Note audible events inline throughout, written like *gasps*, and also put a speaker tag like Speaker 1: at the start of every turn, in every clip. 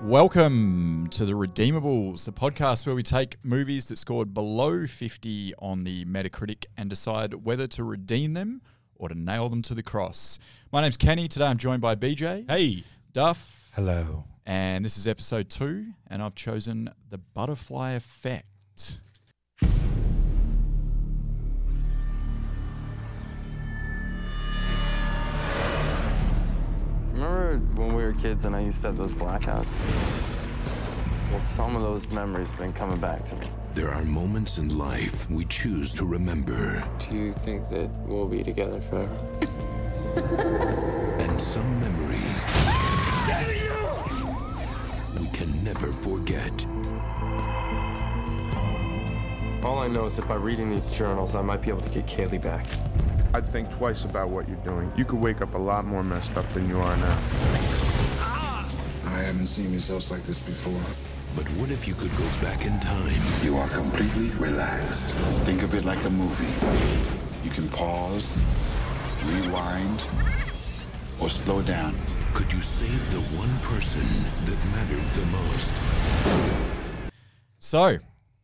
Speaker 1: Welcome to the Redeemables, the podcast where we take movies that scored below 50 on the Metacritic and decide whether to redeem them or to nail them to the cross. My name's Kenny. Today I'm joined by BJ,
Speaker 2: Hey,
Speaker 1: Duff,
Speaker 3: Hello.
Speaker 1: and this is episode two, and I've chosen The Butterfly Effect.
Speaker 4: Remember when we were kids and I used to have those blackouts? Well, some of those memories have been coming back to me.
Speaker 5: There are moments in life we choose to remember,
Speaker 4: Do you think that we'll be together forever?
Speaker 5: and some memories we can never forget.
Speaker 4: All I know is that by reading these journals, I might be able to get
Speaker 6: *laughs*
Speaker 4: Kaylee back.
Speaker 7: I'd think twice about what you're doing. You could wake up a lot more messed up than you are now.
Speaker 8: I haven't seen yourselves like this before.
Speaker 5: But what if you could go back in time
Speaker 8: You are completely relaxed. Think of it like a movie. You can pause, rewind, or slow down.
Speaker 5: Could you save the one person that mattered the most?
Speaker 1: So,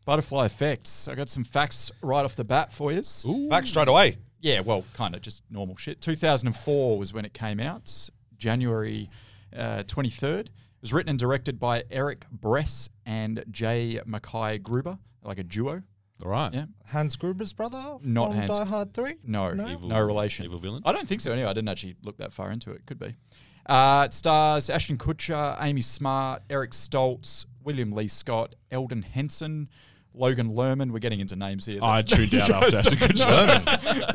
Speaker 1: Butterfly Effects. I got some facts right off the bat for you.
Speaker 3: Back straight away.
Speaker 1: Yeah, well, kind of just normal shit. 2004 was when it came out, January uh, 23rd. It was written and directed by Eric Bress and Jay Mackay Gruber, like a duo.
Speaker 2: all right.
Speaker 1: Yeah.
Speaker 3: Hans Gruber's brother?
Speaker 1: Not
Speaker 3: from
Speaker 1: Hans-
Speaker 3: Die Hard 3?
Speaker 1: No, no,
Speaker 2: Evil-
Speaker 1: relation.
Speaker 2: evil villain?
Speaker 1: I don't think so. Anyway, I didn't actually look that far into it. Could be. Uh, it stars Ashton Kutcher, Amy Smart, Eric Stoltz, William Lee Scott, Eldon Henson, Logan Lerman. We're getting into names here. *laughs*
Speaker 2: I
Speaker 1: that-
Speaker 2: tuned out after Ashton
Speaker 1: No.
Speaker 2: Kutcher.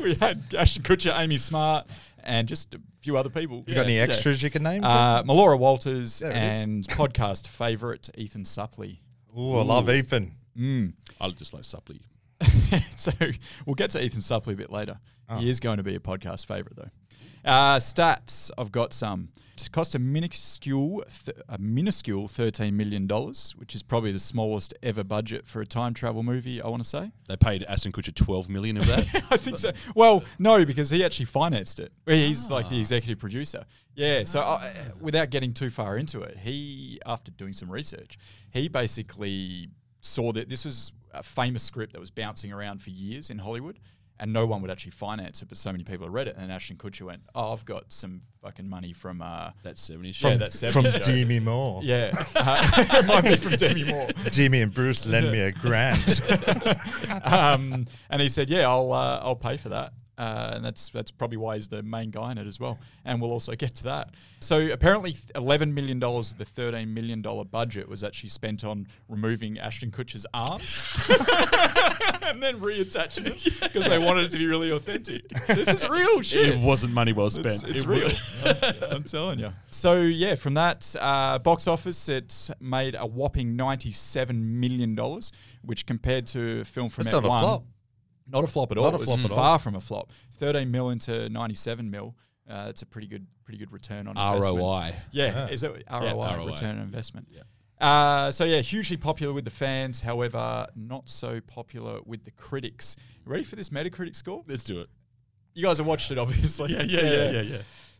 Speaker 1: *laughs* we had Ashton Kutcher, Amy Smart, and just a few other people.
Speaker 3: You got any
Speaker 1: Yeah.
Speaker 3: extras you can name?
Speaker 1: Uh, Melora Walters
Speaker 3: There it is.
Speaker 1: and podcast favourite Ethan Supley.
Speaker 3: Ooh, I love Ethan.
Speaker 2: I just like Suppley.
Speaker 1: *laughs* so we'll get to Ethan Supley a bit later. He is going to be a podcast favourite, though. Uh, stats, I've got some. It cost a minuscule, th- a minuscule $13 million, which is probably the smallest ever budget for a time travel movie, I want to say.
Speaker 2: They paid Ashton Kutcher twelve million
Speaker 1: *laughs*
Speaker 2: of that.
Speaker 1: I think so. Well, no, because he actually financed it. He's like
Speaker 3: Ah.
Speaker 1: the executive producer. Yeah. So uh, without getting too far into it, he, after doing some research, he basically saw that this was a famous script that was bouncing around for years in Hollywood, and no one would actually finance it, but so many people had read it. And Ashton Kutcher went, "Oh, I've got some fucking money from." Uh,
Speaker 2: that seventy show.
Speaker 1: yeah, that Seven
Speaker 3: From
Speaker 1: show.
Speaker 3: Demi Moore.
Speaker 1: Yeah, uh, *laughs* it might be from Demi Moore.
Speaker 3: Demi and Bruce lend me
Speaker 1: *laughs*
Speaker 3: a grand.
Speaker 1: um, and he said, "Yeah, I'll uh, I'll pay for that." Uh, and that's that's probably why he's the main guy in it as well. And we'll also get to that. So apparently, eleven million dollars of the thirteen million dollar budget was actually spent on removing Ashton Kutcher's arms *laughs* and then reattaching them because they wanted it to be really authentic. This is real shit.
Speaker 2: it wasn't money well
Speaker 1: It's-
Speaker 2: spent.
Speaker 1: It's,
Speaker 2: It
Speaker 1: real. *laughs*
Speaker 2: was-
Speaker 1: I'm telling you. So yeah, from that uh, box office, it's made a whopping ninety-seven million dollars, which compared to a film from
Speaker 3: That's
Speaker 1: Ant
Speaker 3: not a
Speaker 1: One,
Speaker 3: flop.
Speaker 1: not a flop at all.
Speaker 3: Not a
Speaker 1: it was
Speaker 3: flop at all.
Speaker 1: far from a flop. Thirteen mil into ninety-seven mil. Uh, it's a pretty good, pretty good return on investment.
Speaker 2: ROI.
Speaker 1: Yeah, is it ROI,
Speaker 2: ROI.
Speaker 1: return on investment? Uh, so yeah, hugely popular with the fans. However, not so popular with the critics. Ready for this Metacritic score?
Speaker 2: Let's do it.
Speaker 1: You guys have watched it, obviously.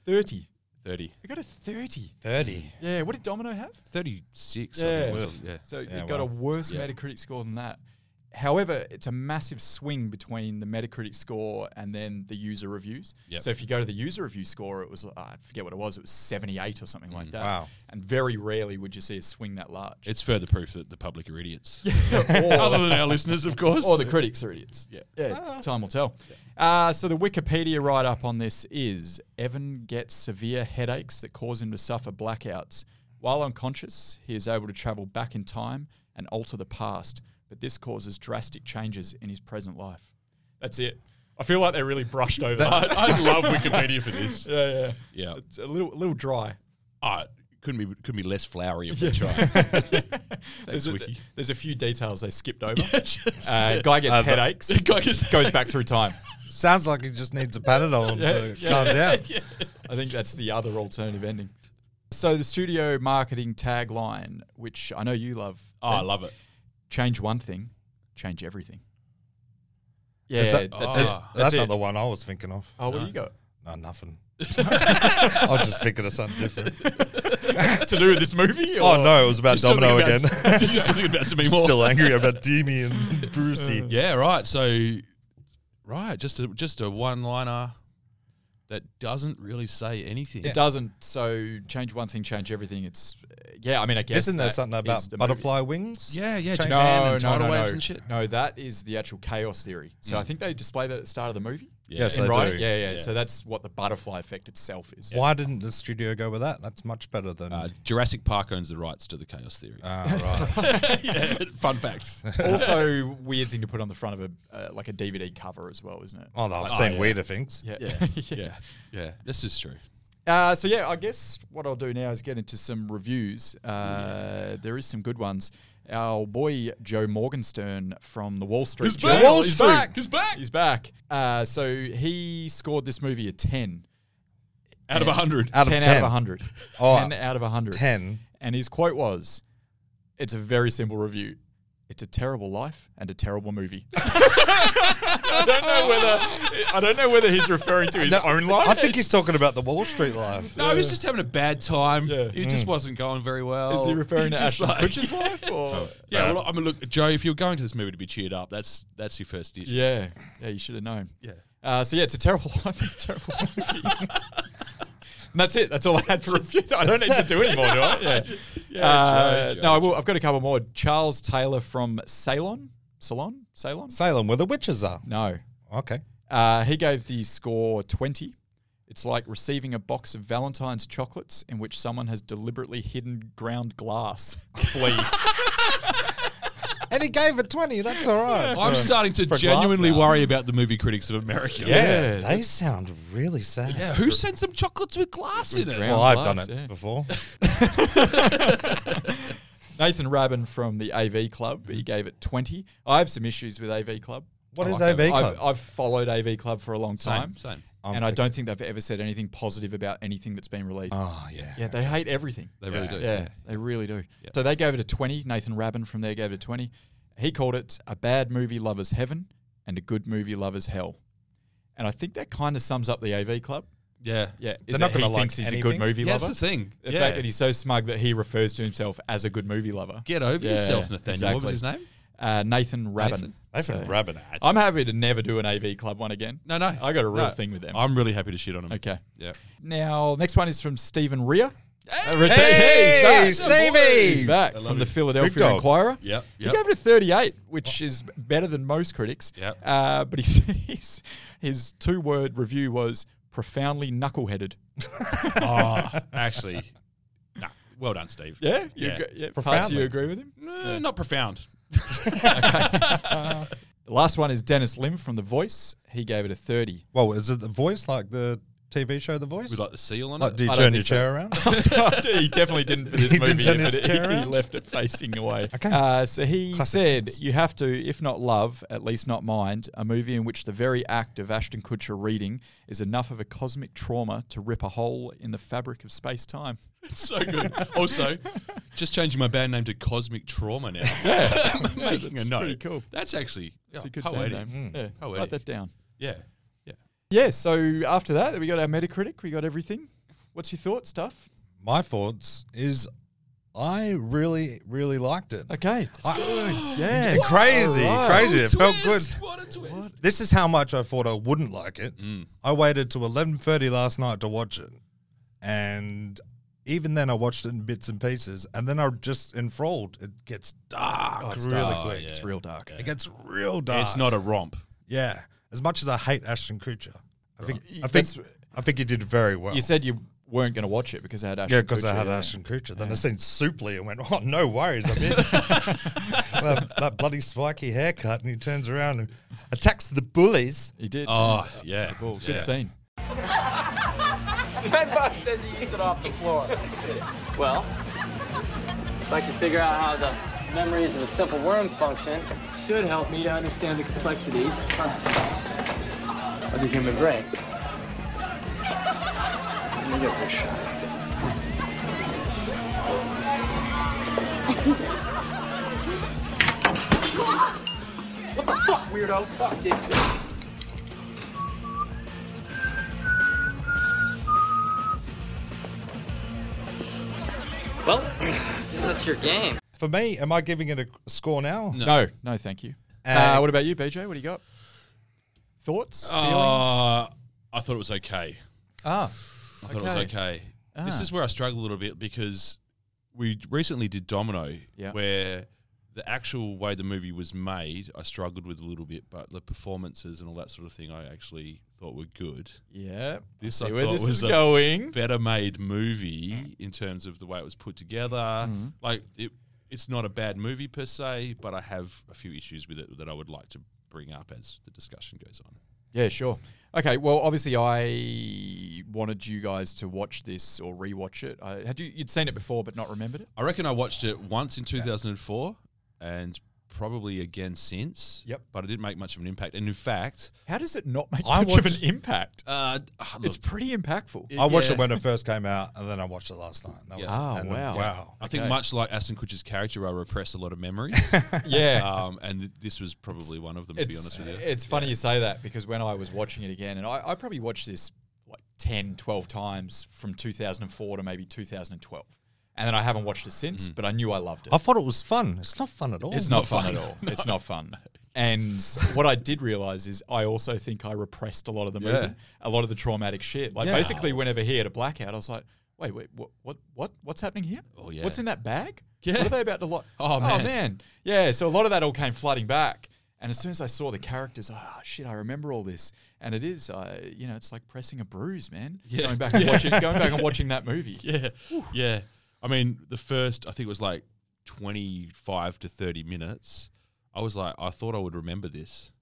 Speaker 1: Thirty.
Speaker 2: Thirty.
Speaker 1: We got a 30.
Speaker 3: 30.
Speaker 1: Yeah, what did Domino have?
Speaker 2: Thirty-six.
Speaker 1: Yeah.
Speaker 2: I think it was, yeah.
Speaker 1: So
Speaker 3: Yeah,
Speaker 1: you've got a
Speaker 3: wow.
Speaker 1: worse
Speaker 2: Yeah.
Speaker 1: Metacritic score than that. However, it's a massive swing between the Metacritic score and then the user reviews.
Speaker 2: Yep.
Speaker 1: So if you go to the user review score, it was, I forget what it was, it was 78 or something like that.
Speaker 3: Wow.
Speaker 1: And very rarely would you see a swing that large.
Speaker 2: Mm, It's *laughs* further proof that the public are idiots.
Speaker 1: *laughs* or,
Speaker 2: Other than our listeners, of course.
Speaker 1: or the critics are idiots. Yeah. Time will tell. Uh, so the Wikipedia write up on this is Evan gets severe headaches that cause him to suffer blackouts. While unconscious, he is able to travel back in time and alter the past, but this causes drastic changes in his present life. That's it. I feel like they're really brushed over
Speaker 2: I,
Speaker 1: *laughs* that.
Speaker 2: *laughs* I love Wikipedia for
Speaker 1: *laughs*
Speaker 2: this.
Speaker 1: yeah, yeah.
Speaker 2: Yeah.
Speaker 1: It's a little, a little dry.
Speaker 2: Ah, couldn't be couldn't be less flowery if
Speaker 1: *laughs*
Speaker 2: we tried.
Speaker 1: There's a,
Speaker 2: Wiki.
Speaker 1: there's a few details they skipped *laughs* over.
Speaker 2: Just-
Speaker 1: Uh, *laughs* guy gets
Speaker 3: Uh, but-
Speaker 1: headaches.
Speaker 2: Guy gets-
Speaker 1: goes back through time.
Speaker 3: Sounds like he just needs a Panadol
Speaker 1: *laughs*
Speaker 3: to calm down.
Speaker 1: Ah, I think that's the other alternative ending. So the studio marketing tagline, which I know you love,
Speaker 2: oh, I love it.
Speaker 1: change one thing, change everything. Yeah,
Speaker 3: Is that-
Speaker 1: that's,
Speaker 3: is-
Speaker 1: it.
Speaker 3: that's
Speaker 1: it.
Speaker 3: not the one I was thinking of.
Speaker 1: Oh, what do you got? *laughs*
Speaker 3: No, nothing. I was just thinking of something different.
Speaker 1: to do with this movie?
Speaker 3: Oh
Speaker 1: or-
Speaker 3: no, it was about
Speaker 2: still
Speaker 3: Domino
Speaker 2: thinking
Speaker 3: again. *laughs*
Speaker 2: about- *laughs*
Speaker 1: *laughs*
Speaker 2: You're still thinking about to be more.
Speaker 3: Still angry about Demi and
Speaker 1: Uh,
Speaker 3: Brucey.
Speaker 2: *laughs* Yeah, right. So, right, just a just a one liner that doesn't really say anything.
Speaker 1: It doesn't. So change one thing, change everything. It's yeah. I mean, I guess
Speaker 3: Isn't there
Speaker 1: that
Speaker 3: something
Speaker 1: is
Speaker 3: about
Speaker 1: the movie.
Speaker 3: butterfly wings?
Speaker 2: Yeah, yeah,
Speaker 3: Change-
Speaker 2: Japan
Speaker 1: No,
Speaker 2: and
Speaker 1: no,
Speaker 2: tidal
Speaker 1: no,
Speaker 2: waves
Speaker 1: no.
Speaker 2: and shit.
Speaker 1: No, that is the actual chaos theory. So I think they display that at the start of the movie.
Speaker 3: Yes,
Speaker 1: In
Speaker 3: they
Speaker 1: writing.
Speaker 3: do.
Speaker 1: Yeah, Mm. yeah, So that's what the butterfly effect itself is.
Speaker 3: Why didn't the studio go with that? That's much better than.
Speaker 2: Uh, Jurassic Park owns the rights to the chaos theory.
Speaker 3: Ah, right.
Speaker 2: yeah, *laughs*
Speaker 1: *laughs*
Speaker 2: fun facts. *laughs*
Speaker 1: also, weird thing to put on the front of a uh, like a DVD cover as well, isn't it?
Speaker 3: Oh, no, I've seen
Speaker 2: yeah.
Speaker 3: weirder things.
Speaker 1: *laughs* Yeah.
Speaker 2: Yeah, yeah, yeah. This is true.
Speaker 1: Uh, so yeah, I guess what I'll do now is get into some reviews. Uh, There is some good ones. Our boy Joe Morgenstern from the Wall Street. Journal
Speaker 2: Wall
Speaker 1: is
Speaker 2: Street.
Speaker 1: back.
Speaker 2: He's back.
Speaker 1: He's back. Uh, so he scored this movie a ten.
Speaker 2: Out of hundred.
Speaker 3: Out of
Speaker 1: 10,
Speaker 3: 10.
Speaker 1: out of 100.
Speaker 3: Oh,
Speaker 1: 10 out of 100.
Speaker 3: 10.
Speaker 1: And his quote was, It's a very simple review. It's a terrible life and a terrible movie. *laughs* I don't know whether I don't know whether he's referring to his own life.
Speaker 3: I think he's talking about the Wall Street life.
Speaker 2: No, he was just having a bad time.
Speaker 1: Yeah.
Speaker 2: It just wasn't going very well.
Speaker 1: is he referring
Speaker 2: *laughs* He's
Speaker 1: to
Speaker 2: just
Speaker 1: Ashton
Speaker 2: like- Oh.
Speaker 1: Kutcher's life or
Speaker 2: Yeah, well, I mean, look, Joe, if you're going to this movie to be cheered up, that's that's your first issue.
Speaker 1: Yeah. Yeah, you should have known. Yeah. Uh, so yeah, it's a terrible *laughs* life and a terrible movie. And that's it. That's all I had for review. *laughs* I
Speaker 2: *laughs*
Speaker 1: don't need to do anymore, do I? Yeah. Uh,
Speaker 2: Joe,
Speaker 1: No, I
Speaker 2: Joe,
Speaker 1: will. I've got a couple more. Charles Taylor from Ceylon. Ceylon? Ceylon?
Speaker 3: *laughs* Salem, where the witches are.
Speaker 1: No.
Speaker 3: Okay.
Speaker 1: Uh, he gave the score 20. It's like receiving a box of Valentine's chocolates in which someone has deliberately hidden ground glass. *laughs* Flea.
Speaker 3: And he gave it 20. That's all right.
Speaker 2: I'm starting to
Speaker 3: for glass
Speaker 2: genuinely
Speaker 3: now.
Speaker 2: worry about the movie critics of America.
Speaker 3: Yeah, they sound really sad.
Speaker 2: Yeah, Who sent some chocolates with glass in it?
Speaker 1: ground-
Speaker 3: Well, I've done
Speaker 1: Glass,
Speaker 3: it
Speaker 1: yeah.
Speaker 2: *laughs*
Speaker 3: before.
Speaker 1: Nathan Rabin from the AV Club, he gave it 20. I have some issues with AV Club.
Speaker 3: Mm-hmm. What
Speaker 1: I
Speaker 3: is
Speaker 1: it.
Speaker 3: AV Club?
Speaker 1: I've, I've followed AV Club for a long
Speaker 2: Same,
Speaker 1: time.
Speaker 2: same.
Speaker 3: I'm
Speaker 1: and I
Speaker 3: thick.
Speaker 1: don't think they've ever said anything positive about anything that's been released.
Speaker 3: Oh, yeah.
Speaker 1: Yeah, they hate everything.
Speaker 2: They really do.
Speaker 1: Yeah, they really do. So they gave it a 20. Nathan Rabin from there gave it a 20. He called it a bad movie lover's heaven and a good movie lover's hell. And I think that kind of sums up the AV Club.
Speaker 2: Yeah.
Speaker 1: Yeah,
Speaker 3: They're
Speaker 1: is
Speaker 3: not
Speaker 1: that he
Speaker 3: gonna like
Speaker 1: thinks he's a good
Speaker 3: anything.
Speaker 1: movie
Speaker 2: Yeah,
Speaker 1: lover.
Speaker 2: that's the thing.
Speaker 1: The
Speaker 2: yeah.
Speaker 1: fact that he's so smug that he refers to himself as a good movie lover.
Speaker 2: Get over
Speaker 1: Yeah,
Speaker 2: yourself, Nathaniel. What
Speaker 1: exactly.
Speaker 2: was his name?
Speaker 1: Uh, Nathan Rabin.
Speaker 2: Nathan.
Speaker 3: Nathan Rabin.
Speaker 1: I'm happy to never do an AV Club one again.
Speaker 2: No, no.
Speaker 1: I got a real
Speaker 2: No,
Speaker 1: thing with them.
Speaker 2: I'm really happy to shit on him.
Speaker 1: okay.
Speaker 2: Yeah.
Speaker 1: Now, next one is from Stephen Rea. Hey,
Speaker 3: Hey,
Speaker 1: he's back.
Speaker 3: Stevie!
Speaker 1: He's back from the
Speaker 3: Big
Speaker 1: Philadelphia *laughs*
Speaker 3: dog. Oh.
Speaker 1: Inquirer.
Speaker 2: Yep,
Speaker 1: He
Speaker 2: yep.
Speaker 1: gave it a 38, which is better than most critics.
Speaker 2: Yep.
Speaker 1: Uh, but his, *laughs* his, his two word review was profoundly knuckleheaded.
Speaker 2: oh, actually, nah. Well done, Steve.
Speaker 1: Yeah? You
Speaker 2: Yeah.
Speaker 1: ag- yeah parts
Speaker 3: Profoundly.
Speaker 1: you agree with him?
Speaker 2: Eh, Not profound.
Speaker 1: The last one is Dennis Lim from The Voice. He gave it a 30.
Speaker 3: Well, is it the voice like the TV show The Voice?
Speaker 2: With like the seal on
Speaker 3: Like,
Speaker 2: it.
Speaker 3: do you
Speaker 1: I don't
Speaker 3: turn your
Speaker 1: think so.
Speaker 3: chair around?
Speaker 1: *laughs*
Speaker 2: *laughs*
Speaker 1: he definitely didn't for this
Speaker 3: He
Speaker 1: movie.
Speaker 3: didn't turn
Speaker 1: but
Speaker 3: his
Speaker 1: he-
Speaker 3: chair
Speaker 1: he
Speaker 3: around?
Speaker 1: left it facing away.
Speaker 3: Okay.
Speaker 1: Uh, so he
Speaker 3: Classic
Speaker 1: said,
Speaker 3: Dennis.
Speaker 1: "You have to, if not love, at least not mind, a movie in which the very act of Ashton Kutcher reading is enough of a cosmic trauma to rip a hole in the fabric of space time."
Speaker 2: It's *laughs* so good. Also, just changing my band name to Cosmic
Speaker 1: *laughs*
Speaker 2: Trauma now. *laughs* Making
Speaker 1: that's
Speaker 2: a note.
Speaker 1: pretty cool.
Speaker 2: That's actually
Speaker 1: It's
Speaker 2: yeah,
Speaker 1: a good
Speaker 2: poetic.
Speaker 1: band
Speaker 3: Hmm.
Speaker 1: name. Yeah,
Speaker 2: Poetic.
Speaker 1: write that down.
Speaker 2: Yeah. Yeah.
Speaker 1: Yeah. So after that, we got our Metacritic. We got everything. What's your thoughts, stuff?
Speaker 3: My thoughts is I really, really liked it.
Speaker 1: Okay.
Speaker 3: I- *gasps*
Speaker 1: Yeah.
Speaker 3: Crazy, crazy. It felt good.
Speaker 2: Twist, What a twist.
Speaker 3: This is how much I thought I wouldn't like it.
Speaker 1: Mm.
Speaker 3: I waited till eleven thirty last night to watch it, and even then I watched it in bits and pieces, and then I'm just enthralled. It gets dark
Speaker 1: Oh, it's
Speaker 3: really
Speaker 1: dark.
Speaker 3: quick.
Speaker 1: It's real dark.
Speaker 3: It gets real dark.
Speaker 2: It's not a romp.
Speaker 3: Yeah, as much as I hate Ashton Kutcher, I think I think
Speaker 1: That's-
Speaker 3: I think he did very well.
Speaker 1: You said you weren't going to watch it because I had Ashton
Speaker 3: yeah, because I
Speaker 1: Kutcher,
Speaker 3: had
Speaker 1: yeah.
Speaker 3: Ashton Kutcher. Then I seen Supley and went, oh, no worries.
Speaker 1: *laughs*
Speaker 3: I'm in. that, that bloody spiky haircut, and he turns around and attacks the bullies.
Speaker 1: He did.
Speaker 2: Oh, yeah.
Speaker 1: Ah, Cool. Good
Speaker 2: yeah.
Speaker 1: scene.
Speaker 6: *laughs* Well, if I could figure out how the memories of a simple worm function should help me to understand the complexities of the human brain.
Speaker 8: Let me get this shot.
Speaker 6: Weirdo, fuck this. Well, guess that's your game.
Speaker 3: For me, am I giving it a score now?
Speaker 2: No.
Speaker 1: No, no, thank you. Uh, what about you, BJ? What do you got? Thoughts? Feelings?
Speaker 2: Uh, I thought it was okay.
Speaker 1: ah,
Speaker 2: I thought it was
Speaker 1: Okay.
Speaker 2: okay. This
Speaker 1: Ah.
Speaker 2: is where I struggle a little bit because we recently did Domino,
Speaker 1: Yeah.
Speaker 2: where the actual way the movie was made, I struggled with a little bit, but the performances and all that sort of thing, I actually thought were good.
Speaker 1: yeah.
Speaker 2: This
Speaker 1: See
Speaker 2: I
Speaker 1: where
Speaker 2: thought
Speaker 1: this
Speaker 2: was
Speaker 1: is
Speaker 2: a
Speaker 1: going.
Speaker 2: better made movie in terms of the way it was put together. Like it, it's not a bad movie per se, but I have a few issues with it that I would like to bring up as the discussion goes on.
Speaker 1: Yeah, sure. Okay, well, obviously, I wanted you guys to watch this or rewatch it. I, had you you'd seen it before but not remembered it?
Speaker 2: I reckon I watched it once in 2004 and probably again since.
Speaker 1: Yep.
Speaker 2: But it didn't make much of an impact. And in fact,
Speaker 1: How does it not make
Speaker 3: I
Speaker 1: much of
Speaker 3: watched-
Speaker 1: an impact?
Speaker 2: uh, d- ah, look,
Speaker 1: it's pretty impactful.
Speaker 3: I watched
Speaker 2: Yeah.
Speaker 3: it when it first came out, and then I watched it last night. That
Speaker 2: Yes.
Speaker 1: Ah,
Speaker 3: and
Speaker 1: wow.
Speaker 3: wow.
Speaker 2: I think
Speaker 1: okay.
Speaker 2: much like Aston Kutcher's character, I repress a lot of *laughs* memories.
Speaker 1: yeah.
Speaker 2: um, and th- this was probably one of them, to be honest with you.
Speaker 1: It's funny you say that because when I was watching it again, and I, I probably watched this like 10, 12 times from 2004 to maybe 2012. And then I haven't watched it since,
Speaker 2: Mm-hmm.
Speaker 1: but I knew I loved it.
Speaker 3: I thought it was fun. It's not fun at all.
Speaker 1: it's not fun,
Speaker 2: *laughs*
Speaker 1: at all. It's not fun. And what I did realize is I also think I repressed a lot of the movie,
Speaker 2: Yeah.
Speaker 1: a lot of the traumatic shit. Like
Speaker 3: Yeah.
Speaker 1: basically, whenever he had a blackout, I was like, "Wait, wait, what, what, what, what's happening here?
Speaker 2: Oh, yeah.
Speaker 1: what's in that bag?
Speaker 2: Yeah.
Speaker 1: what are they about to lock?
Speaker 2: Oh, man.
Speaker 1: yeah." So a lot of that all came flooding back, and as soon as I saw the characters, ah, shit, I remember all this, and it is, uh, you know, it's like pressing a bruise, man.
Speaker 2: *laughs* Yeah.
Speaker 1: going back and watching, going back and watching that movie.
Speaker 2: *laughs* Yeah. Yeah. I mean, the first, I think it was like 25 to 30 minutes. I was like, I thought I would remember this.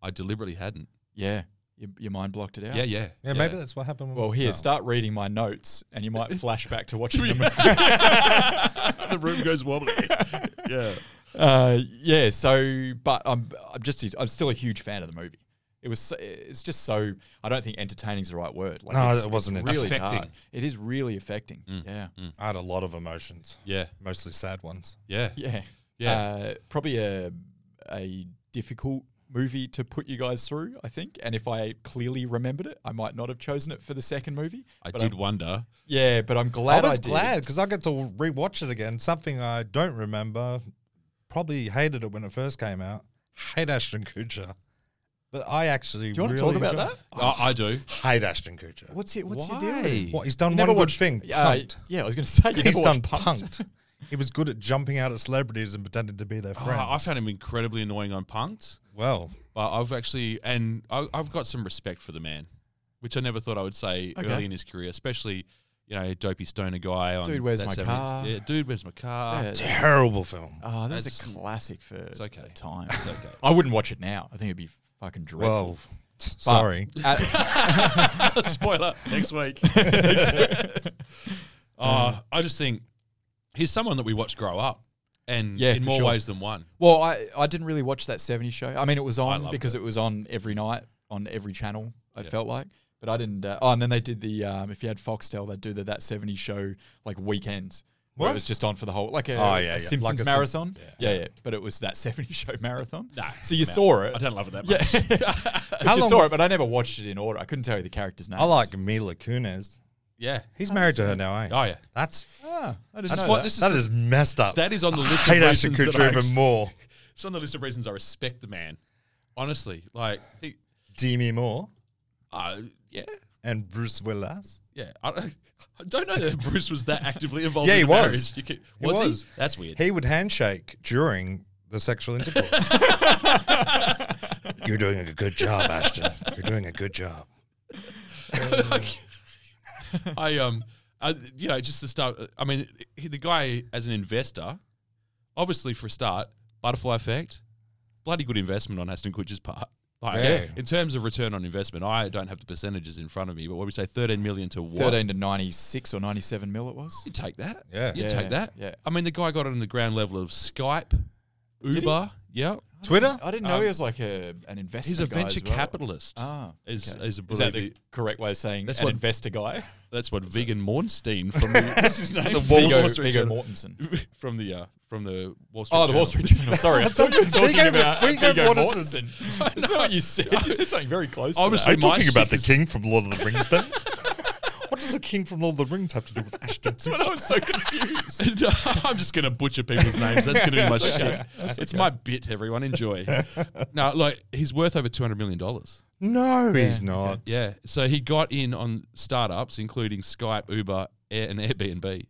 Speaker 2: I deliberately hadn't.
Speaker 1: Yeah, your, your mind blocked it out.
Speaker 2: Yeah, yeah.
Speaker 3: Yeah, maybe that's what happened.
Speaker 1: Well, here,
Speaker 3: no.
Speaker 1: start reading my notes, and you might flash back to watching the movie.
Speaker 2: the room goes wobbly. yeah.
Speaker 1: *laughs* Uh, yeah. So, but I'm I'm just I'm still a huge fan of the movie. It was so- it's just so I don't think entertaining is the right word. Like
Speaker 3: No,
Speaker 1: it's-
Speaker 3: it wasn't mm.
Speaker 1: it's really
Speaker 2: entertaining.
Speaker 1: hard. It is really affecting. Yeah.
Speaker 3: I had a lot of emotions,
Speaker 2: *laughs* Yeah.
Speaker 3: mostly sad ones.
Speaker 2: Yeah.
Speaker 1: Yeah.
Speaker 2: Yeah.
Speaker 1: Uh, probably a a difficult movie to put you guys through. I think. And if I clearly remembered it, I might not have chosen it for the second movie.
Speaker 2: I
Speaker 1: but
Speaker 2: did
Speaker 1: I'm-
Speaker 2: wonder.
Speaker 1: yeah, but I'm
Speaker 3: I
Speaker 1: glad I,
Speaker 3: was
Speaker 1: did.
Speaker 3: glad because I get to rewatch it again. Something I don't remember. Probably hated it when it first came out. Hate Ashton Kutcher, but I actually
Speaker 1: Do you want
Speaker 3: really
Speaker 1: to talk about
Speaker 3: enjoy-
Speaker 1: that?
Speaker 2: I, I do.
Speaker 3: Hate Ashton Kutcher.
Speaker 1: What's it? What's
Speaker 2: Why?
Speaker 1: your deal?
Speaker 3: What he's done
Speaker 1: You
Speaker 3: one
Speaker 1: never
Speaker 3: good
Speaker 1: watched-
Speaker 3: thing.
Speaker 1: Uh,
Speaker 3: Punked.
Speaker 1: yeah, I was going to say you
Speaker 3: he's
Speaker 1: never
Speaker 3: done
Speaker 1: watched Punk'd.
Speaker 3: punked. he was good at jumping out at celebrities and pretending to be their
Speaker 2: Oh,
Speaker 3: friend.
Speaker 2: I found him incredibly annoying on Punked,
Speaker 3: well,
Speaker 2: but I've actually, and I, I've got some respect for the man, which I never thought I would say
Speaker 1: Okay.
Speaker 2: early in his career, especially, you know, dopey stoner guy. On
Speaker 1: Dude, Where's
Speaker 2: That
Speaker 1: My
Speaker 2: 70s.
Speaker 1: Car?
Speaker 2: Yeah, dude, where's my car?
Speaker 1: Yeah, that-
Speaker 3: terrible film.
Speaker 1: oh, that's,
Speaker 2: That's-
Speaker 1: a classic for
Speaker 2: It's okay.
Speaker 1: the time.
Speaker 2: It's okay.
Speaker 1: I wouldn't watch it now. I think it'd be fucking dreadful.
Speaker 3: well, sorry.
Speaker 1: Uh, *laughs*
Speaker 2: *laughs* Spoiler next week. uh, I just think he's someone that we watched grow up, and
Speaker 1: Yeah,
Speaker 2: in
Speaker 1: for
Speaker 2: more
Speaker 1: sure.
Speaker 2: ways than one.
Speaker 1: well, I, I didn't really watch that 70s show. I mean, it was on
Speaker 2: loved
Speaker 1: because it. was on every night on every channel, I felt like. But I didn't. Uh, oh, and then they did the, um, if you had Foxtel, they'd do the That 70s show like weekends. Where it
Speaker 3: What?
Speaker 1: was just on for the whole, like a,
Speaker 3: Oh, yeah,
Speaker 1: a
Speaker 3: yeah. Like a
Speaker 1: Simpsons
Speaker 3: Simpsons-
Speaker 1: marathon. yeah. yeah, But it was that *laughs* 70s show marathon.
Speaker 2: Nah,
Speaker 1: so you
Speaker 2: I'm out.
Speaker 1: saw it.
Speaker 2: I don't love it that
Speaker 1: Yeah. *laughs*
Speaker 2: much. *laughs*
Speaker 1: But
Speaker 3: How
Speaker 1: you
Speaker 3: long-
Speaker 1: saw it, but I never watched it in order. I couldn't tell you the characters' names.
Speaker 3: I like Mila Kunis.
Speaker 2: yeah.
Speaker 3: He's married to her now, eh?
Speaker 2: Oh yeah.
Speaker 3: That's
Speaker 1: Ah, I just
Speaker 3: that's
Speaker 1: know
Speaker 2: what-
Speaker 1: that.
Speaker 2: this is
Speaker 3: that
Speaker 2: the-
Speaker 3: is messed up.
Speaker 2: That is on the
Speaker 3: I
Speaker 2: list of
Speaker 3: Hate Ashton
Speaker 2: reasons that
Speaker 3: Kutcher
Speaker 2: I
Speaker 3: even
Speaker 2: ex-
Speaker 3: more.
Speaker 2: It's on the list of reasons I respect the man. Honestly, like, I think,
Speaker 3: Demi Moore
Speaker 2: uh, yeah,
Speaker 3: and Bruce Willis.
Speaker 2: yeah. I, don't- *laughs* I don't know that Bruce was that actively involved.
Speaker 3: Yeah,
Speaker 2: in
Speaker 3: he
Speaker 2: the
Speaker 3: was.
Speaker 2: marriage. You could,
Speaker 3: He
Speaker 2: was. He
Speaker 3: was.
Speaker 2: That's weird.
Speaker 3: He would handshake during the sexual intercourse. You're doing a good job, Ashton. You're doing a good job.
Speaker 2: *laughs* I um, I, you know, just to start. I mean, he, the guy as an investor, obviously for a start, butterfly effect, bloody good investment on Aston Kutcher's part. Like,
Speaker 3: Yeah.
Speaker 2: in terms of return on investment, I don't have the percentages in front of me, but what we say, thirteen million to what?
Speaker 1: 13 to 96 or 97 mil it was.
Speaker 2: You take that.
Speaker 3: Yeah.
Speaker 2: You
Speaker 1: Yeah,
Speaker 2: take that.
Speaker 1: yeah.
Speaker 2: I mean, the guy got it on the ground level of Skype, Uber. Yeah.
Speaker 3: Twitter?
Speaker 1: I didn't know he was like a an investor.
Speaker 2: He's a
Speaker 1: guy
Speaker 2: venture
Speaker 1: as well.
Speaker 2: capitalist.
Speaker 1: Ah,
Speaker 2: Is,
Speaker 1: okay.
Speaker 2: is, a
Speaker 1: Is that the
Speaker 2: believe-
Speaker 1: correct way of saying
Speaker 2: That's
Speaker 1: an
Speaker 2: what-
Speaker 1: investor *laughs* guy?
Speaker 2: that's what Vegan Mornstein
Speaker 1: *laughs*
Speaker 2: from the, *laughs* what's his name?
Speaker 1: Viggo,
Speaker 2: Street
Speaker 1: Viggo
Speaker 2: Journal-
Speaker 1: Mortensen.
Speaker 2: from the uh, from the Wall Street.
Speaker 1: Oh, the Wall
Speaker 2: Journal.
Speaker 1: Street *laughs* Journal. Sorry, I thought you were talking
Speaker 3: Viggo-
Speaker 1: about
Speaker 3: Viggo
Speaker 1: Viggo
Speaker 3: Mortensen.
Speaker 1: Mortensen. *laughs* That's not what you said. You said something very close.
Speaker 2: Obviously,
Speaker 1: to
Speaker 2: my shit
Speaker 3: king from Lord of the Rings, Ben? *laughs* what does the king from Lord of the Rings have to do with Ashton
Speaker 1: That's what I was so confused.
Speaker 2: *laughs* And, uh, I'm just going to butcher people's names. That's going to be my
Speaker 1: That's okay.
Speaker 2: shit.
Speaker 1: That's
Speaker 2: It's
Speaker 1: okay.
Speaker 2: my bit.
Speaker 1: *laughs*
Speaker 2: Everyone enjoy. no, like he's worth over two hundred million dollars.
Speaker 3: No, he's not.
Speaker 2: Yeah. So he got in on startups, including Skype, Uber, Air, and Airbnb,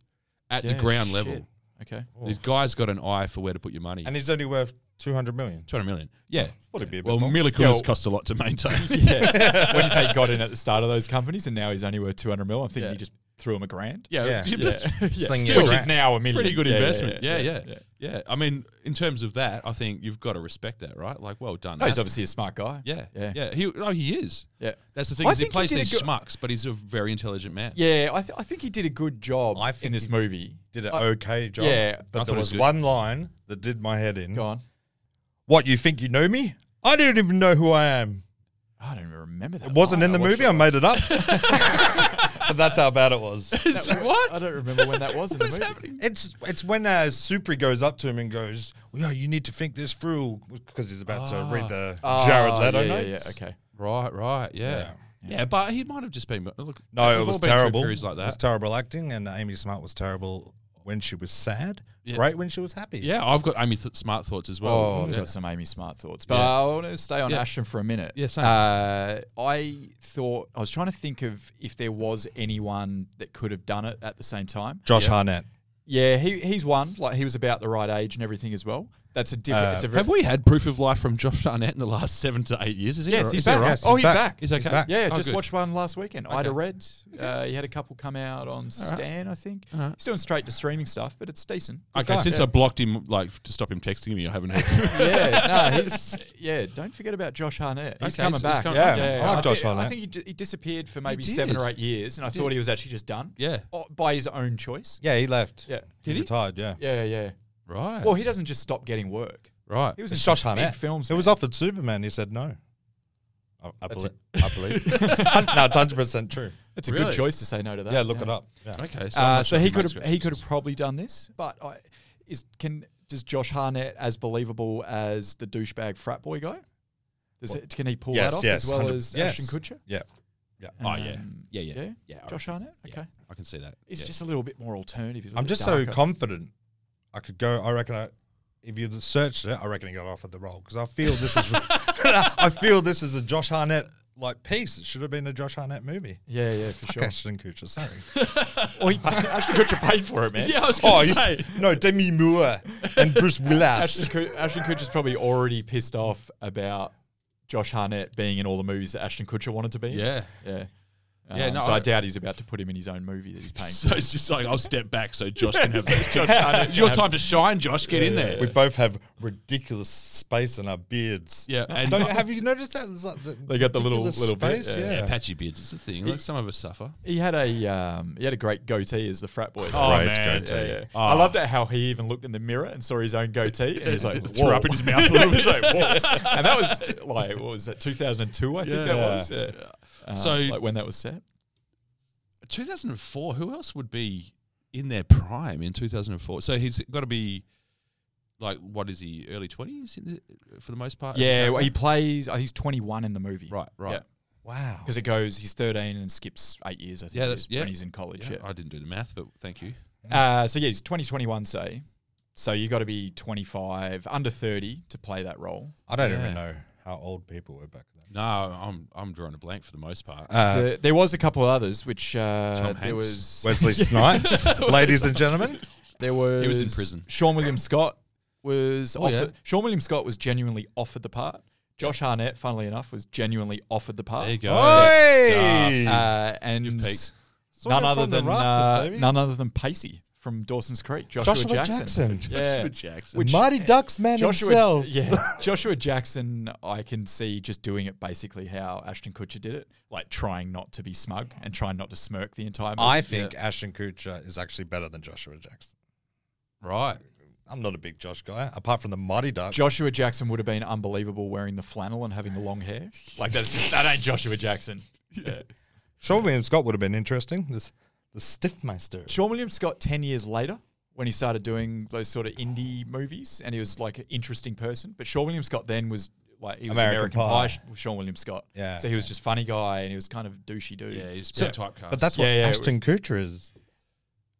Speaker 2: at the
Speaker 1: Yeah,
Speaker 2: ground
Speaker 1: shit.
Speaker 2: level.
Speaker 1: Okay.
Speaker 2: This guy's got an eye for where to put your money.
Speaker 3: And he's only worth 200 million.
Speaker 2: two hundred million. Yeah.
Speaker 3: Thought it'd be a bit
Speaker 2: Well,
Speaker 3: more.
Speaker 2: Miller
Speaker 1: Yeah,
Speaker 2: Coolers
Speaker 1: well-
Speaker 2: cost a lot to maintain.
Speaker 1: *laughs* *laughs*
Speaker 2: *laughs*
Speaker 1: Yeah. when you say got in at the start of those companies and now he's only worth 200 mil, I'm thinking
Speaker 2: Yeah.
Speaker 1: you just threw him a grand. *laughs*
Speaker 3: Yeah.
Speaker 2: Yeah. *laughs*
Speaker 1: Yeah,
Speaker 3: Sling
Speaker 1: still,
Speaker 3: it
Speaker 1: which
Speaker 3: around.
Speaker 1: is now a million.
Speaker 2: Pretty good
Speaker 1: Yeah,
Speaker 2: investment. Yeah yeah yeah,
Speaker 1: yeah.
Speaker 2: I mean, in terms of that, I think you've got to respect that, right? Like, well done.
Speaker 1: No, he's
Speaker 2: That's-
Speaker 1: obviously a smart guy.
Speaker 2: Yeah,
Speaker 1: yeah,
Speaker 2: yeah. He, oh, he is.
Speaker 1: Yeah.
Speaker 2: That's the thing.
Speaker 1: I
Speaker 2: Is he
Speaker 1: think he
Speaker 2: plays
Speaker 1: did a
Speaker 2: these
Speaker 1: good-
Speaker 2: schmucks, but he's a very intelligent man.
Speaker 1: Yeah, I, th- I think he did a good job
Speaker 3: I think
Speaker 1: in this
Speaker 3: he
Speaker 1: movie.
Speaker 3: Did an
Speaker 1: I-
Speaker 3: okay job.
Speaker 1: yeah, I
Speaker 3: But
Speaker 2: thought it
Speaker 3: there
Speaker 2: was
Speaker 3: was
Speaker 2: good.
Speaker 3: one line that did my head in.
Speaker 1: Go on.
Speaker 3: What, you think you know me? I didn't even know who I am.
Speaker 1: I don't even remember that.
Speaker 3: It wasn't
Speaker 1: line.
Speaker 3: in the
Speaker 1: I watched
Speaker 3: movie.
Speaker 1: it
Speaker 3: I
Speaker 1: like-
Speaker 3: made it up. *laughs* but that's how bad
Speaker 1: *laughs*
Speaker 3: it was.
Speaker 1: I don't remember when that was *laughs* in the movie.
Speaker 3: It's it's when uh, Supri goes up to him and goes, "Yeah, you need to think this through," because he's about to read the Jared
Speaker 1: Oh, yeah,
Speaker 3: Leto
Speaker 1: yeah,
Speaker 3: notes.
Speaker 1: Yeah, okay.
Speaker 2: Right, right. Yeah. yeah. but he might have just been. Look,
Speaker 3: No,
Speaker 2: we've
Speaker 3: it was
Speaker 2: all been through
Speaker 3: terrible.
Speaker 2: Periods like
Speaker 3: It was
Speaker 2: that.
Speaker 3: terrible acting, and Amy Smart was terrible when she was sad.
Speaker 2: Yeah.
Speaker 3: Great when she was happy.
Speaker 2: yeah, I've got Amy th- smart thoughts as well.
Speaker 1: Oh, I've
Speaker 2: yeah.
Speaker 1: got some Amy Smart thoughts, but
Speaker 2: Yeah.
Speaker 1: I want to stay on
Speaker 2: Yeah.
Speaker 1: Ashton for a minute.
Speaker 2: Yeah, same.
Speaker 1: Uh, I thought I was trying to think of if there was anyone that could have done it at the same time.
Speaker 3: Josh Harnett.
Speaker 1: Yeah, he he's one. Like he was about the right age and everything as well. That's a different. it's a very,
Speaker 2: Have we had proof of life from Josh Arnett in the last seven to eight years? Is he?
Speaker 1: Yes,
Speaker 2: alright?
Speaker 1: he's
Speaker 2: Is he
Speaker 1: back.
Speaker 2: alright?
Speaker 3: Yes,
Speaker 1: oh, he's
Speaker 3: he's
Speaker 1: back.
Speaker 3: back.
Speaker 2: He's okay.
Speaker 3: back.
Speaker 1: Yeah,
Speaker 2: Oh,
Speaker 1: just
Speaker 2: good.
Speaker 1: watched one last weekend. Ida
Speaker 2: Okay.
Speaker 1: Red. Uh, he had a couple come out on Stan, I think. He's doing straight to streaming stuff, but it's decent. Good
Speaker 2: Okay,
Speaker 1: guy.
Speaker 2: since I blocked him, like to stop him texting me, I haven't
Speaker 1: *laughs*
Speaker 2: heard. from him.
Speaker 1: yeah, no, he's yeah. Don't forget about Josh Harnett. He's
Speaker 2: Okay,
Speaker 1: coming
Speaker 2: he's- he's
Speaker 1: back.
Speaker 2: coming
Speaker 3: Yeah, back. I
Speaker 1: thi-
Speaker 3: like Josh Harnett.
Speaker 1: I think he, di- he disappeared for maybe seven
Speaker 2: did.
Speaker 1: or eight years, and I thought he was actually just done.
Speaker 2: Yeah.
Speaker 1: Oh, by his own choice.
Speaker 3: Yeah, he left.
Speaker 1: Yeah.
Speaker 2: Did he?
Speaker 3: retired? Yeah.
Speaker 1: yeah, yeah.
Speaker 2: right.
Speaker 1: Well, he doesn't just stop getting work.
Speaker 2: right.
Speaker 1: He was in
Speaker 3: It's Josh
Speaker 1: some big
Speaker 3: Harnett.
Speaker 1: films.
Speaker 3: He was
Speaker 1: man.
Speaker 3: offered Superman. He said no. I, I
Speaker 1: That's
Speaker 3: believe. I
Speaker 2: *laughs*
Speaker 3: believe. no, it's hundred percent true.
Speaker 1: It's a
Speaker 2: Really?
Speaker 1: good choice to say no to that.
Speaker 3: Yeah, look it up. Yeah.
Speaker 2: okay. So, I'm
Speaker 1: Uh,
Speaker 2: not
Speaker 1: so
Speaker 2: sure
Speaker 1: he
Speaker 2: if
Speaker 1: could
Speaker 2: makes
Speaker 1: have he
Speaker 2: great
Speaker 1: could have
Speaker 2: decisions.
Speaker 1: probably done this, but I, is can does Josh Harnett as believable as the douchebag frat boy guy? Does it, can he pull
Speaker 3: Yes,
Speaker 1: that off
Speaker 3: yes,
Speaker 1: as well
Speaker 3: 100
Speaker 1: as
Speaker 3: yes.
Speaker 1: Ashton Kutcher?
Speaker 3: Yeah.
Speaker 2: Oh yeah.
Speaker 1: Um,
Speaker 2: Yeah yeah
Speaker 1: yeah?
Speaker 2: yeah. I
Speaker 1: Josh
Speaker 2: reckon.
Speaker 1: Harnett. Okay,
Speaker 2: Yeah, I can see that.
Speaker 1: he's
Speaker 2: Yeah.
Speaker 1: just a little bit more alternative. he's a
Speaker 3: I'm
Speaker 1: little
Speaker 3: just
Speaker 1: darker.
Speaker 3: so confident. I could go. I reckon. I, if you searched it, I reckon he got offered the role because I feel this
Speaker 2: *laughs*
Speaker 3: is. *laughs* I feel this is a Josh Harnett like piece. It should have been a Josh Harnett movie.
Speaker 1: yeah, yeah, for
Speaker 3: Fuck
Speaker 1: sure.
Speaker 3: Ashton Kutcher. Sorry.
Speaker 1: Oh, he, Ashton Kutcher paid for *laughs* it, man.
Speaker 2: Yeah, I was
Speaker 3: oh,
Speaker 2: going to
Speaker 3: he's,
Speaker 2: *laughs* say.
Speaker 3: no, Demi Moore and
Speaker 1: *laughs*
Speaker 3: Bruce
Speaker 1: Ashton,
Speaker 3: Willis.
Speaker 1: Kut- Ashton Kutcher's probably already pissed off about Josh Harnett being in all the movies that Ashton Kutcher wanted to be. in.
Speaker 2: Yeah.
Speaker 1: yeah,
Speaker 2: Yeah,
Speaker 1: Um,
Speaker 2: no,
Speaker 1: so I,
Speaker 2: I-
Speaker 1: doubt he's about to put him in his own movie that he's paying.
Speaker 2: So it's just like I'll step back so Josh
Speaker 1: *laughs*
Speaker 2: can have
Speaker 1: Harnett
Speaker 2: It's your time to shine, Josh. Get in there.
Speaker 3: We both have ridiculous space in our beards.
Speaker 2: Yeah, and-
Speaker 3: Don't, have you noticed that? It's like the
Speaker 1: They got the little-
Speaker 3: ridiculous
Speaker 1: little bit,
Speaker 3: space.
Speaker 1: yeah.
Speaker 3: yeah.
Speaker 2: Patchy beards is the thing. Like some of us suffer.
Speaker 1: He had a um, he had a great goatee as the frat boy.
Speaker 2: Oh,
Speaker 1: Right,
Speaker 2: man.
Speaker 1: goatee. Yeah, yeah.
Speaker 2: Oh.
Speaker 1: I loved that how he even looked in the mirror and saw his own goatee, and he's like,
Speaker 2: Threw
Speaker 1: "Whoa."
Speaker 2: up in his
Speaker 1: *laughs*
Speaker 2: mouth *laughs* a little bit.
Speaker 1: He's like, "Whoa." *laughs* and that was like, what was that? 2002, I think that
Speaker 3: Yeah.
Speaker 1: was. Yeah. Um,
Speaker 2: So-
Speaker 1: like when that was set.
Speaker 2: 2004. Who else would be in their prime in 2004? So he's got to be like what is he? Early 20s in the, for the most part.
Speaker 1: Yeah, well, he plays. Oh, he's 21 in the movie.
Speaker 2: Right, right.
Speaker 3: Wow.
Speaker 1: Because it goes, he's 13 and skip's eight years. I think.
Speaker 2: Yeah,
Speaker 1: Yeah,
Speaker 2: that's- yeah.
Speaker 1: when he's in college.
Speaker 2: Yeah,
Speaker 1: Yeah.
Speaker 2: I didn't do the math, but thank you.
Speaker 1: Uh, so yeah, he's 2021, say. So you got to be 25, under 30 to play that role.
Speaker 3: I don't
Speaker 2: Yeah.
Speaker 3: even know how old people were back
Speaker 1: *laughs*
Speaker 3: then.
Speaker 2: No, I'm I'm drawing a blank for the most part.
Speaker 3: Uh,
Speaker 1: there, there was a couple of others, which uh,
Speaker 2: Tom
Speaker 1: there
Speaker 2: Hanks.
Speaker 1: was *laughs*
Speaker 3: Wesley Snipes, ladies and gentlemen.
Speaker 1: There was
Speaker 2: He was in prison.
Speaker 1: Sean William Scott was
Speaker 2: Oh, yeah.
Speaker 1: offered. Sean William Scott was genuinely offered the part. Josh Harnett, funnily enough, was genuinely offered the part.
Speaker 2: there you go.
Speaker 3: Oi!
Speaker 1: Uh, and
Speaker 2: You've peaked.
Speaker 1: none
Speaker 3: Swinging
Speaker 1: other
Speaker 3: from the
Speaker 1: than
Speaker 3: rafters,
Speaker 1: uh,
Speaker 3: baby.
Speaker 1: none other than Pacey from Dawson's Creek, Joshua,
Speaker 3: Joshua Jackson.
Speaker 1: *laughs* Yeah.
Speaker 2: Joshua Jackson.
Speaker 1: Which-
Speaker 3: Marty Ducks man
Speaker 1: Joshua,
Speaker 3: himself.
Speaker 1: yeah,
Speaker 3: *laughs*
Speaker 1: Joshua Jackson. I can see just doing it basically how Ashton Kutcher did it, like trying not to be smug and trying not to smirk the entire. Movie.
Speaker 3: I think Ashton Kutcher is actually better than Joshua Jackson.
Speaker 2: Right.
Speaker 3: I'm not a big Josh guy, apart from the Marty Ducks.
Speaker 1: Joshua Jackson would have been unbelievable wearing the flannel and having the long hair. Like that's just that ain't Joshua Jackson. Yeah.
Speaker 3: Sean William Scott would have been interesting. This the Stiffmeister.
Speaker 1: Sean William Scott ten years later when he started doing those sort of indie movies and he was like an interesting person. But Sean William Scott then was like he was American,
Speaker 3: American Pie.
Speaker 1: Pie, Sh- Sean William Scott.
Speaker 3: Yeah.
Speaker 1: So he was just funny guy and he was kind of douchey dude.
Speaker 2: Yeah, he's
Speaker 1: So-
Speaker 2: been typecast.
Speaker 3: But that's what
Speaker 1: Yeah, yeah, it
Speaker 3: Ashton Kutcher is.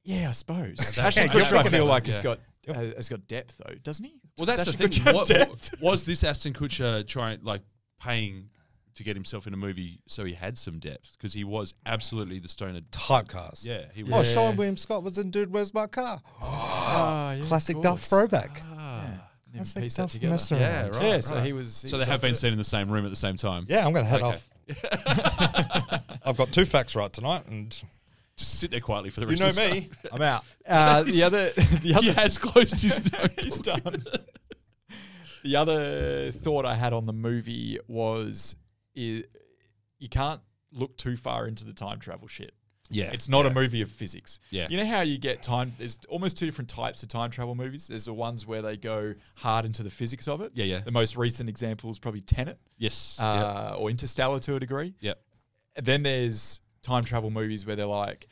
Speaker 1: yeah, I suppose.
Speaker 2: That's-
Speaker 1: Ashton
Speaker 2: yeah, you're
Speaker 1: Kutcher, I
Speaker 2: thinking
Speaker 1: feel
Speaker 2: about
Speaker 1: like
Speaker 2: it,
Speaker 1: has
Speaker 2: yeah.
Speaker 1: got uh, has got depth though, doesn't he?
Speaker 2: well, that's the
Speaker 1: Does Ashton
Speaker 2: thing.
Speaker 1: Kutcher
Speaker 2: What,
Speaker 1: have
Speaker 2: *laughs* what-
Speaker 1: depth?
Speaker 2: was this Aston Kutcher trying like paying to get himself in a movie so he had some depth because he was absolutely the stoner.
Speaker 3: Typecast.
Speaker 2: Yeah, he
Speaker 3: Oh,
Speaker 2: was.
Speaker 3: Sean William Scott was in Dude, Where's My Car?
Speaker 1: Ah, yeah, of
Speaker 3: Classic Duff
Speaker 1: course.
Speaker 3: throwback.
Speaker 2: Ah.
Speaker 1: Didn't even
Speaker 3: Classic
Speaker 1: piece that
Speaker 3: Duff
Speaker 1: together.
Speaker 3: messing
Speaker 2: Yeah,
Speaker 3: around.
Speaker 2: right.
Speaker 1: Yeah, so he was. he
Speaker 2: So
Speaker 1: was
Speaker 2: they have
Speaker 1: up
Speaker 2: been
Speaker 1: there.
Speaker 2: seen in the same room at the same time.
Speaker 3: Yeah, I'm going to head
Speaker 2: Okay.
Speaker 3: off. I've got two facts right tonight, and
Speaker 2: Just sit there quietly for the
Speaker 3: you
Speaker 2: rest
Speaker 3: know
Speaker 2: of the *laughs*
Speaker 3: me. I'm out.
Speaker 1: Uh, the other, *laughs* the
Speaker 2: He *laughs*
Speaker 1: other,
Speaker 2: has closed his
Speaker 3: *laughs*
Speaker 2: nose.
Speaker 1: he's done. *laughs* the other thought I had on the movie was, i you can't look too far into the time travel shit.
Speaker 2: Yeah.
Speaker 1: It's not a movie of physics.
Speaker 2: Yeah.
Speaker 1: You know how you get time? There's almost two different types of time travel movies. There's the ones where they go hard into the physics of it.
Speaker 2: Yeah, yeah.
Speaker 1: The most recent example is probably Tenet
Speaker 2: Yes. yep.
Speaker 1: uh, or Interstellar to a degree.
Speaker 2: Yep.
Speaker 1: Then there's time travel movies where they're like,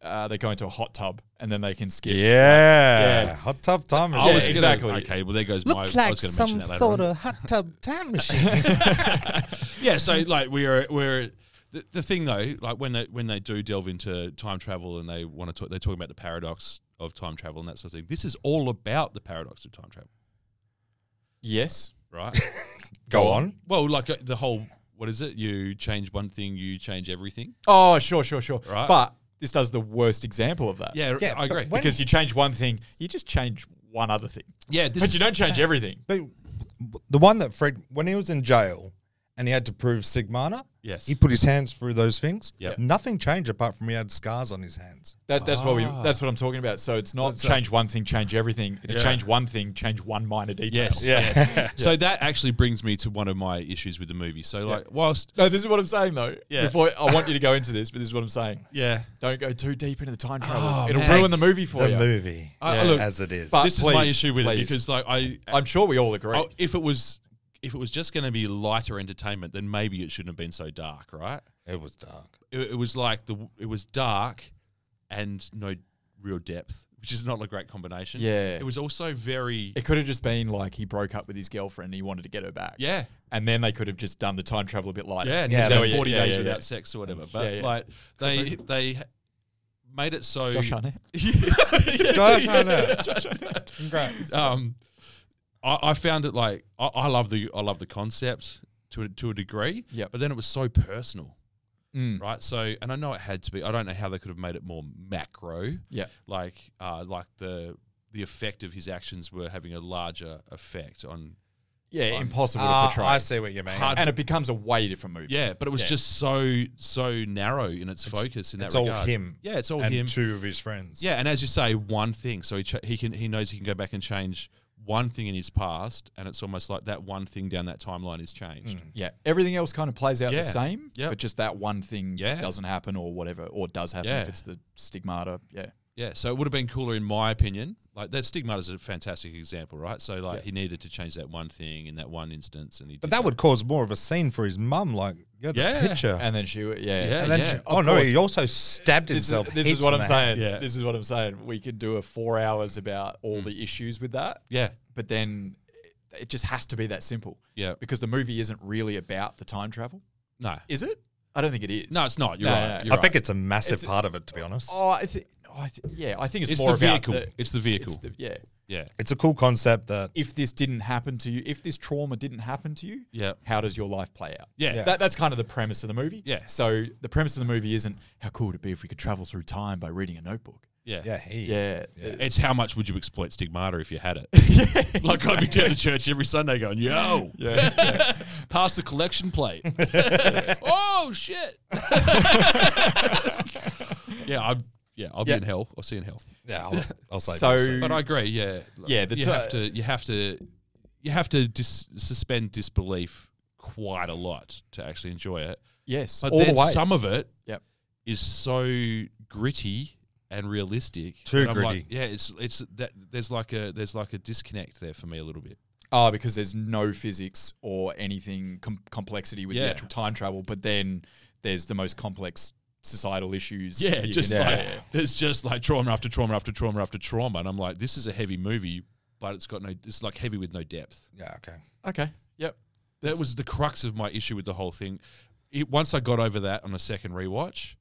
Speaker 1: uh, they go into a hot tub and then they can skip.
Speaker 3: Yeah.
Speaker 1: Yeah.
Speaker 3: Hot tub time
Speaker 2: I
Speaker 1: Yeah,
Speaker 2: was
Speaker 3: machine.
Speaker 2: gonna-
Speaker 1: exactly.
Speaker 2: okay, well there goes
Speaker 3: Looks
Speaker 2: my. I
Speaker 3: like
Speaker 2: was gonna
Speaker 3: some
Speaker 2: mention that later
Speaker 3: sort
Speaker 2: on.
Speaker 3: of hot tub *laughs* time machine.
Speaker 2: Yeah, so like we are we're the, the thing though, like when they when they do delve into time travel and they want to talk, they're talking about the paradox of time travel and that sort of thing. This is all about the paradox of time travel,
Speaker 1: Yes.
Speaker 2: right?
Speaker 3: Go on.
Speaker 2: well, like uh, the whole what is it? You change one thing, you change everything.
Speaker 1: Oh, sure, sure, sure.
Speaker 2: Right.
Speaker 1: But this does the worst example of that.
Speaker 2: Yeah,
Speaker 3: Yeah, but
Speaker 2: I agree.
Speaker 3: when-
Speaker 1: Because you change one thing, you just change one other thing.
Speaker 2: yeah, this
Speaker 1: But
Speaker 2: is-
Speaker 1: you don't change everything.
Speaker 3: But the one that Fred, when he was in jail and he had to prove Sigmana,
Speaker 2: Yes.
Speaker 3: he put his hands through those things.
Speaker 2: Yep.
Speaker 3: Nothing changed apart from he had scars on his hands.
Speaker 1: That, that's what we.
Speaker 2: Ah.
Speaker 1: That's what I'm talking about. So it's not change one thing, change everything. It's change one thing, change one minor detail.
Speaker 2: Yes. yes. so that actually brings me to one of my issues with the movie. So like whilst
Speaker 1: No, this is what I'm saying though.
Speaker 2: Yeah.
Speaker 1: Before I want you to go into this, but this is what I'm saying.
Speaker 2: yeah,
Speaker 1: Don't go too deep into the time travel.
Speaker 2: Oh,
Speaker 1: It'll
Speaker 2: man.
Speaker 1: ruin the movie for
Speaker 3: the
Speaker 1: you.
Speaker 3: movie,
Speaker 2: I- I look-
Speaker 3: as it is.
Speaker 1: But
Speaker 2: this is my
Speaker 1: please,
Speaker 2: issue with it
Speaker 1: please.
Speaker 2: because like I
Speaker 1: I'm sure we all agree.
Speaker 2: Oh, if it was if it was just going to be lighter entertainment, then maybe it shouldn't have been so dark, right?
Speaker 3: it was dark.
Speaker 2: It, it was like the it was dark and no real depth, which is not a great combination.
Speaker 1: Yeah.
Speaker 2: it was also very
Speaker 1: It could have just been like he broke up with his girlfriend and he wanted to get her back.
Speaker 2: yeah
Speaker 1: And then they could have just done the time travel a bit lighter.
Speaker 2: yeah, and
Speaker 3: Yeah,
Speaker 2: he was
Speaker 1: yeah,
Speaker 2: there forty
Speaker 1: yeah,
Speaker 2: days
Speaker 1: yeah,
Speaker 2: without
Speaker 1: yeah.
Speaker 2: sex or whatever. But
Speaker 1: yeah.
Speaker 2: like they they ha- made it so
Speaker 1: Josh
Speaker 2: *laughs*
Speaker 1: Hartnett.
Speaker 3: Josh Hartnett. Congrats.
Speaker 2: um, I, I found it like I, I love the I love the concept to a, to a degree.
Speaker 1: Yep.
Speaker 2: but then it was so personal,
Speaker 1: Mm.
Speaker 2: right? So, and I know it had to be. I don't know how they could have made it more macro.
Speaker 1: Yeah.
Speaker 2: like uh, like the the effect of his actions were having a larger effect on.
Speaker 1: Yeah, impossible
Speaker 3: Ah,
Speaker 1: to portray.
Speaker 3: I see what you mean.
Speaker 2: Hard-
Speaker 1: and it becomes a way different movie.
Speaker 2: Yeah, but it was
Speaker 1: Yeah.
Speaker 2: just so so narrow in its, focus in that
Speaker 3: it's all
Speaker 2: regard.
Speaker 3: him
Speaker 2: Yeah, it's all
Speaker 3: and
Speaker 2: him.
Speaker 3: two of his friends.
Speaker 2: Yeah, and as you say, one thing. So he ch- he can he knows he can go back and change one thing in his past, and it's almost like that one thing down that timeline is changed.
Speaker 3: Mm.
Speaker 1: Yeah. Everything else kind of plays out
Speaker 2: Yeah.
Speaker 1: the same,
Speaker 2: Yep.
Speaker 1: but just that one thing
Speaker 2: Yeah.
Speaker 1: doesn't happen or whatever, or does happen
Speaker 2: Yeah.
Speaker 1: if it's the stigmata. Yeah.
Speaker 2: Yeah, so it would have been cooler in my opinion. Like that stigmata is a fantastic example, right? So like he needed to change that one thing in that one instance, and he.
Speaker 3: But
Speaker 2: did
Speaker 3: that would cause more of a scene for his mum. Like, you're the
Speaker 2: Yeah.
Speaker 3: picture.
Speaker 1: And then she, yeah.
Speaker 2: Yeah.
Speaker 3: And then
Speaker 2: yeah,
Speaker 3: she-
Speaker 2: of
Speaker 3: oh no,
Speaker 1: course.
Speaker 3: he also stabbed
Speaker 1: This is,
Speaker 3: himself.
Speaker 1: this
Speaker 3: heaps
Speaker 1: is what
Speaker 3: in
Speaker 1: I'm
Speaker 3: the
Speaker 1: saying.
Speaker 3: hand.
Speaker 2: Yeah. Mm.
Speaker 1: This is what I'm saying. We could do a four hours about all the issues with that.
Speaker 2: Yeah.
Speaker 1: But then it just has to be that simple.
Speaker 2: Yeah.
Speaker 1: Because the movie isn't really about the time travel.
Speaker 2: No,
Speaker 1: Is it? I don't think it is.
Speaker 2: no, it's not. You're
Speaker 1: No,
Speaker 2: right.
Speaker 1: no, no.
Speaker 2: You're
Speaker 3: I
Speaker 2: right.
Speaker 3: think it's a massive part of it, to be honest.
Speaker 1: Oh, I think. Oh, I thi- yeah, I think it's,
Speaker 2: it's,
Speaker 1: more
Speaker 2: the
Speaker 1: about
Speaker 2: vehicle.
Speaker 1: the-
Speaker 2: it's the vehicle.
Speaker 1: it's the- yeah.
Speaker 2: yeah,
Speaker 3: It's a cool concept that
Speaker 1: If this didn't happen to you, if this trauma didn't happen to you,
Speaker 2: Yeah.
Speaker 1: how does your life play out?
Speaker 2: yeah,
Speaker 3: Yeah.
Speaker 1: That, that's kind of the premise of the movie.
Speaker 2: Yeah.
Speaker 1: So the premise of the movie isn't how cool would it be if we could travel through time by reading a notebook.
Speaker 2: yeah,
Speaker 3: yeah, he
Speaker 1: Yeah.
Speaker 2: It's how much would you exploit stigmata if you had
Speaker 1: *laughs*
Speaker 2: it? *laughs* like I'd be down to church every Sunday going, yo, *laughs* pass the
Speaker 1: *laughs*
Speaker 2: collection plate. oh shit! *laughs* yeah, I'm. Yeah, I'll be
Speaker 3: Yeah.
Speaker 2: in hell. I'll see you in hell.
Speaker 3: yeah. I'll, I'll say
Speaker 1: So-
Speaker 3: myself.
Speaker 2: But I agree. Yeah, Like,
Speaker 1: Yeah, the
Speaker 2: you
Speaker 1: ti-
Speaker 2: have to. You have to. You have to dis- suspend disbelief quite a lot to actually enjoy it.
Speaker 1: Yes.
Speaker 2: But
Speaker 1: all the
Speaker 2: then
Speaker 1: way.
Speaker 2: some of it
Speaker 1: Yep.
Speaker 2: is so gritty and realistic.
Speaker 3: Too
Speaker 2: and I'm like-
Speaker 3: gritty.
Speaker 2: yeah, it's it's that there's like a there's like a disconnect there for me a little bit.
Speaker 1: Oh, because there's no physics or anything com- complexity with
Speaker 2: Yeah.
Speaker 1: the actual time travel, but then there's the most complex societal issues.
Speaker 2: *laughs* Yeah,
Speaker 1: you
Speaker 2: just
Speaker 1: can-
Speaker 2: like there's just like trauma after trauma after trauma after trauma, and I'm like, this is a heavy movie, but it's got no. It's like heavy with no depth.
Speaker 3: yeah, okay.
Speaker 1: Okay. Yep.
Speaker 2: That was the crux of my issue with the whole thing. It, once I got over that on a second rewatch,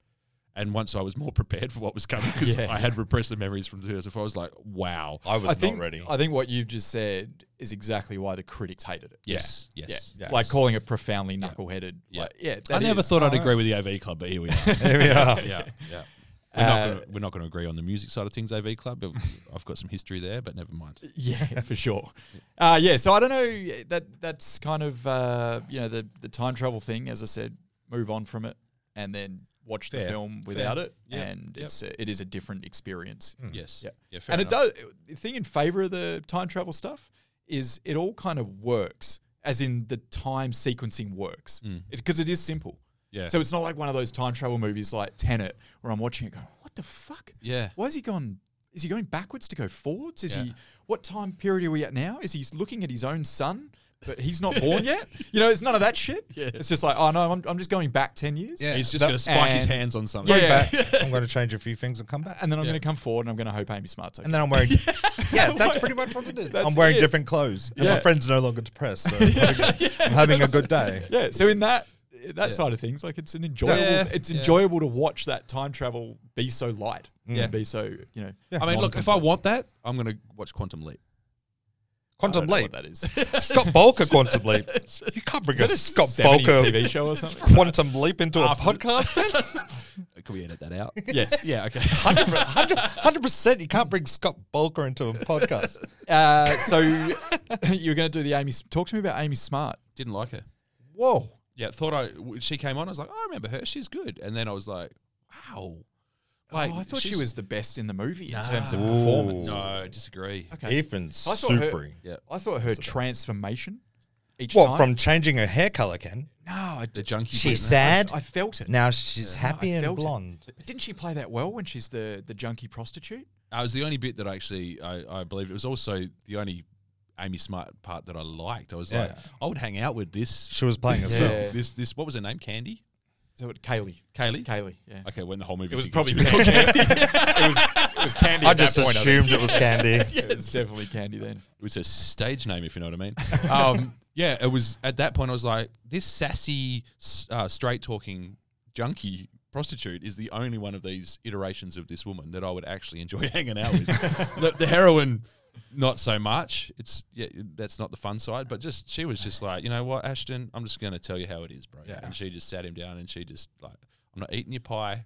Speaker 2: and once I was more *laughs* prepared for what was coming because
Speaker 1: Yeah.
Speaker 2: I had repressed the memories from 2004, I was like, wow.
Speaker 9: I was
Speaker 1: I think,
Speaker 9: not ready.
Speaker 1: I think what you've just said is exactly why the critics hated it.
Speaker 2: Yes,
Speaker 1: Yeah.
Speaker 2: yes.
Speaker 1: Yeah. Like calling it profoundly knuckleheaded. Yeah.
Speaker 2: Yeah.
Speaker 1: Like, yeah
Speaker 2: I
Speaker 1: that
Speaker 2: never
Speaker 1: is-
Speaker 2: thought I'd agree with the AV Club, but here we are.
Speaker 1: *laughs*
Speaker 9: Here we are.
Speaker 2: *laughs* yeah, yeah. We're not,
Speaker 1: Uh,
Speaker 2: gonna, we're not going to agree on the music side of things, AV Club. But *laughs* I've got some history there, but never mind.
Speaker 1: Yeah, for
Speaker 2: *laughs*
Speaker 1: sure. Uh, yeah, so I don't know. That that's kind of uh, you know the the time travel thing. As I said, move on from it and then watch the
Speaker 2: Fair.
Speaker 1: film without it,
Speaker 2: Yeah.
Speaker 1: and
Speaker 2: Yep. Hmm.
Speaker 1: it's a, it is a different experience.
Speaker 2: Yes.
Speaker 1: Hmm. Yeah,
Speaker 2: Yeah. Fair
Speaker 1: and
Speaker 2: enough.
Speaker 1: it does. The thing in favor of the time travel stuff is it all kind of works, as in the time sequencing works, because it is simple.
Speaker 2: Mm. Yeah.
Speaker 1: So it's not like one of those time travel movies like Tenet, where I'm watching it going, "What the fuck?
Speaker 2: Yeah.
Speaker 1: Why is he gone? Is he going backwards to go forwards? Is he? What time period are we at now? Is he looking at his own son, but he's
Speaker 2: *laughs*
Speaker 1: not born yet? You know, it's none of that shit. Yeah. It's just like, oh no, I'm, I'm just going back ten years.
Speaker 3: Yeah.
Speaker 2: He's just
Speaker 3: That-
Speaker 2: going to spike his
Speaker 1: and-
Speaker 2: hands on something.
Speaker 1: Yeah, yeah.
Speaker 3: Back. *laughs* I'm going to change a few things and come back.
Speaker 1: And then I'm going to come forward and I'm going to hope Amy Smart's okay.
Speaker 3: And then I'm
Speaker 1: *laughs*
Speaker 3: wearing. *laughs* yeah, that's pretty much what it is.
Speaker 1: That's
Speaker 3: I'm wearing
Speaker 1: it.
Speaker 3: different clothes, and my
Speaker 1: Yeah.
Speaker 3: friend's no
Speaker 1: *laughs*
Speaker 3: longer depressed. So I'm having, I'm having a good day.
Speaker 1: yeah. So in that that side of things, like it's an enjoyable.
Speaker 2: Yeah.
Speaker 1: It's
Speaker 2: Yeah.
Speaker 1: enjoyable to watch that time travel be so light.
Speaker 2: Yeah.
Speaker 1: And be so you know.
Speaker 2: I mean, look, if I want that, I'm going to watch Quantum Leap.
Speaker 1: I don't
Speaker 3: Quantum
Speaker 1: know
Speaker 3: Leap.
Speaker 1: what that is.
Speaker 3: Scott
Speaker 1: *laughs*
Speaker 3: Bolker Quantum Leap. You can't bring a Scott
Speaker 1: 70s
Speaker 3: Bolker
Speaker 1: TV show
Speaker 3: *laughs*
Speaker 1: or something.
Speaker 3: Quantum Leap into a
Speaker 2: After-
Speaker 3: podcast, man.
Speaker 2: Uh, Can we edit
Speaker 1: *laughs*
Speaker 2: that out?
Speaker 1: yes.
Speaker 2: *laughs* yeah. Okay.
Speaker 3: 100 percent. You can't bring Scott Bolker into
Speaker 1: *laughs*
Speaker 3: a podcast.
Speaker 1: Uh, so *laughs* you're going to do the Amy. Talk to me about Amy Smart.
Speaker 2: Didn't like her.
Speaker 1: Whoa.
Speaker 2: Yeah. Thought I. w- She came on. I was like, oh, I remember her. She's good. And then I was like, wow. Like,
Speaker 1: oh, I thought she
Speaker 2: she's-
Speaker 1: was the best in the movie in terms of
Speaker 2: Nah.
Speaker 1: performance.
Speaker 2: No, I disagree.
Speaker 1: Okay.
Speaker 3: Ethan
Speaker 1: I saw her-
Speaker 3: Supri.
Speaker 2: Yeah.
Speaker 1: I thought her transformation. Each
Speaker 3: What
Speaker 1: time,
Speaker 3: from changing her hair color, Ken?
Speaker 1: No, I,
Speaker 2: The junkie.
Speaker 3: She's
Speaker 2: Whitmer.
Speaker 3: sad.
Speaker 1: I felt it.
Speaker 3: Now she's happy
Speaker 1: I
Speaker 3: and
Speaker 1: felt it.
Speaker 3: blonde.
Speaker 1: Didn't she play that well when she's the the junkie prostitute?
Speaker 2: I was the only bit that actually I, I believed. It was also the only Amy Smart part that I liked. I was like,
Speaker 3: Yeah.
Speaker 2: I would hang out with this.
Speaker 3: She was playing herself.
Speaker 1: Yeah.
Speaker 2: *laughs* This this what was her name? Candy.
Speaker 1: So it Kaylee.
Speaker 2: Kaylee.
Speaker 1: Kaylee. Yeah.
Speaker 2: Okay, when the whole movie.
Speaker 1: It was
Speaker 2: together,
Speaker 1: probably
Speaker 2: she was
Speaker 1: Candy.
Speaker 2: called Candy.
Speaker 1: *laughs* it, was, it was Candy.
Speaker 3: I
Speaker 1: at that
Speaker 3: just
Speaker 1: point, think.
Speaker 3: assumed it
Speaker 1: *laughs*
Speaker 3: was Candy.
Speaker 1: It was definitely Candy then.
Speaker 2: It was her stage name, if you know what
Speaker 1: *laughs*
Speaker 2: I mean. Um, yeah, it was at that point I was like, this sassy, s- uh, straight talking junkie prostitute is the only one of these iterations of this woman that I would actually enjoy *laughs* hanging out
Speaker 1: *laughs*
Speaker 2: with. the, the heroine, not so much. It's yeah, that's not the fun side, but just she was just like, you know what, Ashton, I'm just going to tell you how it is, bro. And she just sat him down and she just like, I'm not eating your pie.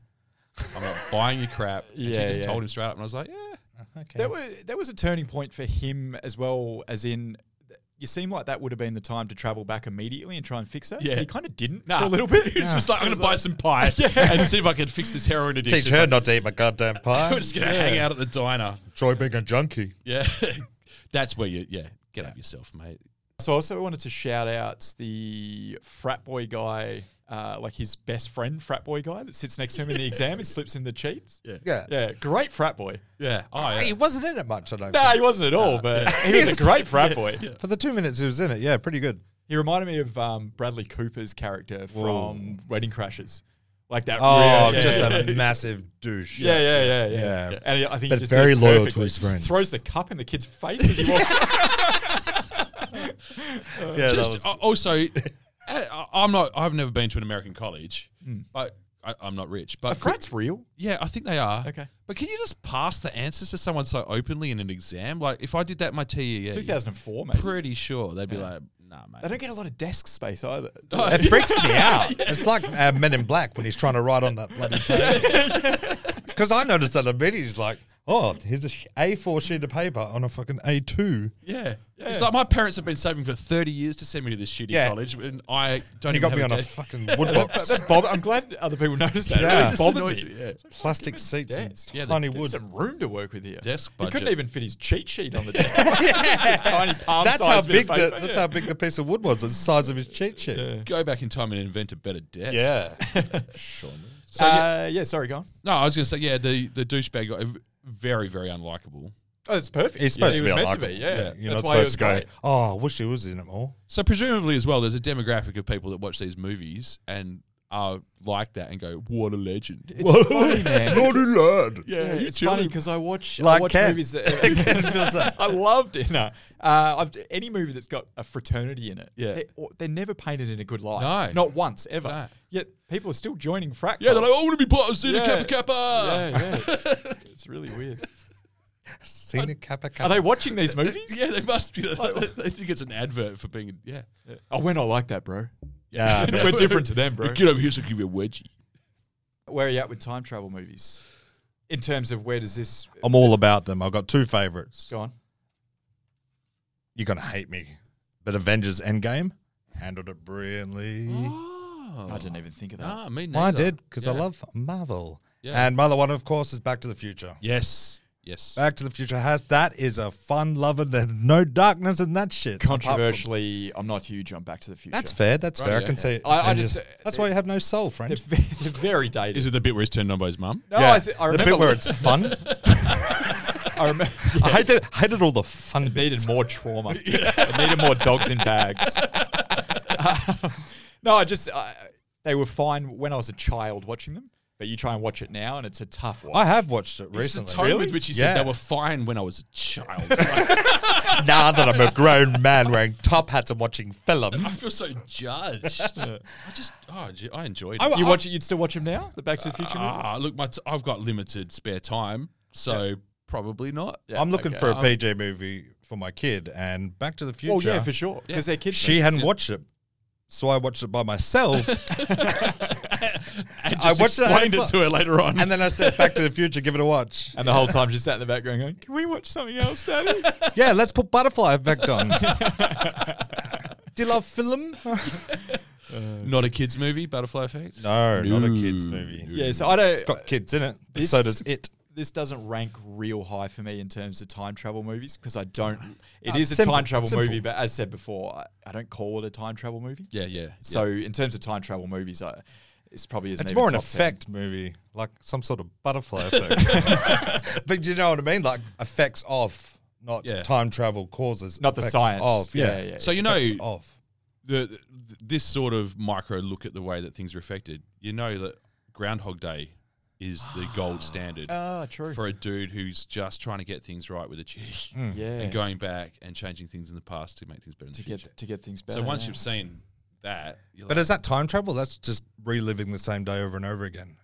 Speaker 2: I'm not buying your crap. And
Speaker 1: Yeah,
Speaker 2: she just
Speaker 1: yeah.
Speaker 2: told him straight up, and I was like, yeah,
Speaker 1: That was that was a turning point for him as well. As in, th- you seem like that would have been the time to travel back immediately and try and fix her.
Speaker 2: Yeah.
Speaker 1: he kind of didn't
Speaker 2: Nah.
Speaker 1: for a little
Speaker 2: *laughs*
Speaker 1: bit.
Speaker 2: It's just like I'm gonna buy some pie
Speaker 1: *laughs*
Speaker 2: and see if I can fix this heroin addiction.
Speaker 3: Teach her not to eat
Speaker 1: *laughs*
Speaker 3: my goddamn pie.
Speaker 2: We're *laughs* just gonna hang out at the diner.
Speaker 3: Enjoy being a junkie.
Speaker 2: Yeah, *laughs* that's where you yeah get up yourself, mate.
Speaker 1: So I also wanted to shout out the frat boy guy, uh, like his best friend frat boy guy that sits next to him
Speaker 2: *laughs*
Speaker 1: in the exam and slips in the cheats. Yeah,
Speaker 3: Yeah.
Speaker 1: yeah, great frat boy.
Speaker 2: Yeah, oh yeah.
Speaker 3: He wasn't in it much, I don't
Speaker 1: No,
Speaker 3: think.
Speaker 1: he wasn't at all, but he was a
Speaker 2: *laughs*
Speaker 1: great frat boy.
Speaker 3: For the two minutes he was in it, yeah, pretty good.
Speaker 1: He reminded me of um, Bradley Cooper's character from Wedding Crashers, like that.
Speaker 3: Oh,
Speaker 1: real- yeah,
Speaker 3: just
Speaker 1: yeah,
Speaker 3: a massive douche.
Speaker 1: Yeah, yeah, yeah, yeah.
Speaker 3: Yeah. Yeah.
Speaker 1: And he- I think he
Speaker 3: But
Speaker 1: just did it
Speaker 3: very loyal to
Speaker 1: perfectly.
Speaker 3: his friends.
Speaker 1: Throws the cup in the kid's face as he
Speaker 3: *laughs*
Speaker 1: walks.
Speaker 3: yeah that
Speaker 2: just
Speaker 3: was-
Speaker 1: oh,
Speaker 2: uh, also, *laughs* I, I'm not. I've never been to an American college,
Speaker 1: Hmm.
Speaker 2: but I, I'm not rich. But
Speaker 1: a frat's real.
Speaker 2: yeah, I think they are.
Speaker 1: Okay.
Speaker 2: but can you just pass the answers to someone so openly in an exam? Like if I did that in my TE,
Speaker 1: 2004, mate.
Speaker 2: pretty sure they'd be like, nah,
Speaker 1: They
Speaker 2: *laughs* mate.
Speaker 1: don't get a lot of desk space either.
Speaker 3: it freaks
Speaker 1: *laughs*
Speaker 3: me out. It's like uh, Men in Black when he's trying to write on that
Speaker 1: *laughs*
Speaker 3: bloody table. Because I noticed that immediately. He's like, oh, here's a sh- A4 sheet of paper on a fucking A2.
Speaker 2: Yeah. It's like my parents have been saving for 30 years to send me to this shitty
Speaker 3: Yeah.
Speaker 2: college, and I don't
Speaker 3: You
Speaker 2: even
Speaker 3: got
Speaker 2: have
Speaker 3: me on a
Speaker 1: *laughs*
Speaker 2: desk.
Speaker 3: fucking wood box.
Speaker 1: Bob, I'm glad other people noticed that.
Speaker 3: Yeah.
Speaker 1: It
Speaker 3: It
Speaker 1: just
Speaker 2: just
Speaker 1: bothered
Speaker 2: annoys
Speaker 1: me.
Speaker 2: me, yeah.
Speaker 3: Plastic seats and
Speaker 1: desk.
Speaker 2: Yeah, the
Speaker 3: tiny
Speaker 2: desk.
Speaker 3: wood.
Speaker 1: Some room to work with here.
Speaker 2: Desk
Speaker 1: He
Speaker 2: budget.
Speaker 1: couldn't even fit his cheat sheet on the
Speaker 3: *laughs*
Speaker 1: desk. tiny palm
Speaker 3: That's how big the,
Speaker 1: paper.
Speaker 3: that's how big the piece of wood was. It's the size of his cheat sheet.
Speaker 2: Go back in time and invent a better desk.
Speaker 1: So, uh, yeah, sorry, go on.
Speaker 2: No, I was going to say, yeah, the, the douchebag got very, very unlikable.
Speaker 1: Oh, it's perfect.
Speaker 3: He's
Speaker 1: yeah,
Speaker 3: supposed to
Speaker 1: he
Speaker 3: be
Speaker 1: was
Speaker 3: a
Speaker 1: meant to be, yeah.
Speaker 3: You're
Speaker 1: That's
Speaker 3: not
Speaker 1: why he
Speaker 3: supposed
Speaker 1: was
Speaker 3: to go,
Speaker 1: great.
Speaker 3: oh, I wish he was in it more. *laughs*
Speaker 2: So, presumably, as well, there's a demographic of people that watch these movies and are like that and go, "What a legend!"
Speaker 1: It's funny, man.
Speaker 3: *laughs* Naughty lad.
Speaker 1: Yeah,
Speaker 2: you
Speaker 1: it's funny
Speaker 2: children.
Speaker 1: because I watch I
Speaker 3: Like
Speaker 1: watch
Speaker 3: *laughs* Ken.
Speaker 1: movies *laughs* that I loved it. No, uh, I've, any movie that's got a fraternity in it,
Speaker 2: Yeah.
Speaker 1: they, or- they're never painted in a good light.
Speaker 2: No.
Speaker 1: not once ever.
Speaker 2: No.
Speaker 1: Yet people are still joining frat.
Speaker 2: Yeah, they're like, "Oh,
Speaker 1: clubs.
Speaker 2: "I want to be part of Zeta
Speaker 1: Yeah.
Speaker 2: Kappa Kappa."
Speaker 1: yeah, yeah. It's, it's really weird.
Speaker 3: Seen a kappa
Speaker 1: Are they watching these movies?
Speaker 2: *laughs* *laughs* Yeah, they must be. They, they think it's an advert for being. Yeah,
Speaker 3: *laughs*
Speaker 1: Oh, we're not like that, bro.
Speaker 2: *laughs*
Speaker 3: Nah, man.
Speaker 1: We're different to them, bro.
Speaker 2: get over here so I can give you a wedgie.
Speaker 1: Where are you at with time travel movies? In terms of where does this
Speaker 3: I'm all about them. I've got two favorites.
Speaker 1: go on?
Speaker 3: You're gonna hate me, but Avengers Endgame handled it brilliantly.
Speaker 1: I didn't even think of that.
Speaker 2: Ah, me Oh, neither.
Speaker 3: I Oh. did because I
Speaker 2: Yeah.
Speaker 3: love Marvel.
Speaker 2: Yeah.
Speaker 3: And my other one, of course, is Back to the Future.
Speaker 2: Yes, yes.
Speaker 3: Back to the Future has that is a fun loving. There's no darkness in that shit. Apart from-
Speaker 1: Controversially, I'm not huge on Back to the Future.
Speaker 3: That's fair. That's fair. I
Speaker 2: yeah.
Speaker 3: can say.
Speaker 1: I- I
Speaker 3: and
Speaker 1: just-
Speaker 3: that's why you have no soul,
Speaker 1: They're,
Speaker 3: friend.
Speaker 1: ve- they're very dated.
Speaker 2: Is it the bit where he's turned on by his mum?
Speaker 1: no, I, th- I
Speaker 3: the
Speaker 1: remember
Speaker 3: bit where it's fun.
Speaker 1: *laughs* I remember.
Speaker 3: I hated, hated all the fun
Speaker 1: It needed more *laughs* trauma. it needed more dogs in bags. *laughs* Um, no, I just I, they were fine when I was a child watching them, but you try and watch it now, and it's a tough one.
Speaker 3: I have watched it
Speaker 2: It's
Speaker 3: recently.
Speaker 2: the tone with which he said
Speaker 3: Yeah.
Speaker 2: they were fine when I was a *laughs* child. Like,
Speaker 3: now that I'm a grown man wearing top hats and watching film.
Speaker 2: I feel so *laughs* judged. I just, oh, gee, I enjoyed it.
Speaker 3: I-
Speaker 1: you watch it, you'd still watch them now, the Back to the Future movies.
Speaker 2: ah, look, my t- I've got limited spare time, so probably not.
Speaker 1: Yeah,
Speaker 3: I'm looking
Speaker 1: okay. Um,
Speaker 3: for a PJ movie for my kid, and Back to the Future.
Speaker 1: Well, yeah, for sure, because they're kids.
Speaker 3: She
Speaker 1: movies.
Speaker 3: hadn't watched it, so I watched it
Speaker 1: *laughs*
Speaker 3: by myself.
Speaker 2: And *laughs*
Speaker 3: I
Speaker 2: just
Speaker 3: watched that
Speaker 2: explained it
Speaker 3: and-
Speaker 2: to her later on.
Speaker 3: and then I said, Back to the Future, give it
Speaker 1: *laughs*
Speaker 3: a watch.
Speaker 1: and the whole time she sat in the background going, "Can we watch something else, Daddy?"
Speaker 3: Yeah, let's put Butterfly Effect on. *laughs* Do you
Speaker 1: *laughs*
Speaker 3: love film?
Speaker 2: not a kids movie, Butterfly Effect.
Speaker 3: No, not a kids movie.
Speaker 1: *laughs* yeah, so I don't.
Speaker 3: It's got kids in it, but
Speaker 1: This-
Speaker 3: so does it.
Speaker 1: this doesn't rank real high for me in terms of time travel movies because I don't. It
Speaker 3: Ah,
Speaker 1: is
Speaker 3: simple,
Speaker 1: a time travel
Speaker 3: simple.
Speaker 1: movie, but as said before, I, I don't call it a time travel movie.
Speaker 2: Yeah, yeah.
Speaker 1: So in terms of time travel movies, I, it's probably isn't
Speaker 3: It's
Speaker 1: even
Speaker 3: more an
Speaker 1: top 10.
Speaker 3: effect movie, like some sort
Speaker 1: *laughs*
Speaker 3: of butterfly effect. *laughs* but you know what I mean? Like effects of, not
Speaker 2: Yeah.
Speaker 3: time travel causes.
Speaker 1: Not the
Speaker 3: effects
Speaker 1: science.
Speaker 3: Of, yeah.
Speaker 1: yeah, yeah.
Speaker 2: So you know,
Speaker 3: Effects
Speaker 2: the,
Speaker 3: of.
Speaker 2: the, this sort of micro look at the way that things are affected. You know that Groundhog Day is
Speaker 1: *gasps*
Speaker 2: the gold standard
Speaker 1: ah, true. Mm.
Speaker 2: for a dude who's just trying to get things right with a chick
Speaker 1: yeah,
Speaker 2: and going back and changing things in the past to make things better in the
Speaker 1: to
Speaker 2: future.
Speaker 1: get to get things better.
Speaker 2: so once
Speaker 1: yeah.
Speaker 2: you've seen that, you're
Speaker 3: But
Speaker 2: like,
Speaker 3: is that time travel? That's just reliving the same day over and over again.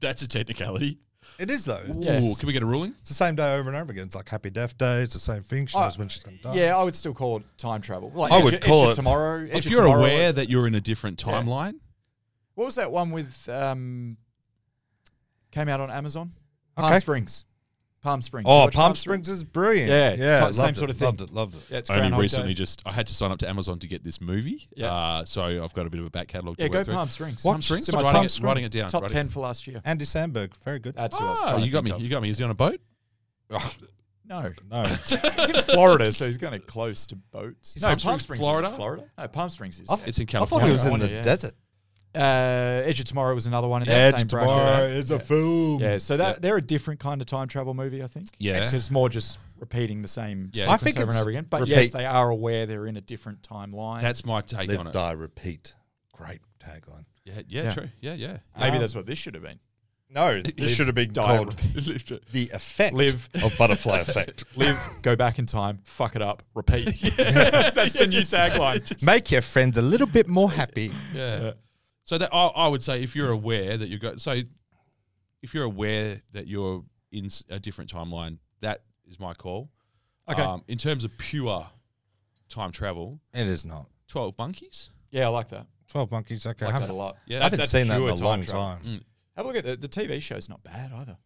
Speaker 2: that's a technicality.
Speaker 3: It is though.
Speaker 2: Ooh, can we get a ruling?
Speaker 3: It's the same day over and over again. It's like Happy Death Day. It's the same thing. She
Speaker 1: I-
Speaker 3: knows when she's going to die.
Speaker 1: Oh, yeah, I would still call it time travel. Like
Speaker 3: I
Speaker 1: Edge
Speaker 3: would
Speaker 1: of-
Speaker 3: call
Speaker 1: Edge of
Speaker 3: it- *laughs*
Speaker 1: tomorrow. Edge
Speaker 2: If
Speaker 1: of
Speaker 2: you're
Speaker 1: Tomorrow,
Speaker 2: aware that you're in a different timeline,
Speaker 1: what was that one with? Um, came out on Amazon. Palm
Speaker 3: Okay.
Speaker 1: Springs. Palm Springs. You
Speaker 3: Oh,
Speaker 1: watch
Speaker 3: Palm Springs is brilliant.
Speaker 1: Yeah,
Speaker 3: yeah.
Speaker 1: ti-
Speaker 3: loved
Speaker 1: same
Speaker 3: it,
Speaker 1: sort of thing.
Speaker 3: Loved it. Loved it.
Speaker 1: Yeah, it's
Speaker 2: only
Speaker 1: Groundhog
Speaker 2: recently
Speaker 1: Day.
Speaker 2: just I had to sign up to Amazon to get this movie.
Speaker 1: Yeah.
Speaker 2: Uh, so I've got a bit of a back catalogue.
Speaker 1: Yeah,
Speaker 2: to work
Speaker 1: go
Speaker 2: through.
Speaker 1: Palm Springs.
Speaker 2: Palm Springs.
Speaker 1: So
Speaker 2: I'm
Speaker 1: my
Speaker 2: writing
Speaker 1: top,
Speaker 2: it, writing it down.
Speaker 1: top
Speaker 2: writing it-
Speaker 1: ten for last year. *laughs*
Speaker 3: Andy Sandberg, very good. Oh.
Speaker 1: That's who I was
Speaker 2: Ah,
Speaker 1: trying to
Speaker 2: you got me.
Speaker 1: think
Speaker 2: You
Speaker 1: of.
Speaker 2: got me. Is he on a boat?
Speaker 1: No,
Speaker 3: *laughs*
Speaker 1: *laughs*
Speaker 3: no,
Speaker 1: he's in Florida, so he's kind of close to boats.
Speaker 2: Is
Speaker 1: No,
Speaker 2: Palm
Speaker 1: Palm
Speaker 2: Springs
Speaker 1: Springs,
Speaker 2: Florida? Oh.
Speaker 1: is Florida. No, Palm Springs is.
Speaker 2: It's in
Speaker 3: I thought
Speaker 2: California.
Speaker 3: he was in the
Speaker 1: Yeah.
Speaker 3: desert.
Speaker 1: Uh, Edge of Tomorrow was another one in that
Speaker 3: Edge
Speaker 1: same
Speaker 3: Tomorrow
Speaker 1: bracket.
Speaker 3: is a film.
Speaker 1: Yeah, so that they're a different kind of time travel movie, I think.
Speaker 2: Yeah.
Speaker 1: because it's more just repeating the same
Speaker 2: Yeah.
Speaker 1: sequence
Speaker 3: I think
Speaker 1: over and
Speaker 3: it's
Speaker 1: over again. But
Speaker 3: repeat.
Speaker 1: yes, they are aware they're in a different timeline.
Speaker 2: That's my take on
Speaker 3: Live,
Speaker 2: it.
Speaker 3: die, repeat. Great tagline.
Speaker 2: Yeah, yeah,
Speaker 1: Yeah.
Speaker 2: true. Yeah, yeah.
Speaker 1: Maybe that's what this should have been. *laughs*
Speaker 3: No, this should have been
Speaker 1: die,
Speaker 3: called
Speaker 2: Literally.
Speaker 3: the effect
Speaker 1: Live.
Speaker 3: of
Speaker 1: *laughs*
Speaker 3: butterfly effect.
Speaker 1: Live, go back in time, fuck it up,
Speaker 2: *laughs*
Speaker 1: repeat. *laughs* that's the new tagline.
Speaker 3: Make your friends a little bit more happy.
Speaker 2: yeah. So that I, I would say if you're aware that you're go, so if you're aware that you're in s- a different timeline, that is my call. Um,
Speaker 1: Okay.
Speaker 2: in terms of pure time travel,
Speaker 3: It is not.
Speaker 2: Twelve Monkeys.
Speaker 1: Yeah, I like that.
Speaker 3: 12 Monkeys, okay.
Speaker 1: I
Speaker 3: I
Speaker 1: like
Speaker 3: haven't,
Speaker 1: that a lot.
Speaker 2: Yeah.
Speaker 3: I haven't
Speaker 1: That's
Speaker 3: seen that in
Speaker 1: pure
Speaker 3: a
Speaker 1: time
Speaker 3: long
Speaker 1: travel.
Speaker 3: time.
Speaker 1: Have a look at the, the TV show's not bad either.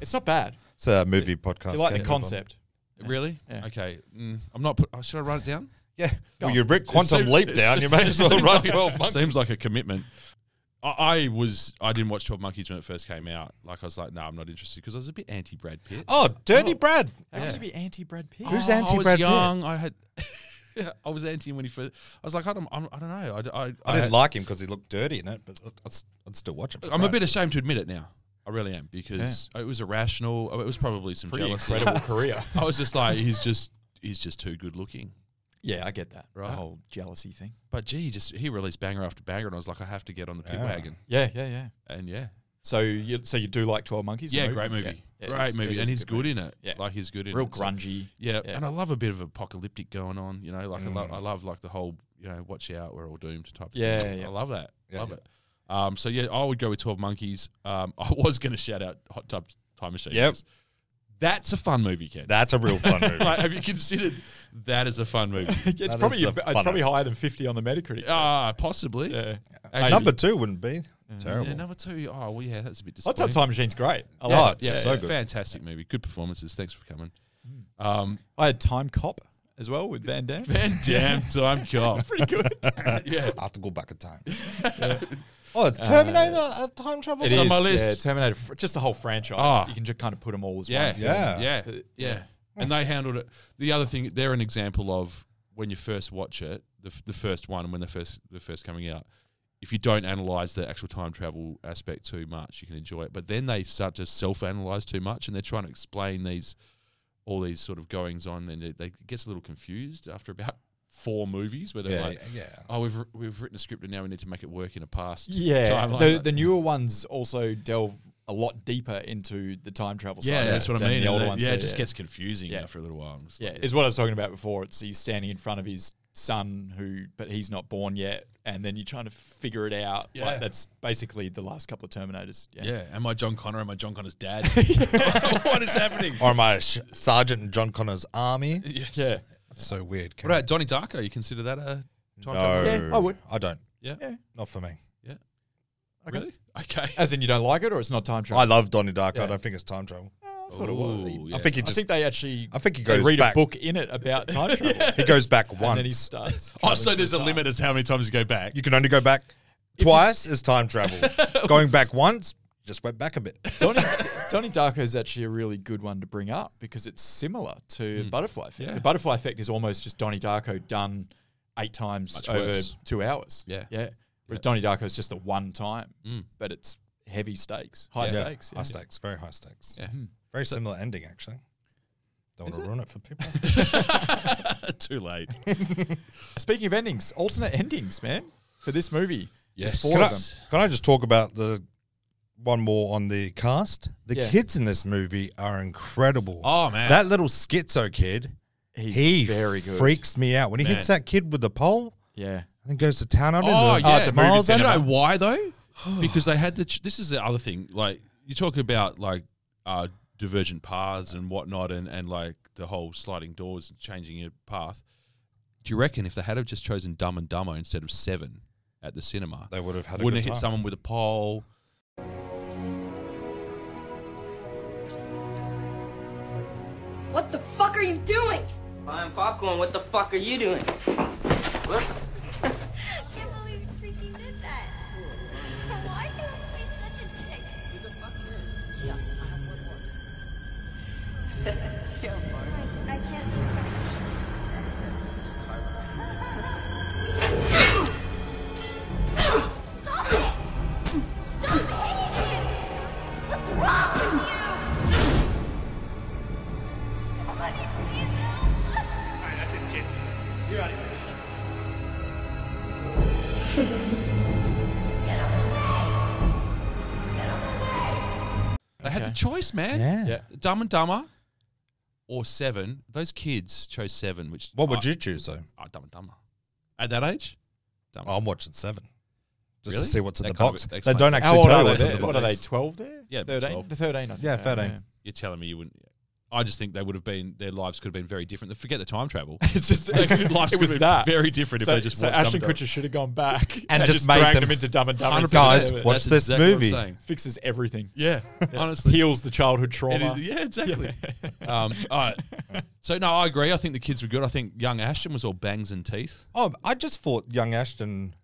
Speaker 1: it's not bad.
Speaker 3: It's a movie podcast.
Speaker 1: You like the
Speaker 3: can't move on.
Speaker 1: concept.
Speaker 2: Really?
Speaker 1: Yeah.
Speaker 2: Okay. Mm, I'm not. Put, oh, should I write it down?
Speaker 3: Yeah.
Speaker 1: on.
Speaker 3: Well, you ripped Quantum
Speaker 2: Seems-
Speaker 3: Leap down. You may as well
Speaker 2: seems
Speaker 3: write
Speaker 2: like a-
Speaker 3: 12 Monkeys.
Speaker 2: Seems like a commitment. I, I was. I didn't watch Twelve Monkeys when it first came out. Like I was like, no, I'm not interested because I was a bit anti Brad Pitt.
Speaker 3: Oh, Dirty Brad.
Speaker 1: *laughs* How could you be anti Brad Pitt?
Speaker 3: Who's
Speaker 2: Oh,
Speaker 3: anti
Speaker 2: I
Speaker 3: Brad
Speaker 2: was
Speaker 3: Pitt?
Speaker 2: young. I had. *laughs* I was anti him when he first. I was like, I don't, I'm, I don't know. I, d- I-
Speaker 3: I didn't like him because he looked dirty in it, but I'd, I'd still watch it. for
Speaker 2: I'm a
Speaker 3: Brad.
Speaker 2: bit ashamed to admit it now. I really am because it was irrational. Oh, It was probably some
Speaker 1: Pretty
Speaker 2: *laughs* jealousy.
Speaker 1: incredible career.
Speaker 2: I was just like, he's just, he's just too good looking.
Speaker 1: Yeah, I get that.
Speaker 2: Right.
Speaker 1: The whole jealousy thing.
Speaker 2: But gee, just he released banger after banger, and I was like, I have to get on the pit
Speaker 3: Yeah.
Speaker 2: wagon.
Speaker 1: Yeah, yeah, yeah.
Speaker 2: And yeah,
Speaker 1: So you so you do like Twelve Monkeys? the
Speaker 2: yeah, great movie,
Speaker 1: Yeah, it
Speaker 2: great
Speaker 1: is- it
Speaker 2: movie,
Speaker 1: is
Speaker 2: and
Speaker 1: a
Speaker 2: he's good,
Speaker 1: movie.
Speaker 2: in it.
Speaker 1: Yeah.
Speaker 2: like he's good in
Speaker 1: Real
Speaker 2: it. So-
Speaker 1: grungy.
Speaker 2: Yeah,
Speaker 1: Yeah.
Speaker 2: and I love a bit of apocalyptic going on. You know, like I
Speaker 3: Mm.
Speaker 2: love, I love like the whole you know, watch out, we're all doomed type. of
Speaker 1: Yeah,
Speaker 2: thing.
Speaker 1: yeah.
Speaker 2: I love that.
Speaker 3: Yeah.
Speaker 2: love it. Um, so yeah, I would go with Twelve Monkeys. Um, *laughs* I was going to shout out Hot Tub Time Machine.
Speaker 3: Yep.
Speaker 2: 'cause That's a fun movie, Ken.
Speaker 3: That's a
Speaker 1: *laughs*
Speaker 3: real
Speaker 2: *laughs*
Speaker 3: fun movie.
Speaker 2: like, have you considered that as a fun
Speaker 3: *laughs*
Speaker 2: movie?
Speaker 1: it's
Speaker 3: That
Speaker 1: probably
Speaker 3: is
Speaker 1: it's
Speaker 3: the
Speaker 1: probably
Speaker 3: funnest.
Speaker 1: higher than fifty on the Metacritic.
Speaker 2: Ah, possibly.
Speaker 1: yeah.
Speaker 2: Actually-
Speaker 3: Number two wouldn't be terrible.
Speaker 2: Yeah, number two. Oh, well, yeah, that's a bit
Speaker 1: What's
Speaker 2: disappointing.
Speaker 1: Up Time Machine's great. I
Speaker 3: Yeah,
Speaker 1: love it.
Speaker 3: it's so good.
Speaker 2: Fantastic movie. Good performances. Thanks for coming. Um,
Speaker 1: I had Time Cop as well with Van Damme.
Speaker 2: *laughs* Van Damme, Time Cop.
Speaker 1: Pretty good.
Speaker 2: yeah.
Speaker 3: I have to go back
Speaker 1: *laughs*
Speaker 3: in time. Oh, it's Terminator uh, time travel.
Speaker 1: It
Speaker 2: It's
Speaker 1: is.
Speaker 2: on
Speaker 3: film?
Speaker 2: my
Speaker 1: Yeah,
Speaker 2: list.
Speaker 1: Terminator, fr- just the whole franchise.
Speaker 2: Ah.
Speaker 1: You can just kind of put them all as
Speaker 2: Yeah.
Speaker 1: one. film.
Speaker 3: Yeah.
Speaker 2: Yeah. Yeah. And they handled it. The other thing, they're an example of when you first watch it, the, f- the first one, and when they're first, they're first coming out, if you don't analyze the actual time travel aspect too much, you can enjoy it. But then they start to self analyze too much and they're trying to explain these, all these sort of goings on, and it, they, it gets a little confused after about four movies where they're
Speaker 3: Yeah,
Speaker 2: like,
Speaker 3: yeah.
Speaker 2: oh, we've, wr- we've written a script and now we need to make it work in a past
Speaker 1: Yeah,
Speaker 2: timeline.
Speaker 1: the, the newer ones also delve a lot deeper into the time travel side.
Speaker 2: yeah,
Speaker 1: of
Speaker 2: that's
Speaker 1: it
Speaker 2: what I
Speaker 1: than
Speaker 2: mean.
Speaker 1: The
Speaker 2: And
Speaker 1: older
Speaker 2: then-
Speaker 1: ones
Speaker 2: yeah,
Speaker 1: do,
Speaker 2: it just gets confusing after a little while. I'm just
Speaker 1: Yeah,
Speaker 2: like,
Speaker 1: is what I was talking about before. It's he's standing in front of his son, who but he's not born yet, and then you're trying to figure it out. Like,
Speaker 2: Yeah.
Speaker 1: that's basically the last couple of Terminators. Yeah,
Speaker 2: Yeah, am I John Connor? Am I John Connor's dad?
Speaker 1: *laughs*
Speaker 2: *laughs* what is happening?
Speaker 3: Or my sh- sergeant in John Connor's army.
Speaker 2: *laughs* Yes.
Speaker 1: yeah,
Speaker 3: That's so weird.
Speaker 2: What about Donnie Darko? You consider that a time
Speaker 3: no,
Speaker 2: travel?
Speaker 1: Yeah, I would.
Speaker 3: I don't.
Speaker 2: Yeah.
Speaker 1: Yeah.
Speaker 3: Not for me.
Speaker 1: Okay.
Speaker 2: Really? Okay.
Speaker 1: As in, you don't like it, or it's not time travel.
Speaker 3: I love Donnie Darko.
Speaker 1: Yeah.
Speaker 3: I don't think it's time travel.
Speaker 1: I thought it was.
Speaker 2: Ooh,
Speaker 3: I
Speaker 2: yeah.
Speaker 3: think he
Speaker 1: I
Speaker 3: just.
Speaker 1: think they actually.
Speaker 3: I think he
Speaker 1: they
Speaker 3: goes
Speaker 1: read a
Speaker 3: back.
Speaker 1: book in it about time
Speaker 2: *laughs*
Speaker 1: travel.
Speaker 3: He goes
Speaker 1: *laughs*
Speaker 3: back
Speaker 1: And then he
Speaker 3: once.
Speaker 1: starts.
Speaker 2: Oh,
Speaker 1: traveling
Speaker 2: so
Speaker 1: through
Speaker 2: there's a
Speaker 1: time.
Speaker 2: limit as how many times you go
Speaker 1: *laughs*
Speaker 2: back.
Speaker 3: You can only go back twice is time travel.
Speaker 2: *laughs*
Speaker 3: Going back once, just went back a bit.
Speaker 1: Donnie, Donnie Darko is actually a really good one to bring up because it's similar to Butterfly Effect.
Speaker 2: Yeah.
Speaker 1: The Butterfly Effect is almost just Donnie Darko done eight times
Speaker 2: Much
Speaker 1: over
Speaker 2: worse.
Speaker 1: two hours.
Speaker 2: Yeah.
Speaker 1: yeah. Whereas Donnie Darko is just the one time, but it's heavy stakes, high stakes. Hmm.
Speaker 3: High stakes, very high stakes.
Speaker 2: Yeah.
Speaker 3: Very similar ending, actually. Don't want to ruin it for
Speaker 2: *laughs*
Speaker 3: people.
Speaker 2: Too late.
Speaker 1: Speaking of endings, alternate endings, man, for this movie. There's
Speaker 2: Yes.
Speaker 1: four
Speaker 3: can,
Speaker 1: of
Speaker 3: I,
Speaker 1: them.
Speaker 3: can I just talk about the one more on the cast? The
Speaker 1: Yeah.
Speaker 3: kids in this movie are incredible.
Speaker 2: Oh, man.
Speaker 3: that little schizo kid,
Speaker 1: He's
Speaker 3: he
Speaker 1: very good.
Speaker 3: freaks me out when he
Speaker 2: Man.
Speaker 3: hits that kid with the pole
Speaker 1: Yeah.
Speaker 3: and then goes to town on
Speaker 2: Oh,
Speaker 3: him.
Speaker 2: yeah.
Speaker 3: and
Speaker 2: It's a
Speaker 1: movie
Speaker 3: smiles
Speaker 2: Do
Speaker 3: at
Speaker 2: you
Speaker 1: cinema.
Speaker 3: him.
Speaker 2: know
Speaker 3: *sighs*
Speaker 2: why though? Because they had the. Ch- this is the other thing. Like you talk about like uh, divergent paths and whatnot, and and like the whole sliding doors and changing your path. Do you reckon if they had have just chosen Dumb and Dumber instead of Seven at the cinema,
Speaker 3: They would have had a
Speaker 2: wouldn't
Speaker 3: good
Speaker 2: it hit
Speaker 3: time.
Speaker 2: someone with a pole?
Speaker 9: What the fuck are you doing?
Speaker 10: Buying popcorn, what the fuck are you doing? Whoops.
Speaker 9: *laughs* I can't believe you freaking did that. *laughs* Why can you be such a dick? Who the fuck is? Yeah, I have one
Speaker 10: *laughs*
Speaker 9: more. I, I can't believe it. *laughs* Stop it! Stop hating him! What's wrong with you? Somebody please help! Get him away! Get him away!
Speaker 2: They had the choice, man.
Speaker 3: Yeah.
Speaker 1: Yeah.
Speaker 2: Dumb and Dumber or Seven. Those kids chose Seven, which
Speaker 3: What would
Speaker 2: I-
Speaker 3: you choose though?
Speaker 2: Oh, Dumb and Dumber. At that age, Dumber.
Speaker 3: Oh, I'm watching Seven, just
Speaker 2: Really?
Speaker 3: to see what's in
Speaker 2: That
Speaker 3: the
Speaker 2: kind of
Speaker 3: box. They
Speaker 2: explains
Speaker 3: don't
Speaker 2: it.
Speaker 1: How
Speaker 3: actually
Speaker 1: old
Speaker 3: tell
Speaker 1: are
Speaker 3: you
Speaker 1: they?
Speaker 3: what's in
Speaker 1: there?
Speaker 3: the
Speaker 1: What
Speaker 3: box.
Speaker 1: are they, 12 there?
Speaker 2: Yeah, about
Speaker 1: 13?
Speaker 2: 12.
Speaker 1: 13, I think.
Speaker 3: Yeah,
Speaker 1: they are,
Speaker 3: 13.
Speaker 2: You're telling me you wouldn't? I just think they would have been. Their lives could have been very different. Forget the time travel.
Speaker 1: *laughs* It's just
Speaker 2: Like, *laughs* lives
Speaker 1: *laughs* it
Speaker 2: could
Speaker 1: was
Speaker 2: be
Speaker 1: that
Speaker 2: very different if
Speaker 1: So,
Speaker 2: they just
Speaker 1: so
Speaker 2: watched Dumb
Speaker 1: Ashton
Speaker 2: and Dumber.
Speaker 1: Kutcher should have gone back and,
Speaker 3: just
Speaker 1: just
Speaker 3: made
Speaker 1: dragged
Speaker 3: them-
Speaker 1: them into Dumb and Dumber. and
Speaker 2: 100%.
Speaker 3: Guys,
Speaker 1: said,
Speaker 3: watch
Speaker 2: That's
Speaker 3: this
Speaker 2: exactly what I'm
Speaker 3: movie.
Speaker 2: saying.
Speaker 1: fixes everything.
Speaker 2: Yeah, *laughs* honestly.
Speaker 1: heals the childhood
Speaker 2: It
Speaker 1: *laughs* trauma.
Speaker 2: is- yeah, exactly. um, all right. So no, I agree. I think the kids were good. I think young Ashton was all bangs and teeth.
Speaker 3: Oh, I just thought young Ashton.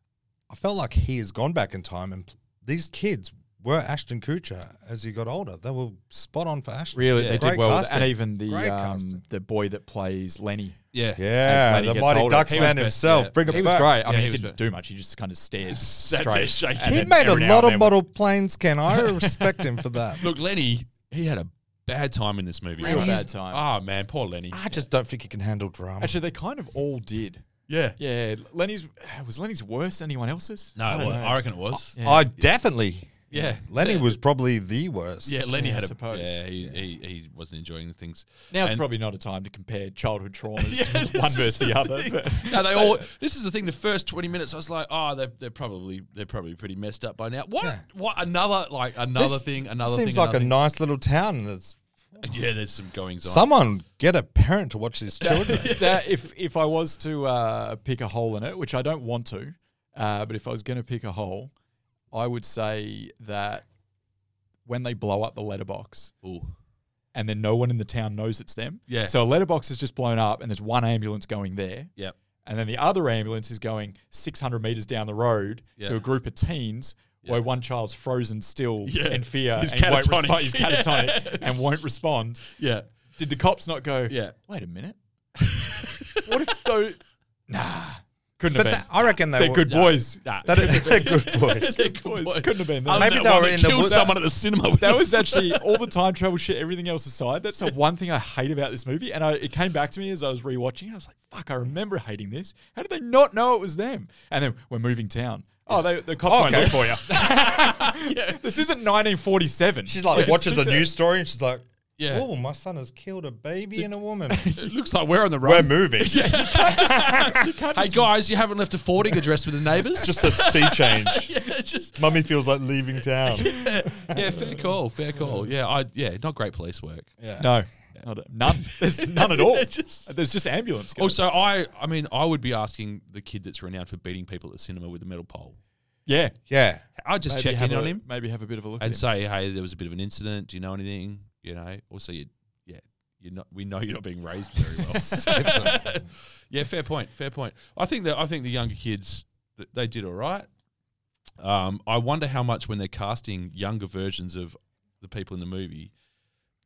Speaker 3: I felt like he has gone back in time, and pl- these kids were Ashton Kutcher as he got older. They were spot on for Ashton.
Speaker 1: Really, they
Speaker 3: Great
Speaker 1: did well, with-
Speaker 3: casting.
Speaker 1: and even
Speaker 3: Great
Speaker 1: the um,
Speaker 3: casting.
Speaker 1: the boy that plays Lenny.
Speaker 2: Yeah,
Speaker 1: as
Speaker 3: Yeah,
Speaker 1: Lenny
Speaker 3: the
Speaker 1: gets
Speaker 3: mighty
Speaker 1: older.
Speaker 3: Ducks
Speaker 1: He
Speaker 2: was
Speaker 3: man
Speaker 2: best,
Speaker 3: himself.
Speaker 2: yeah.
Speaker 3: Bring
Speaker 1: He
Speaker 3: him
Speaker 1: was
Speaker 3: back.
Speaker 1: great. I
Speaker 2: Yeah,
Speaker 1: mean,
Speaker 2: he
Speaker 1: he
Speaker 2: was
Speaker 1: didn't
Speaker 2: great.
Speaker 1: do much. He just kind of stared
Speaker 2: Sat there
Speaker 1: straight.
Speaker 2: shaking.
Speaker 1: and
Speaker 3: He
Speaker 1: then
Speaker 3: made a
Speaker 1: every now and
Speaker 3: lot of
Speaker 1: then- *laughs*
Speaker 3: model planes, Ken. I respect him for that.
Speaker 2: Look, Lenny, he had a bad time in this movie.
Speaker 1: Real And bad he's- time.
Speaker 2: Oh man, poor Lenny.
Speaker 3: I just don't think he can handle drama.
Speaker 1: Actually, they kind of all did.
Speaker 2: Yeah.
Speaker 1: Yeah, Lenny's was Lenny's worse than anyone else's.
Speaker 2: No, I, I reckon it was.
Speaker 1: Yeah.
Speaker 3: I definitely.
Speaker 2: Yeah.
Speaker 3: Lenny was probably the worst.
Speaker 2: Yeah, Lenny
Speaker 1: Yeah, I
Speaker 2: had a
Speaker 1: suppose.
Speaker 2: Yeah, he, He, he wasn't enjoying things.
Speaker 1: Now's
Speaker 2: And-
Speaker 1: probably not a time to compare *laughs* childhood traumas
Speaker 2: *laughs* Yeah, this
Speaker 1: one
Speaker 2: is
Speaker 1: versus the, other.
Speaker 2: thing. *laughs*
Speaker 1: But
Speaker 2: no, they all. This is the thing. The first twenty minutes, I was like, "Oh, they're, they're probably they're probably pretty messed up by now." What? What? Another like another
Speaker 3: This-
Speaker 2: thing?
Speaker 3: this
Speaker 2: Another
Speaker 3: seems
Speaker 2: thing?
Speaker 3: like a nice little town. That's
Speaker 2: a yeah. There's some goings on.
Speaker 3: someone get a parent to watch
Speaker 1: *laughs*
Speaker 3: these children.
Speaker 1: that if if I was to uh, pick a hole in it, which I don't want to, uh, but if I was going to pick a hole, I would say that when they blow up the letterbox
Speaker 2: Ooh.
Speaker 1: and then no one in the town knows it's them.
Speaker 2: Yeah.
Speaker 1: So a letterbox is just blown up and there's one ambulance going there.
Speaker 2: Yep.
Speaker 1: And then the other ambulance is going 600 meters down the road
Speaker 2: Yeah.
Speaker 1: to a group of teens where one child's frozen still
Speaker 2: Yeah.
Speaker 1: in fear
Speaker 2: He's
Speaker 1: and won't
Speaker 2: catatonic.
Speaker 1: respond. He's
Speaker 2: *laughs* Yeah.
Speaker 1: catatonic and won't respond.
Speaker 2: Yeah.
Speaker 1: Did the cops not go,
Speaker 2: Yeah.
Speaker 1: wait a minute? what if though? Nah. Couldn't
Speaker 3: but
Speaker 1: have been.
Speaker 3: that, I reckon they
Speaker 1: They're
Speaker 3: were
Speaker 1: good boys.
Speaker 3: That,
Speaker 1: *laughs*
Speaker 3: they're good boys.
Speaker 2: They're good
Speaker 1: Boys.
Speaker 2: boys.
Speaker 1: Couldn't have been that.
Speaker 2: Other
Speaker 3: Maybe
Speaker 2: than
Speaker 3: they
Speaker 2: that one
Speaker 3: were
Speaker 2: that
Speaker 3: in the
Speaker 2: killed
Speaker 3: woods.
Speaker 2: someone at the cinema.
Speaker 1: *laughs*
Speaker 2: with
Speaker 1: That
Speaker 2: him.
Speaker 1: was actually all the time travel shit, everything else aside. That's the one thing I hate about this movie. And I, it came back to me as I was rewatching. I was like, fuck, I remember hating this. How did they not know it was them? And then we're moving town. Oh, they, the cops
Speaker 3: Okay.
Speaker 1: won't look for you. This isn't 1947.
Speaker 3: She's like
Speaker 1: It's *laughs*
Speaker 3: watches the
Speaker 1: just a-
Speaker 3: news story and she's like,
Speaker 2: *laughs* Yeah.
Speaker 3: "Oh, my son has killed a baby and
Speaker 1: *laughs*
Speaker 3: a woman."
Speaker 2: It looks like we're on the road.
Speaker 3: we're moving.
Speaker 2: Hey guys, you haven't left a forwarding address with
Speaker 3: *laughs*
Speaker 2: the neighbours.
Speaker 3: Just
Speaker 1: *laughs*
Speaker 3: a sea change.
Speaker 2: yeah, just
Speaker 3: Mummy feels like leaving town.
Speaker 2: yeah. Fair call. Fair call. Yeah. I yeah. Not great police work.
Speaker 1: No, not a- none. There's none at all.
Speaker 2: Just-
Speaker 1: There's *laughs* just Oh, ambulance. going.
Speaker 2: Also, I I mean, I would be asking the kid that's renowned for beating people at the cinema with a metal pole.
Speaker 1: yeah.
Speaker 3: Yeah.
Speaker 2: I'd just
Speaker 1: Maybe
Speaker 2: check
Speaker 1: have
Speaker 2: in
Speaker 1: a-
Speaker 2: on him
Speaker 1: Maybe have a bit of a look.
Speaker 2: and
Speaker 1: at him.
Speaker 2: say, hey, there was a bit of an incident. Do you know anything? You know. Also, you yeah, you're not. We know you're not being raised
Speaker 1: *laughs*
Speaker 2: very well. *laughs* yeah, fair point. Fair point. I think that I think the younger kids th- they did all right. Um, I wonder how much when they're casting younger versions of the people in the movie.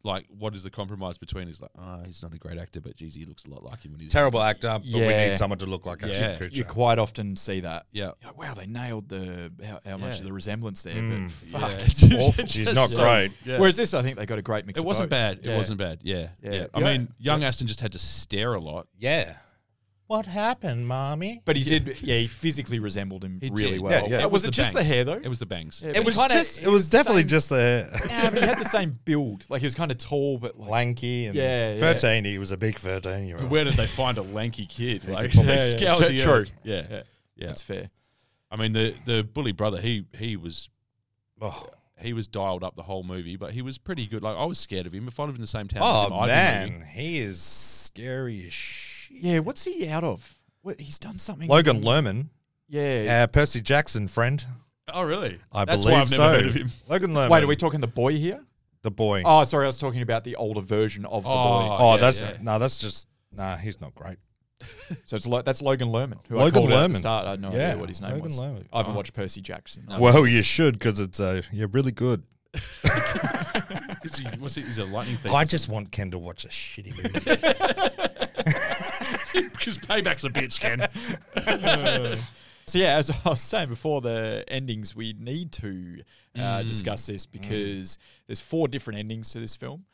Speaker 2: Like, what is the compromise between? Is like, oh, he's not a great actor, but geez, he looks a lot like him when he's
Speaker 3: Terrible actor, but we
Speaker 1: Yeah.
Speaker 3: need someone to look like a
Speaker 2: Yeah.
Speaker 3: yeah.
Speaker 1: you quite often see that. *laughs*
Speaker 2: Yeah,
Speaker 1: You're like, wow, they nailed the how, how much
Speaker 2: Yeah.
Speaker 1: of the resemblance there.
Speaker 3: Mm.
Speaker 1: But fuck,
Speaker 2: Yeah.
Speaker 1: *laughs* it's awful.
Speaker 3: She's not
Speaker 1: So-
Speaker 3: great.
Speaker 2: Yeah.
Speaker 1: Whereas this, I think they got a great mix.
Speaker 2: It
Speaker 1: of
Speaker 2: wasn't
Speaker 1: both.
Speaker 2: bad. It
Speaker 1: Yeah.
Speaker 2: wasn't bad. Yeah. Yeah.
Speaker 1: Yeah.
Speaker 2: I
Speaker 1: Yeah.
Speaker 2: mean, young Aston just had to stare a lot.
Speaker 3: Yeah. What happened, mommy?
Speaker 1: But he did. Yeah, he physically resembled him
Speaker 2: He
Speaker 1: really
Speaker 2: did.
Speaker 1: well.
Speaker 3: Yeah, yeah. It
Speaker 1: was, it just
Speaker 2: bangs.
Speaker 1: the hair though?
Speaker 2: It was the bangs.
Speaker 1: Yeah,
Speaker 3: It
Speaker 1: but
Speaker 3: was
Speaker 1: he kinda-
Speaker 3: just.
Speaker 1: he
Speaker 3: It was
Speaker 1: the *laughs*
Speaker 3: definitely
Speaker 1: same-
Speaker 3: just the
Speaker 1: Nah, but he had the same build. Like he was kind of tall, but like
Speaker 3: lanky and
Speaker 1: Yeah, yeah.
Speaker 3: thirteen. He was a big thirteen year old.
Speaker 2: Where did they find a lanky kid? Like,
Speaker 1: probably
Speaker 2: they
Speaker 1: yeah.
Speaker 2: scoured
Speaker 1: True,
Speaker 2: the
Speaker 1: true.
Speaker 2: earth. Yeah. Yeah.
Speaker 1: that's fair.
Speaker 2: I mean, the the bully brother, he he was
Speaker 3: Oh,
Speaker 2: he was dialed up the whole movie, but he was pretty good. Like, I was scared of him. If I lived in the same town,
Speaker 3: Oh,
Speaker 2: as him, I'd be moving.
Speaker 3: man, he is scary as shit.
Speaker 1: Yeah, what's he out of? What, he's done something.
Speaker 3: Logan Lerman,
Speaker 1: Yeah.
Speaker 3: uh, Percy Jackson friend.
Speaker 2: Oh, really?
Speaker 3: I
Speaker 2: That's
Speaker 3: believe
Speaker 2: why I've
Speaker 3: so.
Speaker 2: never heard of him. *laughs*
Speaker 3: Logan Lerman.
Speaker 1: Wait, are we talking the boy here?
Speaker 3: the boy?
Speaker 1: Oh, sorry, I was talking about the older version of the boy.
Speaker 3: Oh,
Speaker 2: yeah,
Speaker 3: that's
Speaker 2: yeah.
Speaker 3: no, that's just nah. He's not great.
Speaker 1: So it's Lo- that's Logan Lerman, who
Speaker 3: Logan
Speaker 1: I called out at
Speaker 3: Lerman.
Speaker 1: the start. I had no
Speaker 3: Yeah,
Speaker 1: idea what his name
Speaker 3: Logan
Speaker 1: was.
Speaker 3: Lerman. Oh.
Speaker 1: I haven't watched Percy Jackson. No.
Speaker 3: Well, you should because it's uh, you're really good.
Speaker 2: Is he, what's he, he's a lightning thing.
Speaker 3: I
Speaker 2: *laughs*
Speaker 3: just want Ken to watch a shitty movie.
Speaker 2: Because payback's a
Speaker 3: *laughs*
Speaker 2: bitch, Ken.
Speaker 1: So yeah, as I was saying before, the endings we need to uh,
Speaker 3: Mm.
Speaker 1: discuss this because there's four different endings to this film,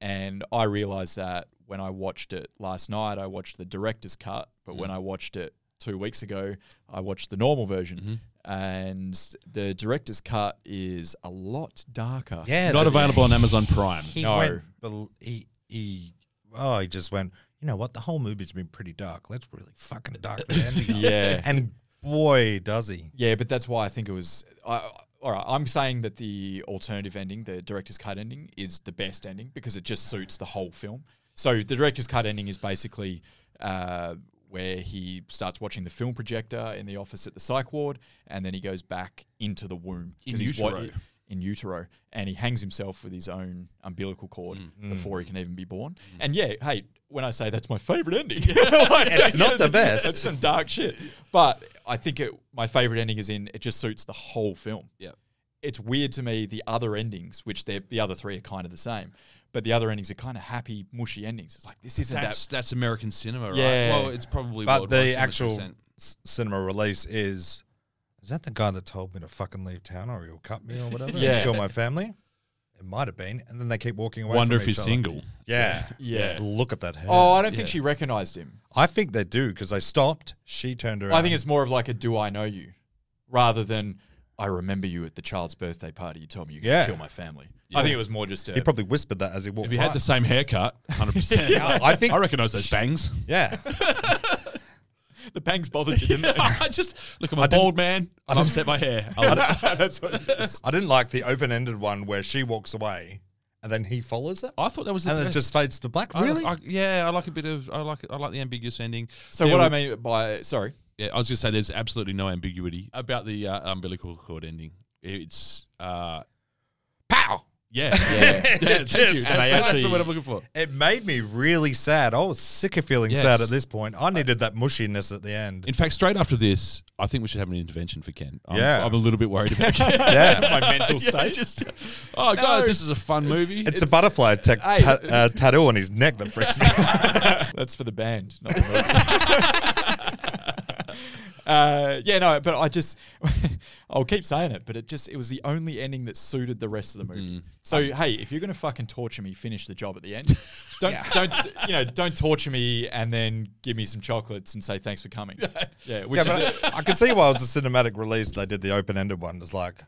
Speaker 1: and I realized that when I watched it last night, I watched the director's cut, but
Speaker 3: Mm.
Speaker 1: when I watched it two weeks ago, I watched the normal version,
Speaker 3: Mm-hmm.
Speaker 1: and the director's cut is a lot darker.
Speaker 3: yeah,
Speaker 2: Not
Speaker 3: the-
Speaker 2: available on Amazon Prime.
Speaker 3: He
Speaker 1: No.
Speaker 3: went. bel- He he. Oh, he just went. You know what? The whole movie's been pretty dark. Let's really fucking dark the ending.
Speaker 2: *laughs*
Speaker 3: up."
Speaker 1: Yeah.
Speaker 3: and boy, does he.
Speaker 1: Yeah, but that's why I think it was. I, I- all right, I'm saying that the alternative ending, the director's cut ending, is the best ending because it just suits the whole film. So the director's cut ending is basically uh, where he starts watching the film projector in the office at the psych ward, and then he goes back into the womb 'cause
Speaker 2: In
Speaker 1: he's wa-
Speaker 2: utero.
Speaker 1: in utero, and he hangs himself with his own umbilical cord
Speaker 2: Mm.
Speaker 3: Mm.
Speaker 1: before he can even be born. And yeah, hey, when I say that's my favorite
Speaker 2: *laughs*
Speaker 1: ending, *laughs* it's
Speaker 3: not the best.
Speaker 1: That's some *laughs* dark shit. But I think it, my favorite ending is in it just suits the whole film.
Speaker 2: Yeah.
Speaker 1: It's weird to me the other endings, which they're, the other three are kind of the same, but the other endings are kind of happy, mushy endings. It's like this isn't
Speaker 2: That's
Speaker 1: that.
Speaker 2: that's American cinema, right?
Speaker 1: Yeah.
Speaker 2: Well, it's probably
Speaker 3: But
Speaker 2: worldwide
Speaker 3: the
Speaker 2: cinema to
Speaker 3: actual
Speaker 2: an extent.
Speaker 3: s- cinema release is. Is that the guy that told me to fucking leave town or he'll cut me or whatever? and
Speaker 1: Yeah.
Speaker 3: kill my family. It might have been, and then they keep walking away.
Speaker 2: Wonder
Speaker 3: from
Speaker 2: if
Speaker 3: each
Speaker 2: he's
Speaker 3: other.
Speaker 2: single.
Speaker 3: Yeah. *laughs*
Speaker 1: Yeah.
Speaker 3: Look at that hair.
Speaker 1: Oh, I don't think she recognized him.
Speaker 3: I think they do because they stopped. She turned around.
Speaker 1: I think it's more of like a "Do I know you?" rather than "I remember you at the child's birthday party." You told me you could
Speaker 3: Yeah.
Speaker 1: kill my family. I think it was more just uh, a,
Speaker 3: he probably whispered that as he walked.
Speaker 2: If he had
Speaker 3: by.
Speaker 2: the same haircut, 100%.
Speaker 3: I think-
Speaker 2: I recognize those bangs. *laughs*
Speaker 3: yeah,
Speaker 1: the bangs bothered you,
Speaker 3: *laughs*
Speaker 1: didn't
Speaker 2: I just look. I'm a
Speaker 3: didn't-
Speaker 2: bald man. I've upset my hair. I'll-
Speaker 1: they? That's what it is.
Speaker 3: I didn't like the open-ended one where she walks away and then he follows her,
Speaker 2: I thought that was Oh, the
Speaker 3: and then it
Speaker 2: best.
Speaker 3: just fades to black.
Speaker 2: I-
Speaker 3: Really?
Speaker 2: I- yeah, I like a bit of. I like. I like the ambiguous ending.
Speaker 1: So
Speaker 2: There
Speaker 1: what I
Speaker 2: were-
Speaker 1: mean by sorry,
Speaker 2: Yeah, I was gonna say there's absolutely no ambiguity about the uh, umbilical cord ending. It's uh,
Speaker 3: Pow!
Speaker 2: yeah, yeah. thank you.
Speaker 3: Cheers.
Speaker 2: That's, that's
Speaker 1: actually-
Speaker 2: the word I'm looking for.
Speaker 3: It made me really sad. I was sick of feeling
Speaker 2: Yes.
Speaker 3: sad at this point. I needed that mushiness at the end.
Speaker 2: In fact, straight after this, I think we should have an intervention for Ken. I'm,
Speaker 3: Yeah.
Speaker 2: I'm a little bit worried
Speaker 3: *laughs*
Speaker 2: about Ken. *laughs*
Speaker 3: yeah.
Speaker 1: my mental
Speaker 2: Yeah,
Speaker 1: state.
Speaker 2: just- oh, guys, this is a fun movie.
Speaker 3: It's,
Speaker 1: *laughs*
Speaker 3: the butterfly ta-
Speaker 1: Hey.
Speaker 3: ta- uh, tattoo on his neck that
Speaker 1: *laughs*
Speaker 3: freaks me out.
Speaker 1: That's for the band, not the movie. *laughs* Uh, yeah, no, but I just, *laughs* I'll keep saying it, but it just, it was the only ending that suited the rest of the movie. So, hey, if you're going to fucking torture me, finish the job at *laughs* the end. Don't, don't, you know, don't torture me and then give me some chocolates and say thanks for coming. *laughs* Yeah, which
Speaker 3: Yeah,
Speaker 1: is,
Speaker 3: but I, I could see why it was a cinematic release. They did the open-ended one. It's like,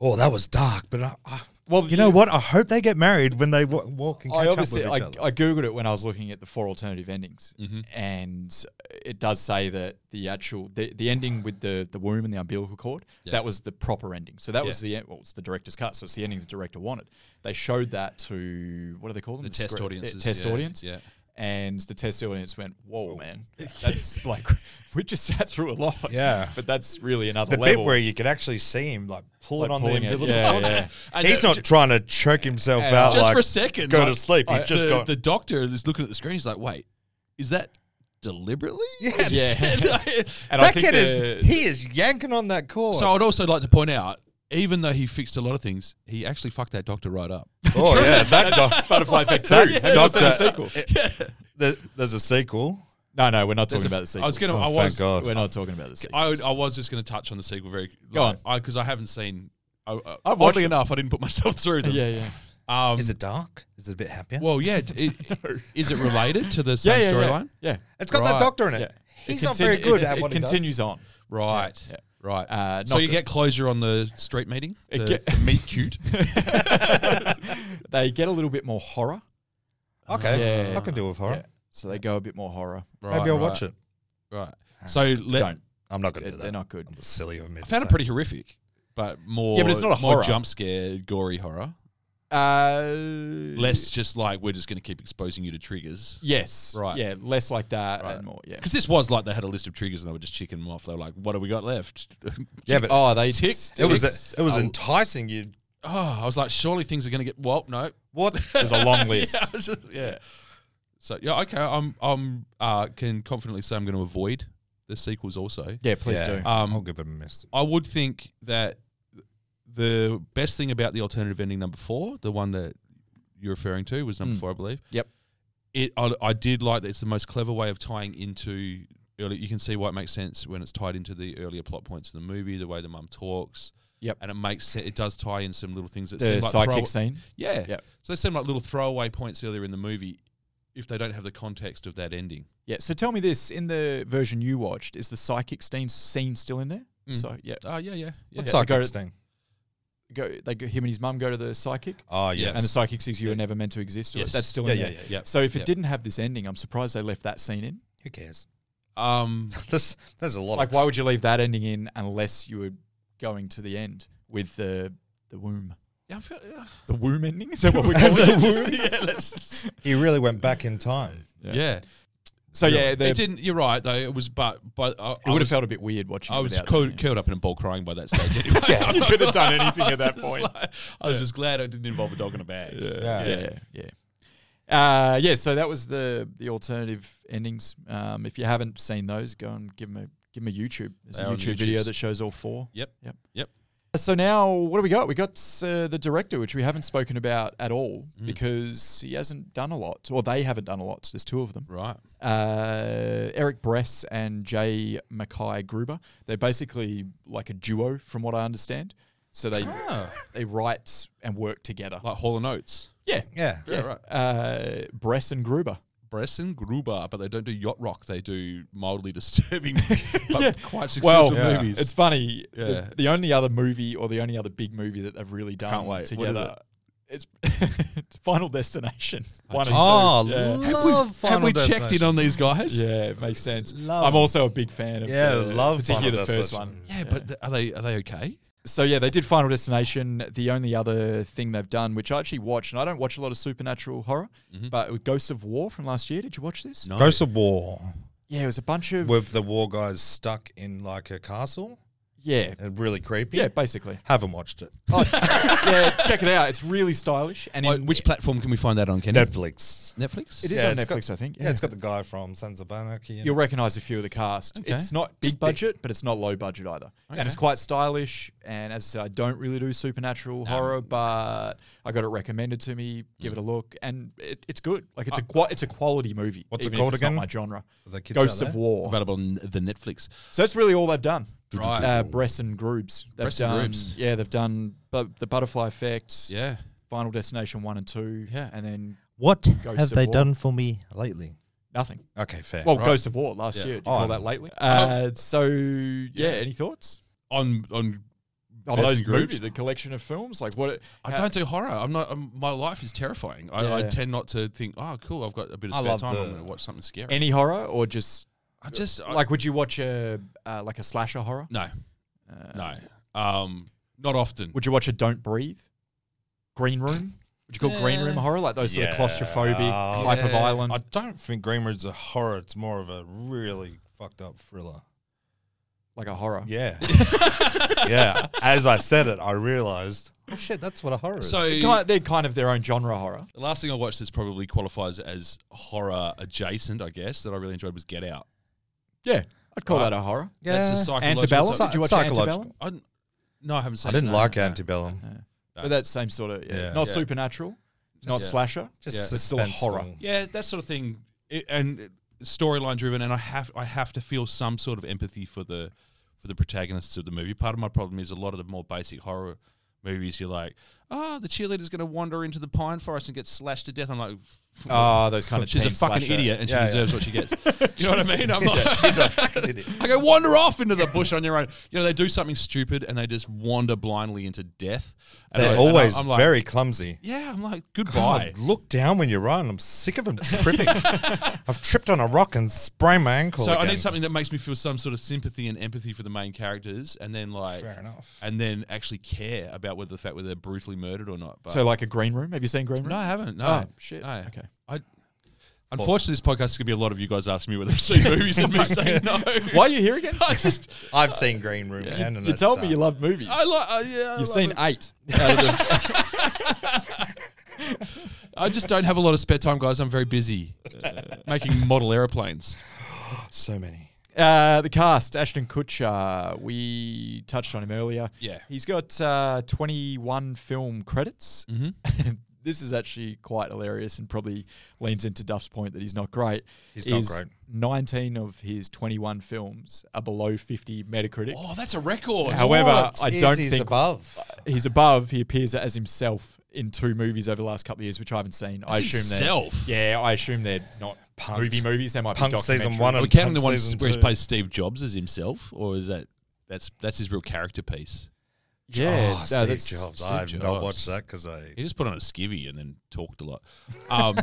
Speaker 3: oh, that was dark, but I, I,
Speaker 1: well,
Speaker 3: you know what? I hope they get married when they wa- walk and catch
Speaker 1: I
Speaker 3: up with each
Speaker 1: obviously I,
Speaker 3: other. Mm-hmm.
Speaker 1: I googled it when I was looking at the four alternative endings, and it does say that the actual the, the ending with the the womb and the umbilical cord that was the proper ending. So that was the en- well, it's the director's cut. So it's the ending the director wanted. They showed that to what do they call them? The,
Speaker 2: test
Speaker 1: script-
Speaker 2: audiences,
Speaker 1: test
Speaker 2: yeah,
Speaker 1: audience.
Speaker 2: yeah.
Speaker 1: And the test audience went, "Whoa,
Speaker 3: *laughs*
Speaker 1: man! That's like *laughs* we just sat through a lot."
Speaker 3: Yeah.
Speaker 1: but that's really another
Speaker 3: the
Speaker 1: level.
Speaker 3: bit where you could actually see him like pull
Speaker 1: Like
Speaker 3: it on the
Speaker 1: pulling it,
Speaker 3: umbilical
Speaker 1: yeah,
Speaker 3: cord. *laughs*
Speaker 1: yeah.
Speaker 2: And
Speaker 3: He's
Speaker 2: that-
Speaker 3: not trying to choke himself
Speaker 1: And
Speaker 3: out.
Speaker 2: just
Speaker 3: like,
Speaker 2: for a second.
Speaker 3: go
Speaker 2: like,
Speaker 3: to sleep. He
Speaker 2: I-
Speaker 3: just
Speaker 1: uh,
Speaker 2: the,
Speaker 3: got
Speaker 2: the doctor is looking at the screen. He's like, "Wait, is that deliberately?"
Speaker 3: Yes. *laughs*
Speaker 1: Yeah. *laughs* and I
Speaker 3: that
Speaker 1: think
Speaker 3: kid
Speaker 1: the-
Speaker 3: *laughs* is he is yanking on that cord.
Speaker 2: so I'd also like to point out, even though he fixed a lot of things, he actually fucked that doctor
Speaker 3: *laughs*
Speaker 2: right up.
Speaker 1: *laughs*
Speaker 3: oh yeah, that doc-
Speaker 1: Butterfly Effect Two.
Speaker 3: *laughs* That
Speaker 1: Have you seen the
Speaker 3: doctor- *laughs*
Speaker 1: sequel?
Speaker 3: there- there's a sequel.
Speaker 1: No, no, we're not
Speaker 2: There's
Speaker 1: talking
Speaker 2: a-
Speaker 1: about the sequel.
Speaker 2: I was gonna- I
Speaker 3: Oh, thank
Speaker 2: was-
Speaker 3: God.
Speaker 1: We're not talking about the sequel.
Speaker 2: I, I was just going to touch on the sequel very
Speaker 1: Go
Speaker 2: like,
Speaker 1: on.
Speaker 2: I because I, haven't seen. I, I,
Speaker 1: I've watched
Speaker 2: oddly
Speaker 1: them.
Speaker 2: enough, I didn't put myself *laughs* through them.
Speaker 1: yeah, yeah.
Speaker 2: Um,
Speaker 3: Is it dark? Is it a bit happier?
Speaker 2: well, yeah. d-
Speaker 3: *laughs*
Speaker 2: It, is it related to the same storyline?
Speaker 1: Yeah.
Speaker 3: it's got that
Speaker 2: right,
Speaker 3: doctor in it.
Speaker 1: yeah.
Speaker 3: He's
Speaker 1: It
Speaker 3: not very
Speaker 1: continu-
Speaker 3: good
Speaker 1: it,
Speaker 3: at
Speaker 1: it
Speaker 3: what he does.
Speaker 1: continues on.
Speaker 2: Right.
Speaker 1: Yeah.
Speaker 2: Right.
Speaker 1: Uh,
Speaker 2: so
Speaker 1: not
Speaker 2: you
Speaker 1: good.
Speaker 2: get *laughs* closure on the street meeting.
Speaker 1: It
Speaker 2: The,
Speaker 1: get-
Speaker 2: the *laughs* meet cute.
Speaker 1: *laughs* They get a little bit more horror.
Speaker 3: Okay,
Speaker 1: Yeah.
Speaker 3: I can deal with horror.
Speaker 1: Yeah. So they go a bit more horror.
Speaker 2: Right,
Speaker 3: Maybe I'll
Speaker 2: right,
Speaker 3: watch it.
Speaker 2: Right. *laughs* So let,
Speaker 1: Don't.
Speaker 3: I'm not going
Speaker 1: They're,
Speaker 3: to do that.
Speaker 1: they're not good.
Speaker 3: I'm silly of me.
Speaker 2: I found it pretty horrific, but more
Speaker 1: Yeah, but it's not a
Speaker 2: more
Speaker 1: horror.
Speaker 2: jump scare, gory horror.
Speaker 1: Uh,
Speaker 2: Less just like we're just going to keep exposing you to triggers.
Speaker 1: Yes.
Speaker 2: Right.
Speaker 1: Yeah. Less like that
Speaker 2: Right.
Speaker 1: and more. Yeah.
Speaker 2: Because this was like they had a list of triggers and they were just checking them off. They were like, "What do we got left?" *laughs*
Speaker 3: Yeah, but
Speaker 1: Oh, they
Speaker 2: Tick,
Speaker 1: just-
Speaker 3: it was
Speaker 1: just-
Speaker 3: it was
Speaker 1: oh,
Speaker 3: enticing. You
Speaker 2: oh, I was like, "Surely things are going to get." Well, no.
Speaker 1: *laughs*
Speaker 3: what?
Speaker 1: There's
Speaker 3: *laughs*
Speaker 1: a long list.
Speaker 2: Yeah, I was just- yeah. So yeah, okay. I'm I'm uh, can confidently say I'm going to avoid the sequels. Also,
Speaker 1: yeah. Please
Speaker 3: Yeah.
Speaker 1: do.
Speaker 2: um,
Speaker 3: I'll give it a miss.
Speaker 2: I would think that the best thing about the alternative ending number four, the one that you're referring to, was number
Speaker 1: Mm.
Speaker 2: four, I believe.
Speaker 1: Yep.
Speaker 2: It I, I did like that. It's the most clever way of tying into early. You can see why it makes sense when it's tied into the earlier plot points of the movie, the way the mum talks.
Speaker 1: Yep.
Speaker 2: And it makes se- it does tie in some little things that
Speaker 1: The
Speaker 2: seem like
Speaker 1: psychic
Speaker 2: throw-
Speaker 1: scene.
Speaker 2: Yeah.
Speaker 1: Yep.
Speaker 2: So they seem like little throwaway points earlier in the movie, if they don't have the context of that ending.
Speaker 1: Yeah. So tell me this: in the version you watched, is the psychic scene scene still in there? So yeah.
Speaker 2: Oh yeah, yeah, yeah.
Speaker 1: Yeah,
Speaker 3: What's
Speaker 1: they
Speaker 3: Psychic
Speaker 1: go-
Speaker 3: Sting?
Speaker 1: Go. They go, him and his mum go to the psychic.
Speaker 3: Oh yes.
Speaker 1: And the psychic says you were never meant to exist. Or
Speaker 2: Yes.
Speaker 1: That's still
Speaker 3: yeah,
Speaker 1: in
Speaker 3: yeah,
Speaker 1: there.
Speaker 3: yeah, yeah.
Speaker 2: Yep.
Speaker 1: So if it
Speaker 2: Yep.
Speaker 1: didn't have this ending, I'm surprised they left that scene in.
Speaker 3: Who cares? *laughs*
Speaker 2: Um,
Speaker 3: There's there's a lot.
Speaker 1: Like,
Speaker 3: of
Speaker 1: why would you leave that ending in unless you were going to the end with the the womb?
Speaker 2: yeah, I feel, yeah.
Speaker 1: The womb ending? Is that what we're calling it? *laughs*
Speaker 2: yeah, let's-
Speaker 3: he really went back in time.
Speaker 1: Yeah.
Speaker 2: yeah.
Speaker 1: So, yeah,
Speaker 2: it
Speaker 1: the, it,
Speaker 2: didn't. You're right, though. It was, but but I, I
Speaker 1: would have
Speaker 2: was,
Speaker 1: felt a bit weird watching
Speaker 2: I
Speaker 1: it
Speaker 2: was
Speaker 1: without
Speaker 2: curled,
Speaker 1: that, yeah.
Speaker 2: curled up in a ball crying
Speaker 1: *laughs*
Speaker 2: by that stage. Anyway,
Speaker 3: Yeah,
Speaker 1: you could have done anything
Speaker 2: *laughs* I
Speaker 1: at that
Speaker 2: was just
Speaker 1: point.
Speaker 2: like- I was just glad it didn't involve a dog in a bag.
Speaker 3: Yeah.
Speaker 1: Yeah, yeah. Uh, yeah, so that was the the alternative endings. Um, if you haven't seen those, go and give them a give 'em a YouTube. There's
Speaker 2: They
Speaker 1: a
Speaker 2: are on
Speaker 1: YouTube video
Speaker 2: YouTubes.
Speaker 1: that shows all four.
Speaker 2: Yep.
Speaker 1: Yep.
Speaker 2: Yep.
Speaker 1: So now, what do we got? We got uh, the director, which we haven't spoken about at all because he hasn't done a lot, or they haven't done a lot. There's two of them.
Speaker 2: Right.
Speaker 1: Uh, Eric Bress and Jay Mackay Gruber. They're basically like a duo, from what I understand. So they they write and work together.
Speaker 2: Like Hall and Oates,
Speaker 1: yeah,
Speaker 3: Yeah.
Speaker 1: yeah.
Speaker 2: right.
Speaker 1: Uh, Bress and
Speaker 2: *laughs*
Speaker 1: Gruber.
Speaker 2: Bress and Gruber, but they don't do yacht rock. They do
Speaker 1: *laughs*
Speaker 2: mildly disturbing, but quite
Speaker 1: Well,
Speaker 2: successful
Speaker 3: Yeah.
Speaker 2: movies.
Speaker 1: it's funny.
Speaker 2: Yeah.
Speaker 1: The, the only other movie or the only other big movie that they've really done
Speaker 2: Can't wait. What is
Speaker 1: together. It's *laughs* Final Destination. One and
Speaker 3: Oh,
Speaker 1: two. Yeah.
Speaker 3: love Final
Speaker 2: Have we checked in
Speaker 3: Destination.
Speaker 2: on these guys?
Speaker 1: Yeah, it makes sense.
Speaker 3: Love-
Speaker 1: I'm also a big fan of
Speaker 3: Yeah,
Speaker 1: the,
Speaker 3: love
Speaker 1: particularly
Speaker 3: Final
Speaker 1: the first
Speaker 3: Destination.
Speaker 1: one.
Speaker 2: Yeah, but th- are they are they okay?
Speaker 1: So yeah, they did Final Destination. The only other thing they've done, which I actually watched, and I don't watch a lot of supernatural horror, but it was Ghosts of War from last year. Did you watch this?
Speaker 2: Mm-hmm. No.
Speaker 3: Ghost of War
Speaker 1: Yeah, it was a bunch of
Speaker 3: with the war guys stuck in like a castle.
Speaker 1: yeah,
Speaker 3: Uh, Really creepy.
Speaker 1: yeah, basically.
Speaker 3: Haven't watched it.
Speaker 1: yeah, check it out. It's really stylish. And
Speaker 2: Like,
Speaker 1: in-
Speaker 2: which platform can we find that on? Kenny?
Speaker 3: Netflix.
Speaker 2: Netflix.
Speaker 1: It is
Speaker 3: Yeah,
Speaker 1: on
Speaker 3: it's got-
Speaker 1: Netflix, I think.
Speaker 3: Yeah. it's got the guy from Sons of Anarchy. in
Speaker 1: You'll
Speaker 3: it.
Speaker 1: recognize a few of the cast.
Speaker 2: Okay.
Speaker 1: It's not big
Speaker 3: Just big.
Speaker 1: budget, but it's not low budget either. And it's quite stylish. And as I said, I don't really do supernatural horror, but I got it recommended to me. Give
Speaker 2: Mm.
Speaker 1: it a look, and it, it's good. Like
Speaker 2: Ah.
Speaker 1: it's a qua it's a quality movie.
Speaker 3: What's it
Speaker 1: even if
Speaker 3: called
Speaker 1: it's
Speaker 3: again?
Speaker 1: Not my genre.
Speaker 3: For the kids out
Speaker 1: Ghosts of
Speaker 3: there?
Speaker 1: War.
Speaker 2: Available on the Netflix.
Speaker 1: So that's really all they've done.
Speaker 2: Right.
Speaker 1: Uh, Bress and Groobs. They've
Speaker 2: Bress and
Speaker 1: done,
Speaker 2: Groobs.
Speaker 1: Yeah, they've done bu- the Butterfly Effect,
Speaker 2: Yeah.
Speaker 1: Final Destination one and two,
Speaker 2: Yeah.
Speaker 1: and then
Speaker 3: What
Speaker 1: Ghosts have of they War. done
Speaker 3: for me lately?
Speaker 1: nothing.
Speaker 3: Okay, fair.
Speaker 1: Well,
Speaker 2: Right.
Speaker 1: Ghost of War last
Speaker 2: Yeah.
Speaker 1: year. Did you
Speaker 3: Oh,
Speaker 1: call
Speaker 3: I'm-
Speaker 1: that lately? Uh, so yeah, any thoughts?
Speaker 2: On on.
Speaker 1: on
Speaker 2: Best
Speaker 1: those
Speaker 2: in groups?
Speaker 1: movies, the collection of films. Like what? It,
Speaker 2: I don't do horror. I'm not. I'm, my life is terrifying. I, I
Speaker 1: Yeah.
Speaker 2: tend not to think. Oh, cool. I've got a bit of
Speaker 3: I
Speaker 2: spare
Speaker 3: love
Speaker 2: time. I'm
Speaker 3: the-
Speaker 2: going to watch something scary.
Speaker 1: any horror or just
Speaker 2: I just I-
Speaker 1: like would you watch a uh, like a slasher horror? Uh,
Speaker 2: no, no. Um, not often.
Speaker 1: Would you watch a Don't Breathe? Green Room? Would you call Green Room horror? Like those sort of claustrophobic
Speaker 2: Oh,
Speaker 3: oh, Yeah.
Speaker 1: type of island.
Speaker 3: I don't think Green Room's a horror. It's more of a really fucked up thriller.
Speaker 1: like a horror.
Speaker 3: Yeah.
Speaker 1: *laughs*
Speaker 3: yeah. As I said it, I realized, oh shit, that's what a horror is.
Speaker 2: so
Speaker 1: They're kind, they're kind of their own genre horror.
Speaker 2: the last thing I watched that's probably qualifies as horror adjacent, I guess, that I really enjoyed was Get Out.
Speaker 1: Yeah, I'd call that a horror.
Speaker 2: Uh, That's a psychological.
Speaker 1: Antebellum?
Speaker 2: sub-
Speaker 1: Did you watch
Speaker 3: psychological.
Speaker 1: Antebellum?
Speaker 2: I, didn't- no, I haven't seen.
Speaker 3: I didn't
Speaker 2: that.
Speaker 3: like
Speaker 2: No.
Speaker 3: Antebellum.
Speaker 1: But that same sort of yeah.
Speaker 3: Yeah.
Speaker 1: not
Speaker 2: Yeah.
Speaker 1: supernatural, not slasher.
Speaker 3: Just
Speaker 1: but still a horror.
Speaker 3: suspenseful.
Speaker 2: Yeah, that sort of thing, it, and it- storyline driven, and I have I have to feel some sort of empathy for the for the protagonists of the movie. Part of my problem is a lot of the more basic horror movies. You're like, oh, the cheerleader's going to wander into the pine forest and get slashed to death. I'm like.
Speaker 1: Oh, those
Speaker 3: *laughs*
Speaker 1: kind of
Speaker 2: She's a
Speaker 1: teen
Speaker 2: fucking
Speaker 1: slasher.
Speaker 2: idiot, and she
Speaker 3: Yeah, yeah.
Speaker 2: deserves what she *laughs* gets. You know what I mean? I'm like,
Speaker 3: She's a fucking idiot.
Speaker 2: *laughs* I go wander off into the bush on your own. You know, they do something stupid and they just wander blindly into death. And I-
Speaker 3: They're
Speaker 2: and I-
Speaker 3: always
Speaker 2: I'm like,
Speaker 3: very clumsy.
Speaker 2: Yeah, I'm like, goodbye.
Speaker 3: God, look down when you run. I'm sick of them
Speaker 1: *laughs*
Speaker 3: tripping. I've tripped on a rock and sprained my ankle.
Speaker 2: So I
Speaker 3: again.
Speaker 2: need something that makes me feel some sort of sympathy and empathy for the main characters, and then like,
Speaker 3: Fair enough.
Speaker 2: and then actually care about whether the fact whether they're brutally murdered or not. But
Speaker 1: So like a Green Room. Have you seen Green Room?
Speaker 2: no, I haven't. No,
Speaker 1: Oh, shit.
Speaker 2: No.
Speaker 1: Okay.
Speaker 2: I unfortunately, this podcast is gonna be a lot of you guys asking me whether I've seen movies and
Speaker 1: *laughs*
Speaker 2: me saying no.
Speaker 1: Why are you here again? *laughs*
Speaker 2: I just
Speaker 3: I've seen Green Room. and
Speaker 1: you
Speaker 3: it's,
Speaker 1: told me
Speaker 3: uh,
Speaker 1: you love movies.
Speaker 2: *laughs* I like uh, yeah. I
Speaker 1: You've
Speaker 2: like
Speaker 1: seen
Speaker 2: it.
Speaker 1: eight.
Speaker 2: I just don't have a lot of spare time, guys. I'm very busy uh, making model airplanes.
Speaker 3: so many.
Speaker 1: Uh, the *laughs* cast, Ashton Kutcher, we touched on him earlier.
Speaker 2: Yeah.
Speaker 1: He's got uh, 21 film credits. Mm-hmm. *laughs* this is actually quite hilarious and probably leans into Duff's point that he's not great. He's
Speaker 3: not great.
Speaker 1: 19 of his 21 films are below 50 Metacritic.
Speaker 2: Oh, that's a record.
Speaker 1: However,
Speaker 3: What
Speaker 1: I
Speaker 3: is
Speaker 1: don't
Speaker 3: his
Speaker 1: think
Speaker 3: above.
Speaker 1: he's above. He appears as himself in two movies over the last couple of years, which I haven't seen. I
Speaker 2: As
Speaker 1: assume
Speaker 2: himself?
Speaker 1: they're yeah. I assume they're not
Speaker 3: Punked.
Speaker 1: movie movies. They might
Speaker 3: Punk
Speaker 1: be
Speaker 3: season
Speaker 1: documentaries.
Speaker 3: one
Speaker 2: Are
Speaker 3: and
Speaker 2: we counting the
Speaker 3: Punk
Speaker 2: one
Speaker 3: season
Speaker 2: where he
Speaker 3: two.
Speaker 2: plays Steve Jobs as himself, or is that that's that's his real character piece?
Speaker 1: Yeah,
Speaker 3: oh,
Speaker 1: no,
Speaker 3: Steve
Speaker 1: that's-
Speaker 3: Jobs.
Speaker 2: Steve
Speaker 3: I've
Speaker 2: Jobs.
Speaker 3: not watched that because I.
Speaker 2: He just put on a skivvy and then talked a lot.
Speaker 1: *laughs*
Speaker 2: Um,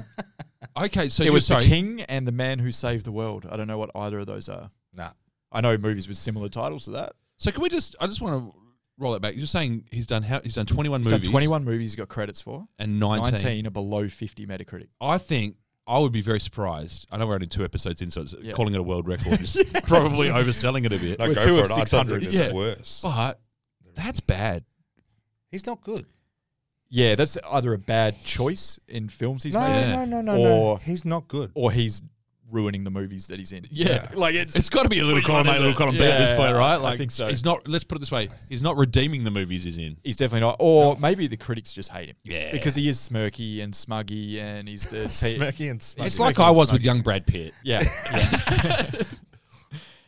Speaker 2: okay, so
Speaker 1: it
Speaker 2: you
Speaker 1: was
Speaker 2: sorry.
Speaker 1: the king and the man who saved the world. I don't know what either of those are.
Speaker 3: Nah.
Speaker 1: I know movies with similar titles to that.
Speaker 2: So can we just? I just want to roll it back. You're saying he's done how, he's done 21
Speaker 1: So
Speaker 2: movies,
Speaker 1: 21 movies he got credits for.
Speaker 2: and 19.
Speaker 1: 19 are below 50 Metacritic.
Speaker 2: I think I would be very surprised. I know we're only two episodes in, so it's
Speaker 1: Yeah.
Speaker 2: calling it a world
Speaker 1: *laughs*
Speaker 2: record is probably overselling it a bit.
Speaker 3: No,
Speaker 1: We're
Speaker 3: go
Speaker 1: two
Speaker 3: for
Speaker 1: of
Speaker 3: it. I don't
Speaker 1: 600.
Speaker 3: think it's
Speaker 2: Yeah.
Speaker 3: worse.
Speaker 2: But that's bad.
Speaker 3: *laughs* He's not good.
Speaker 1: Yeah, that's either a bad choice in films he's
Speaker 3: No,
Speaker 1: made,
Speaker 3: no,
Speaker 2: Yeah.
Speaker 3: no, no,
Speaker 1: Or-
Speaker 3: no. He's not good.
Speaker 1: or he's ruining the movies that he's in.
Speaker 2: Yeah. like it's it's got to be a little
Speaker 1: one
Speaker 2: column A,
Speaker 1: is
Speaker 2: little
Speaker 1: it?
Speaker 2: column B at this
Speaker 1: Yeah,
Speaker 2: point,
Speaker 1: I-
Speaker 2: right?
Speaker 1: I
Speaker 2: Like,
Speaker 1: think so.
Speaker 2: He's not. Let's put it this way: he's not redeeming the movies he's in.
Speaker 1: He's definitely not. Or maybe the critics just hate him.
Speaker 2: Yeah.
Speaker 1: Because he is smirky and smuggy and he's
Speaker 3: *laughs*
Speaker 1: the.
Speaker 3: Smirky and smirky. *laughs*
Speaker 2: It's like I was with young Brad Pitt.
Speaker 1: Yeah.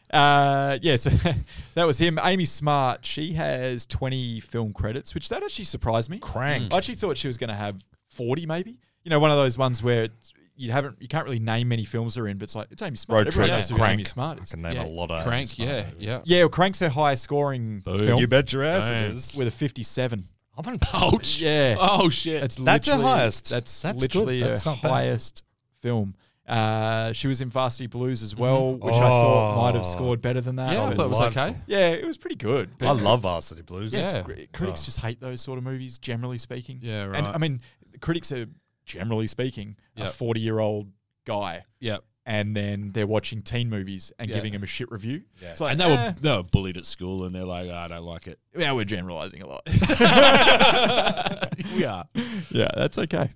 Speaker 1: Uh, yeah, so *laughs* that was him. Amy Smart, she has 20 film credits, which that actually surprised me. Mm.
Speaker 3: Crank.
Speaker 1: I actually thought she was going to have 40 maybe. You know, one of those ones where it's, you haven't, you can't really name many films they're in, but it's like, it's Amy Smart.
Speaker 3: Road
Speaker 1: Everyone
Speaker 3: trip,
Speaker 1: knows who
Speaker 3: Crank.
Speaker 1: Amy Smart
Speaker 3: I
Speaker 1: is.
Speaker 3: can name
Speaker 2: Yeah.
Speaker 3: a lot of
Speaker 2: Crank,
Speaker 3: Smart
Speaker 2: yeah,
Speaker 3: movies.
Speaker 2: yeah.
Speaker 1: Yeah, well, Crank's her highest scoring film
Speaker 3: You bet your ass it
Speaker 2: Damn.
Speaker 3: is.
Speaker 1: with a 57.
Speaker 3: I'm on
Speaker 2: Ouch.
Speaker 1: Yeah.
Speaker 2: Oh shit.
Speaker 1: That's
Speaker 3: That's her
Speaker 1: literally-
Speaker 3: highest.
Speaker 1: That's,
Speaker 3: That's good.
Speaker 1: literally
Speaker 3: That's
Speaker 1: her
Speaker 3: not bad.
Speaker 1: highest film. Uh, she was in Varsity Blues as well, which I thought
Speaker 3: Oh.
Speaker 1: might have scored better than that.
Speaker 2: yeah, I thought it was
Speaker 3: delightful.
Speaker 2: okay.
Speaker 1: Yeah, it was pretty good. but-
Speaker 3: I love Varsity Blues.
Speaker 2: Yeah.
Speaker 1: Cri- Critics just hate those sort of movies, generally speaking.
Speaker 2: Yeah,
Speaker 1: And
Speaker 2: right.
Speaker 1: I mean, critics are generally speaking a
Speaker 2: Yep.
Speaker 1: forty-year-old guy,
Speaker 2: Yeah.
Speaker 1: and then they're watching teen movies and
Speaker 2: Yeah.
Speaker 1: giving him a shit review. Yeah. It's like,
Speaker 2: And they
Speaker 1: eh,
Speaker 2: were they were bullied at school, and they're like, "Ah, I don't like it.
Speaker 1: yeah, we're generalizing a lot.
Speaker 2: *laughs* we are.
Speaker 1: yeah, that's okay.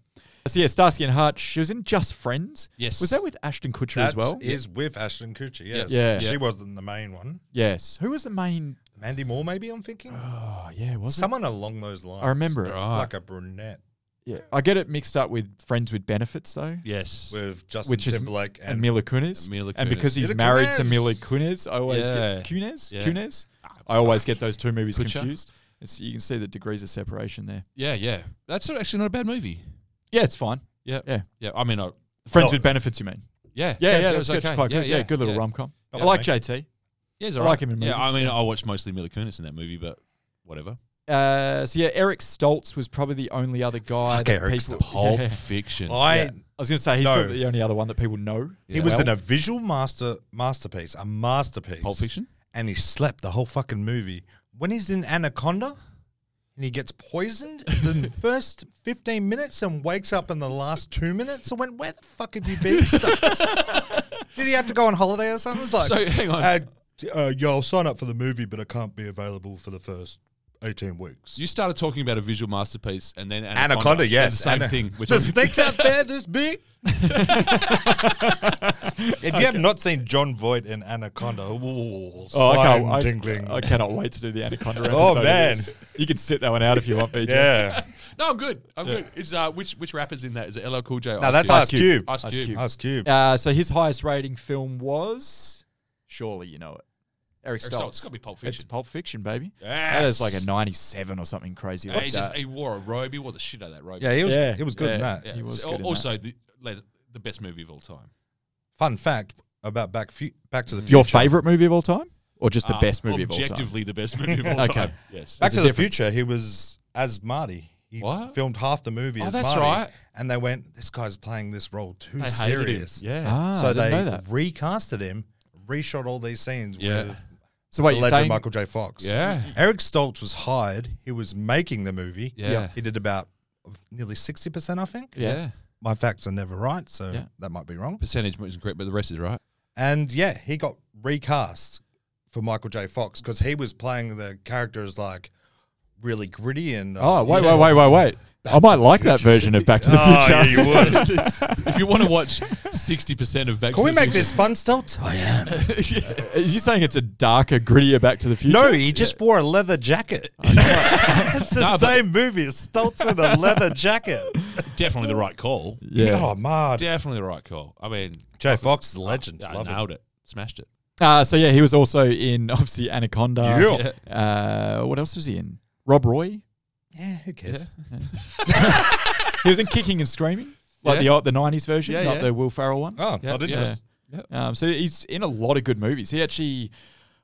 Speaker 1: So yeah, Starsky and Hutch. She was in Just Friends.
Speaker 2: Yes.
Speaker 1: Was that with Ashton Kutcher
Speaker 3: That
Speaker 1: as well?
Speaker 3: is with Ashton Kutcher. Yes.
Speaker 1: Yeah.
Speaker 3: She
Speaker 1: Yeah.
Speaker 3: wasn't the main one.
Speaker 1: yes. Who was the main?
Speaker 3: Mandy Moore, maybe I'm thinking.
Speaker 1: Oh yeah, was it?
Speaker 3: Someone along those lines.
Speaker 1: I remember it.
Speaker 2: Right.
Speaker 3: Like a brunette
Speaker 1: Yeah, I get it mixed up with Friends with Benefits though.
Speaker 2: Yes.
Speaker 3: with Justin
Speaker 1: Which is-
Speaker 3: Timberlake
Speaker 1: and, Mila Kunis.
Speaker 2: Mila
Speaker 1: And
Speaker 2: Kunis.
Speaker 1: because he's
Speaker 3: Mila
Speaker 1: married to
Speaker 3: Kunis.
Speaker 1: Mila Kunis, I always
Speaker 2: Yeah.
Speaker 1: get Kunis.
Speaker 2: Yeah. Ah,
Speaker 1: Kunis. I always get those two movies
Speaker 2: Kutcher.
Speaker 1: confused. It's, you can see the degrees of separation there.
Speaker 2: Yeah, yeah. That's not- actually not a bad movie.
Speaker 1: Yeah, it's fine.
Speaker 2: Yeah,
Speaker 1: Yeah.
Speaker 2: yeah. I mean, I,
Speaker 1: Friends
Speaker 3: No.
Speaker 1: with benefits, you mean?
Speaker 2: yeah,
Speaker 1: Yeah, yeah,
Speaker 2: it
Speaker 1: that's
Speaker 2: was
Speaker 1: good. Quite good. Yeah, good little
Speaker 2: yeah.
Speaker 1: rom com. I
Speaker 3: Not for
Speaker 1: like
Speaker 3: me.
Speaker 1: JT.
Speaker 2: Yeah, he's
Speaker 1: I
Speaker 2: all right.
Speaker 1: like him in
Speaker 2: yeah, I
Speaker 1: movies,
Speaker 2: mean,
Speaker 1: yeah.
Speaker 2: I watched mostly Mila Kunis in that movie, but whatever.
Speaker 1: Uh, so yeah, Eric Stoltz was probably the only other guy.
Speaker 3: Fuck
Speaker 1: that
Speaker 3: Eric
Speaker 1: people,
Speaker 3: Stoltz.
Speaker 1: *laughs*
Speaker 2: Pulp
Speaker 1: Yeah.
Speaker 2: Fiction.
Speaker 3: I
Speaker 1: Yeah. I was going to say he's
Speaker 3: No.
Speaker 1: probably the only other one that people know.
Speaker 3: he was in a visual master masterpiece, a masterpiece.
Speaker 2: Pulp Fiction?
Speaker 3: And he slept the whole fucking movie. When he's in Anaconda and he gets poisoned
Speaker 1: *laughs*
Speaker 3: in the first 15 minutes and wakes up in the last two minutes, I went, Where the fuck have you been? *laughs* Stubbs?" Did he have to go on holiday or something? It's like,
Speaker 2: So, hang on.
Speaker 3: Uh, d- uh, yeah, I'll sign up for the movie, but I can't be available for the first 18 weeks.
Speaker 2: You started talking about a visual masterpiece, and then Anaconda.
Speaker 3: Anaconda,
Speaker 2: and
Speaker 3: yes.
Speaker 2: the same
Speaker 3: Ana-
Speaker 2: thing. Which
Speaker 3: the
Speaker 2: is
Speaker 3: snake's out there this big. if you have not seen John Voight in Anaconda, ooh,
Speaker 1: Oh, I,
Speaker 3: spine
Speaker 1: can't, I,
Speaker 3: tingling.
Speaker 1: I cannot wait to do the Anaconda episode.
Speaker 3: *laughs* Oh,
Speaker 1: of
Speaker 3: man.
Speaker 1: this. You can sit that one out if you want, BJ.
Speaker 3: yeah.
Speaker 2: *laughs* no, I'm good. I'm good. Is uh, which which rappers in that? Is it LL Cool J?
Speaker 3: No, that's Ice Cube.
Speaker 2: Ice
Speaker 1: Ice
Speaker 2: Cube.
Speaker 1: Cube.
Speaker 3: Ice Cube.
Speaker 1: Uh, so his highest rating film was surely you know it, Eric
Speaker 2: Eric
Speaker 1: Stoltz.
Speaker 2: Stoltz. It's gotta be Pulp
Speaker 1: It's
Speaker 2: Fiction.
Speaker 1: Pulp Fiction, baby. That
Speaker 2: Yes.
Speaker 1: is like a ninety-seven or something crazy
Speaker 2: Uh,
Speaker 1: like
Speaker 2: he,
Speaker 1: that.
Speaker 2: just, he wore a robe. He wore the shit out of that robe.
Speaker 3: yeah, he was
Speaker 1: Yeah,
Speaker 3: he was good in
Speaker 1: yeah.
Speaker 3: that.
Speaker 2: Yeah.
Speaker 1: He was
Speaker 2: So-
Speaker 1: good in
Speaker 2: also the le- the best movie of all time.
Speaker 3: Fun fact about Back Fu- Back to the Future.
Speaker 1: Your favorite movie of all time, or just the
Speaker 2: Uh,
Speaker 1: best movie of all time?
Speaker 2: Objectively, the best movie of
Speaker 1: *laughs*
Speaker 2: all
Speaker 1: Okay.
Speaker 2: time. Yes.
Speaker 3: Back
Speaker 1: There's
Speaker 3: to
Speaker 1: a
Speaker 3: the
Speaker 1: difference.
Speaker 3: Future, he was as Marty. He
Speaker 2: What?
Speaker 3: filmed half the movie
Speaker 2: Oh,
Speaker 3: as
Speaker 2: that's
Speaker 3: Marty.
Speaker 2: right.
Speaker 3: And they went, this guy's playing this role too
Speaker 2: They hated him.
Speaker 3: serious.
Speaker 2: Yeah.
Speaker 1: Ah,
Speaker 3: So
Speaker 1: I didn't know
Speaker 3: they
Speaker 1: that.
Speaker 3: recasted him, reshot all these scenes
Speaker 2: Yeah.
Speaker 3: with
Speaker 1: So wait,
Speaker 3: the
Speaker 1: you're
Speaker 3: legend
Speaker 1: saying
Speaker 3: Michael J. Fox.
Speaker 2: Yeah.
Speaker 3: Eric Stoltz was hired. He was making the movie.
Speaker 2: Yeah. Yeah.
Speaker 3: He did about nearly 60%, I think.
Speaker 1: Yeah.
Speaker 3: My facts are never right, so
Speaker 1: Yeah.
Speaker 3: that might be wrong.
Speaker 2: Percentage isn't correct, but the rest is right.
Speaker 3: And yeah, he got recast for Michael J. Fox because he was playing the character as like really gritty and. uh,
Speaker 1: Oh wait, wait, wait, wait, wait! I might like that version of
Speaker 2: *laughs*
Speaker 1: Back to the
Speaker 2: Oh,
Speaker 1: Future.
Speaker 3: yeah, you
Speaker 1: *laughs*
Speaker 3: would.
Speaker 2: if you want to watch 60% of
Speaker 1: Oh,
Speaker 2: Back
Speaker 3: Can
Speaker 2: to
Speaker 3: we
Speaker 2: the
Speaker 3: make
Speaker 2: *laughs* Future-
Speaker 3: this
Speaker 1: *laughs*
Speaker 3: fun, Stoltz? I am.
Speaker 1: Are you saying it's a darker, grittier Back to the Future?
Speaker 3: No, he just wore a leather jacket.
Speaker 1: *laughs*
Speaker 3: it's the
Speaker 2: Nah, but-
Speaker 3: same movie. It's Stoltz in a leather jacket.
Speaker 2: Definitely the right call.
Speaker 1: *laughs* Yeah.
Speaker 3: Oh, Mard.
Speaker 2: Definitely the right call. I mean,
Speaker 3: Jay Fox is a legend.
Speaker 2: I
Speaker 3: Love him.
Speaker 2: nailed it. Smashed it.
Speaker 1: Uh, so yeah, he was also in *laughs* obviously Anaconda.
Speaker 3: Yeah.
Speaker 1: Uh, what else was he in? Rob Roy.
Speaker 3: Yeah, who cares?
Speaker 1: *laughs* He was in Kicking and Screaming, like the the the nineties version,
Speaker 2: Yeah,
Speaker 1: not
Speaker 2: yeah.
Speaker 1: the Will Ferrell one.
Speaker 3: Oh,
Speaker 2: Yeah,
Speaker 3: not
Speaker 2: yeah.
Speaker 3: interested.
Speaker 1: Um, so he's in a lot of good movies. He actually,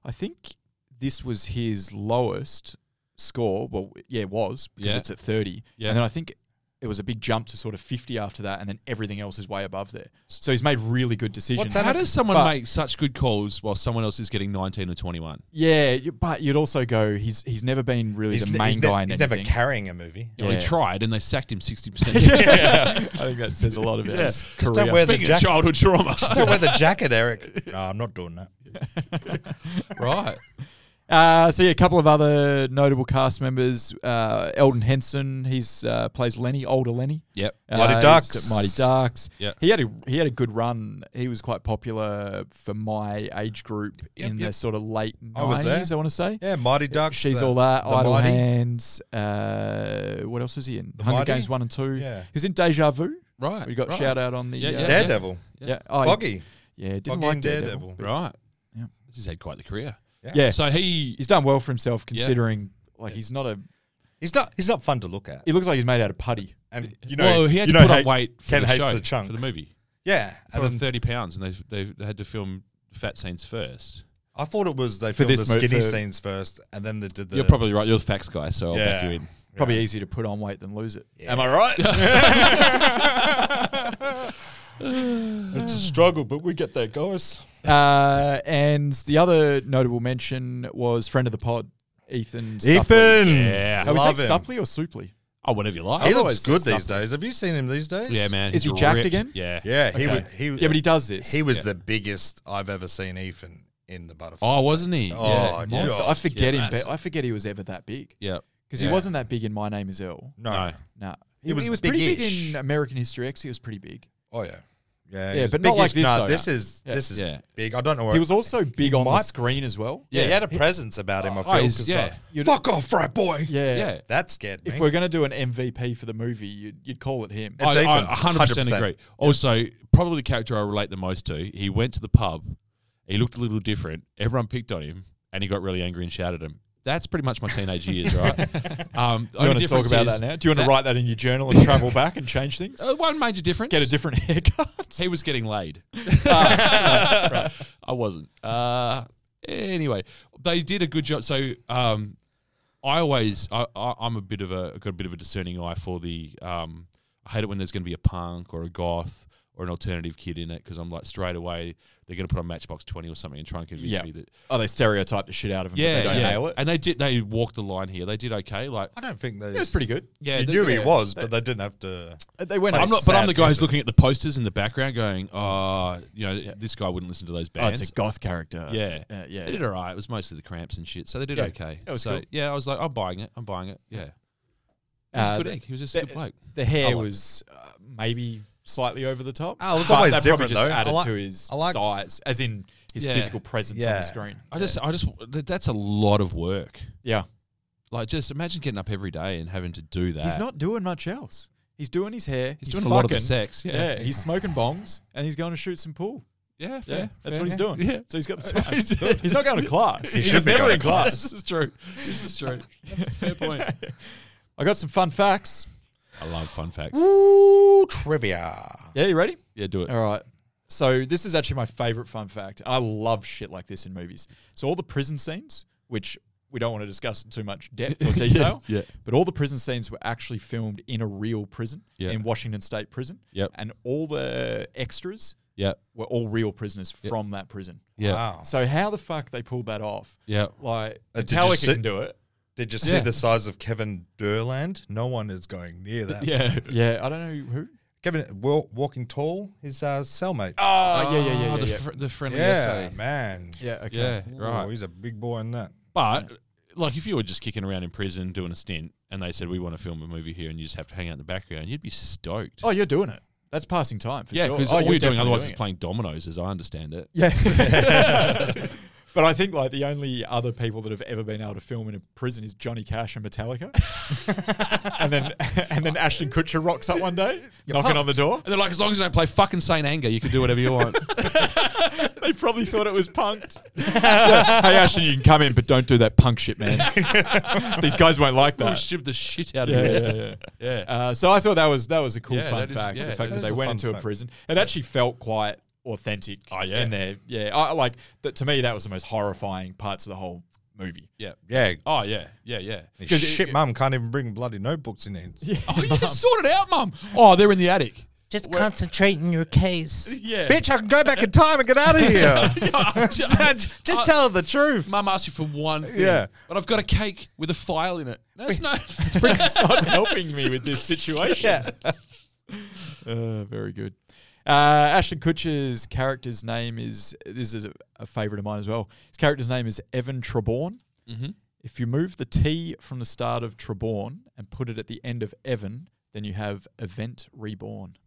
Speaker 1: I think this was his lowest score. Well, yeah, it was because
Speaker 2: Yeah.
Speaker 1: it's at 30.
Speaker 2: Yeah.
Speaker 1: And then I think it was a big jump to sort of 50 after that, and then everything else is way above there. So he's made really good decisions.
Speaker 3: that?
Speaker 2: How does someone
Speaker 1: But-
Speaker 2: make such good calls while someone else is getting 19 or 21?
Speaker 1: yeah, you- but you'd also go, he's he's never been really
Speaker 3: He's,
Speaker 1: the
Speaker 3: ne-
Speaker 1: main
Speaker 3: he's, ne-
Speaker 1: guy in
Speaker 3: he's
Speaker 1: anything.
Speaker 3: never carrying a movie.
Speaker 2: Well,
Speaker 1: Yeah.
Speaker 2: he
Speaker 1: *laughs*
Speaker 2: tried and they sacked him *laughs* 60%.
Speaker 1: I think that says a lot about his
Speaker 3: Just
Speaker 1: career.
Speaker 3: don't wear the
Speaker 2: Speaking of
Speaker 3: jacket.
Speaker 2: childhood trauma.
Speaker 3: Just don't wear the jacket, Eric. No, I'm not doing that.
Speaker 2: right.
Speaker 1: Uh, so yeah, a couple of other notable cast members. Uh, Eldon Henson, he's uh, plays Lenny, older Lenny.
Speaker 2: Yep.
Speaker 1: Uh,
Speaker 3: Mighty
Speaker 1: he's
Speaker 3: Ducks.
Speaker 1: at Mighty Ducks.
Speaker 2: Yeah.
Speaker 1: He had a he had a good run. He was quite popular for my age group in the
Speaker 3: yep.
Speaker 1: sort of late
Speaker 3: I was there.
Speaker 1: nineties. I, want to say.
Speaker 3: Yeah, Mighty Ducks. uh,
Speaker 1: She's
Speaker 3: the-
Speaker 1: all that.
Speaker 3: the
Speaker 1: Idle
Speaker 3: Mighty.
Speaker 1: Hands. Uh, what else was he in? Hunger
Speaker 3: Mighty?
Speaker 1: Games one and two.
Speaker 3: Yeah.
Speaker 1: He was in Deja Vu.
Speaker 2: Right,
Speaker 1: We got
Speaker 2: right.
Speaker 1: shout out on the
Speaker 2: Yeah,
Speaker 1: uh,
Speaker 2: yeah.
Speaker 3: Daredevil.
Speaker 1: Yeah. Oh,
Speaker 3: Foggy.
Speaker 1: Yeah. Didn't
Speaker 3: Foggy
Speaker 1: like
Speaker 3: and
Speaker 1: Daredevil.
Speaker 3: Daredevil.
Speaker 2: Right.
Speaker 1: Yeah.
Speaker 2: He's had quite the career.
Speaker 1: Yeah.
Speaker 2: So he
Speaker 1: he's done well for himself considering like he's not a
Speaker 3: He's not. He's not fun to look at.
Speaker 1: he looks like he's made out of putty.
Speaker 3: And you know,
Speaker 2: well, he had
Speaker 3: you
Speaker 2: to
Speaker 3: know,
Speaker 2: put
Speaker 3: Hank-
Speaker 2: up weight for
Speaker 3: Ken
Speaker 2: the
Speaker 3: hates
Speaker 2: show,
Speaker 3: the chunk
Speaker 2: for the movie.
Speaker 3: Yeah,
Speaker 2: Put
Speaker 3: and
Speaker 2: on
Speaker 3: then
Speaker 2: thirty pounds, and they they they had to film fat scenes first.
Speaker 3: I thought it was they
Speaker 1: For
Speaker 3: filmed the
Speaker 1: this mo-
Speaker 3: skinny
Speaker 1: for-
Speaker 3: scenes first, and then they did the.
Speaker 2: You're probably right. You're the facts guy, so I'll back
Speaker 3: Yeah.
Speaker 2: you in.
Speaker 1: Probably easier to put on weight than lose it.
Speaker 3: Am I right? *laughs* it's a struggle, but we get there, guys.
Speaker 1: Uh, and the other notable mention was friend of the pod, Ethan. Suplee.
Speaker 3: Ethan,
Speaker 2: Yeah.
Speaker 1: Are we
Speaker 3: love
Speaker 1: saying
Speaker 3: him.
Speaker 1: Suppley or Supley?
Speaker 2: Oh, whatever you like.
Speaker 3: He
Speaker 1: Otherwise,
Speaker 3: looks good these
Speaker 1: something.
Speaker 3: days. Have you seen him these days?
Speaker 2: yeah, man.
Speaker 1: Is
Speaker 2: he's
Speaker 1: he jacked
Speaker 2: ripped.
Speaker 1: again?
Speaker 2: Yeah.
Speaker 3: Yeah, he
Speaker 1: Okay.
Speaker 3: was. He,
Speaker 1: Yeah, but he does this.
Speaker 3: he was the biggest I've ever seen Ethan in the butterfly.
Speaker 2: Oh, wasn't he?
Speaker 3: Oh,
Speaker 2: yeah.
Speaker 3: yeah.
Speaker 1: So I forget him.
Speaker 2: Yeah, that's-
Speaker 1: But I forget he was ever that big
Speaker 2: Yeah.
Speaker 1: because
Speaker 3: Yeah.
Speaker 1: he wasn't that big in My Name Is Earl.
Speaker 3: No.
Speaker 2: No.
Speaker 1: No,
Speaker 3: He was
Speaker 1: pretty big
Speaker 3: big-ish.
Speaker 1: in American History X. He was pretty big.
Speaker 3: Oh yeah. Yeah,
Speaker 1: Yeah,
Speaker 3: he was
Speaker 1: but not like
Speaker 3: biggish.
Speaker 1: this,
Speaker 3: Nah,
Speaker 1: though.
Speaker 3: this is this is
Speaker 2: Yeah.
Speaker 3: big. I don't know. Where
Speaker 1: He was also big on the
Speaker 3: might-
Speaker 1: screen as well.
Speaker 3: yeah,
Speaker 2: yeah.
Speaker 3: he had a presence about him. I feel.
Speaker 2: Oh, he's-
Speaker 3: 'cause,
Speaker 2: yeah.
Speaker 3: like,
Speaker 1: You'd-
Speaker 3: Fuck off, frat boy.
Speaker 1: Yeah.
Speaker 2: Yeah.
Speaker 3: That scared me.
Speaker 1: If we're gonna do an MVP for the movie, you'd, you'd call it him.
Speaker 3: It's
Speaker 2: I, I
Speaker 3: Ethan,
Speaker 2: 100%,
Speaker 3: 100%.
Speaker 2: agree. Also, probably the character I relate the most to, he went to the pub, he looked a little different, everyone picked on him, and he got really angry and shouted at him. That's pretty much my teenage years,
Speaker 1: *laughs*
Speaker 2: right? Um,
Speaker 1: you want to
Speaker 2: the only
Speaker 1: talk
Speaker 2: difference
Speaker 1: about
Speaker 2: is
Speaker 1: that now? Do you want to write that Oh, in your journal and *laughs* travel back and change things?
Speaker 2: uh, one major difference.
Speaker 1: Get a different *laughs* haircut.
Speaker 2: He was getting
Speaker 1: *laughs*
Speaker 2: laid. Ah, *laughs* I wasn't. Uh, anyway, they did a good job. So um, I always, I, I, I'm a bit of a got a bit of a discerning eye for the. Um, I hate it when there's going to be a punk or a goth or an alternative kid in it because I'm like straight away they're going to put on Matchbox 20 or something and try and convince
Speaker 1: Yeah.
Speaker 2: me that
Speaker 1: Oh, they stereotype the shit out of him.
Speaker 2: yeah,
Speaker 1: but they don't
Speaker 2: yeah.
Speaker 1: nail it.
Speaker 2: And they did. They walked the line here. They did okay. Like
Speaker 3: I don't think they.
Speaker 1: It was pretty good.
Speaker 2: yeah,
Speaker 3: You
Speaker 2: they-
Speaker 3: knew he
Speaker 2: yeah.
Speaker 3: was, but they didn't have to.
Speaker 1: They went.
Speaker 3: But
Speaker 2: I'm not, but I'm
Speaker 3: sad
Speaker 2: the guy who's
Speaker 3: music.
Speaker 2: looking at the posters in the background, going, "Oh, you know, this guy wouldn't listen to those
Speaker 1: Oh,
Speaker 2: bands."
Speaker 1: it's a goth character.
Speaker 2: Yeah.
Speaker 1: Uh,
Speaker 2: They
Speaker 1: yeah.
Speaker 2: did all right. It was mostly the cramps and shit. So they did
Speaker 1: Yeah.
Speaker 2: okay.
Speaker 1: That was
Speaker 2: so,
Speaker 1: cool.
Speaker 2: yeah, I was like, I'm buying it. I'm buying it. Yeah. He was
Speaker 1: Uh,
Speaker 2: a good
Speaker 1: the-
Speaker 2: egg. He was just a
Speaker 1: the-
Speaker 2: good bloke.
Speaker 1: The hair was uh, maybe slightly over the top.
Speaker 3: Oh, it was
Speaker 1: but
Speaker 3: always
Speaker 1: that
Speaker 3: different,
Speaker 1: probably just
Speaker 3: though. I
Speaker 1: added
Speaker 3: like-
Speaker 1: to his
Speaker 3: I liked-
Speaker 1: size, as in his
Speaker 2: Yeah.
Speaker 1: physical presence on
Speaker 3: Yeah.
Speaker 1: the screen.
Speaker 2: I just, I just, th- that's a lot of work.
Speaker 1: yeah.
Speaker 2: Like, just imagine getting up every day and having to do that.
Speaker 1: He's not doing much else. He's doing his hair.
Speaker 2: He's, doing a lot of the
Speaker 1: fucking-
Speaker 2: sex.
Speaker 1: Yeah.
Speaker 2: Yeah. Yeah.
Speaker 1: he's smoking bombs and he's going to shoot some pool. Yeah,
Speaker 2: fair,
Speaker 1: that's
Speaker 2: fair.
Speaker 1: what he's doing. *laughs*
Speaker 2: Yeah.
Speaker 1: So he's got
Speaker 2: *laughs*
Speaker 1: the time. he's not going to class.
Speaker 3: He
Speaker 1: he's
Speaker 3: should be
Speaker 1: never
Speaker 3: going
Speaker 1: in
Speaker 3: to
Speaker 1: class.
Speaker 2: this is true. This
Speaker 1: *laughs*
Speaker 2: is true. *laughs* That's a fair point.
Speaker 1: I got some fun facts.
Speaker 2: I love fun facts.
Speaker 3: Ooh, trivia.
Speaker 1: Yeah, you ready?
Speaker 2: Yeah, do it.
Speaker 1: All right. So this is actually my favorite fun fact. I love shit like this in movies. So all the prison scenes, which we don't want to discuss in too much depth or detail,
Speaker 2: *laughs* Yes, yeah.
Speaker 1: but all the prison scenes were actually filmed in a real prison
Speaker 2: Yeah.
Speaker 1: in Washington State Prison.
Speaker 2: Yep.
Speaker 1: And all the extras
Speaker 2: Yeah.
Speaker 1: were all real prisoners from that prison.
Speaker 2: Yeah.
Speaker 3: Wow.
Speaker 1: So how the fuck they pulled that off?
Speaker 2: Yeah.
Speaker 1: Like
Speaker 3: Uh, did you
Speaker 1: Metallica
Speaker 3: see-
Speaker 1: can do it.
Speaker 3: Did you see
Speaker 2: Yeah.
Speaker 3: the size of Kevin Durland? No one is going near that.
Speaker 2: Yeah.
Speaker 1: uh, Yeah, I don't know who.
Speaker 3: Kevin wa- walking tall, his uh, cellmate.
Speaker 1: Oh, yeah, yeah, yeah,
Speaker 2: Oh,
Speaker 1: yeah.
Speaker 2: the,
Speaker 1: yeah.
Speaker 2: fr- the friendly
Speaker 3: yeah,
Speaker 2: essay.
Speaker 3: man.
Speaker 1: yeah, okay.
Speaker 2: Yeah.
Speaker 3: Ooh,
Speaker 2: Right.
Speaker 3: He's a big boy in that.
Speaker 2: But like, if you were just kicking around in prison doing a stint, and they said we want to film a movie here, and you just have to hang out in the background, you'd be stoked.
Speaker 1: Oh, you're doing it. That's passing time for
Speaker 2: yeah,
Speaker 1: sure.
Speaker 2: because
Speaker 1: Oh,
Speaker 2: all you're doing
Speaker 1: definitely
Speaker 2: otherwise
Speaker 1: doing
Speaker 2: is
Speaker 1: it.
Speaker 2: playing dominoes, as I understand it.
Speaker 1: Yeah. *laughs* but I think like the only other people that have ever been able to film in a prison is Johnny Cash and Metallica. *laughs* and then *laughs* and then Ashton Kutcher rocks up one day, knocking on the door.
Speaker 2: And they're like, as long as you don't play fucking Saint Anger, you can
Speaker 1: *laughs*
Speaker 2: do whatever you want.
Speaker 1: They probably thought it was punked. *laughs* hey Ashton, you can come in, but don't do that punk shit, man. These guys won't like
Speaker 2: We'll
Speaker 1: that.
Speaker 2: shiv the Oh, shit out of
Speaker 1: Yeah,
Speaker 2: you.
Speaker 1: yeah,
Speaker 2: Esther.
Speaker 1: yeah.
Speaker 2: yeah.
Speaker 1: *laughs* Uh, so I thought that was that was a cool
Speaker 2: Yeah,
Speaker 1: fun
Speaker 2: that is-
Speaker 1: fact.
Speaker 2: yeah,
Speaker 1: the fact
Speaker 2: that
Speaker 1: that,
Speaker 3: is
Speaker 1: they
Speaker 3: a
Speaker 1: went
Speaker 3: fun
Speaker 1: into a
Speaker 3: fact.
Speaker 1: prison, it actually felt quite authentic.
Speaker 2: Oh, yeah.
Speaker 1: in there, yeah. I like that. To me, that was the most horrifying parts of the whole movie.
Speaker 2: yeah.
Speaker 3: Yeah.
Speaker 2: Oh yeah, yeah, yeah.
Speaker 3: His
Speaker 1: 'Cause it-
Speaker 3: shit, mum can't even bring bloody notebooks in hands. Yeah.
Speaker 2: *laughs* Oh, you just sort it out, mum. Oh, they're in the attic.
Speaker 11: Just concentrate on your case.
Speaker 2: *laughs* Yeah.
Speaker 3: Bitch, I can go back in time and get out of
Speaker 2: *laughs*
Speaker 3: here. *laughs* just just
Speaker 2: I-
Speaker 3: tell her the truth.
Speaker 2: Mum asked you for one thing.
Speaker 3: Yeah.
Speaker 2: But I've got a cake with a file in it.
Speaker 1: *laughs*
Speaker 2: That's no.
Speaker 1: It's not helping me with this situation. *laughs* Uh, very good. Uh, Ashton Kutcher's character's name is this is a, a favorite of mine as well. His character's name is Evan Treborn.
Speaker 2: Mhm.
Speaker 1: If you move the T from the start of Treborn and put it at the end of Evan, then you have Event Reborn.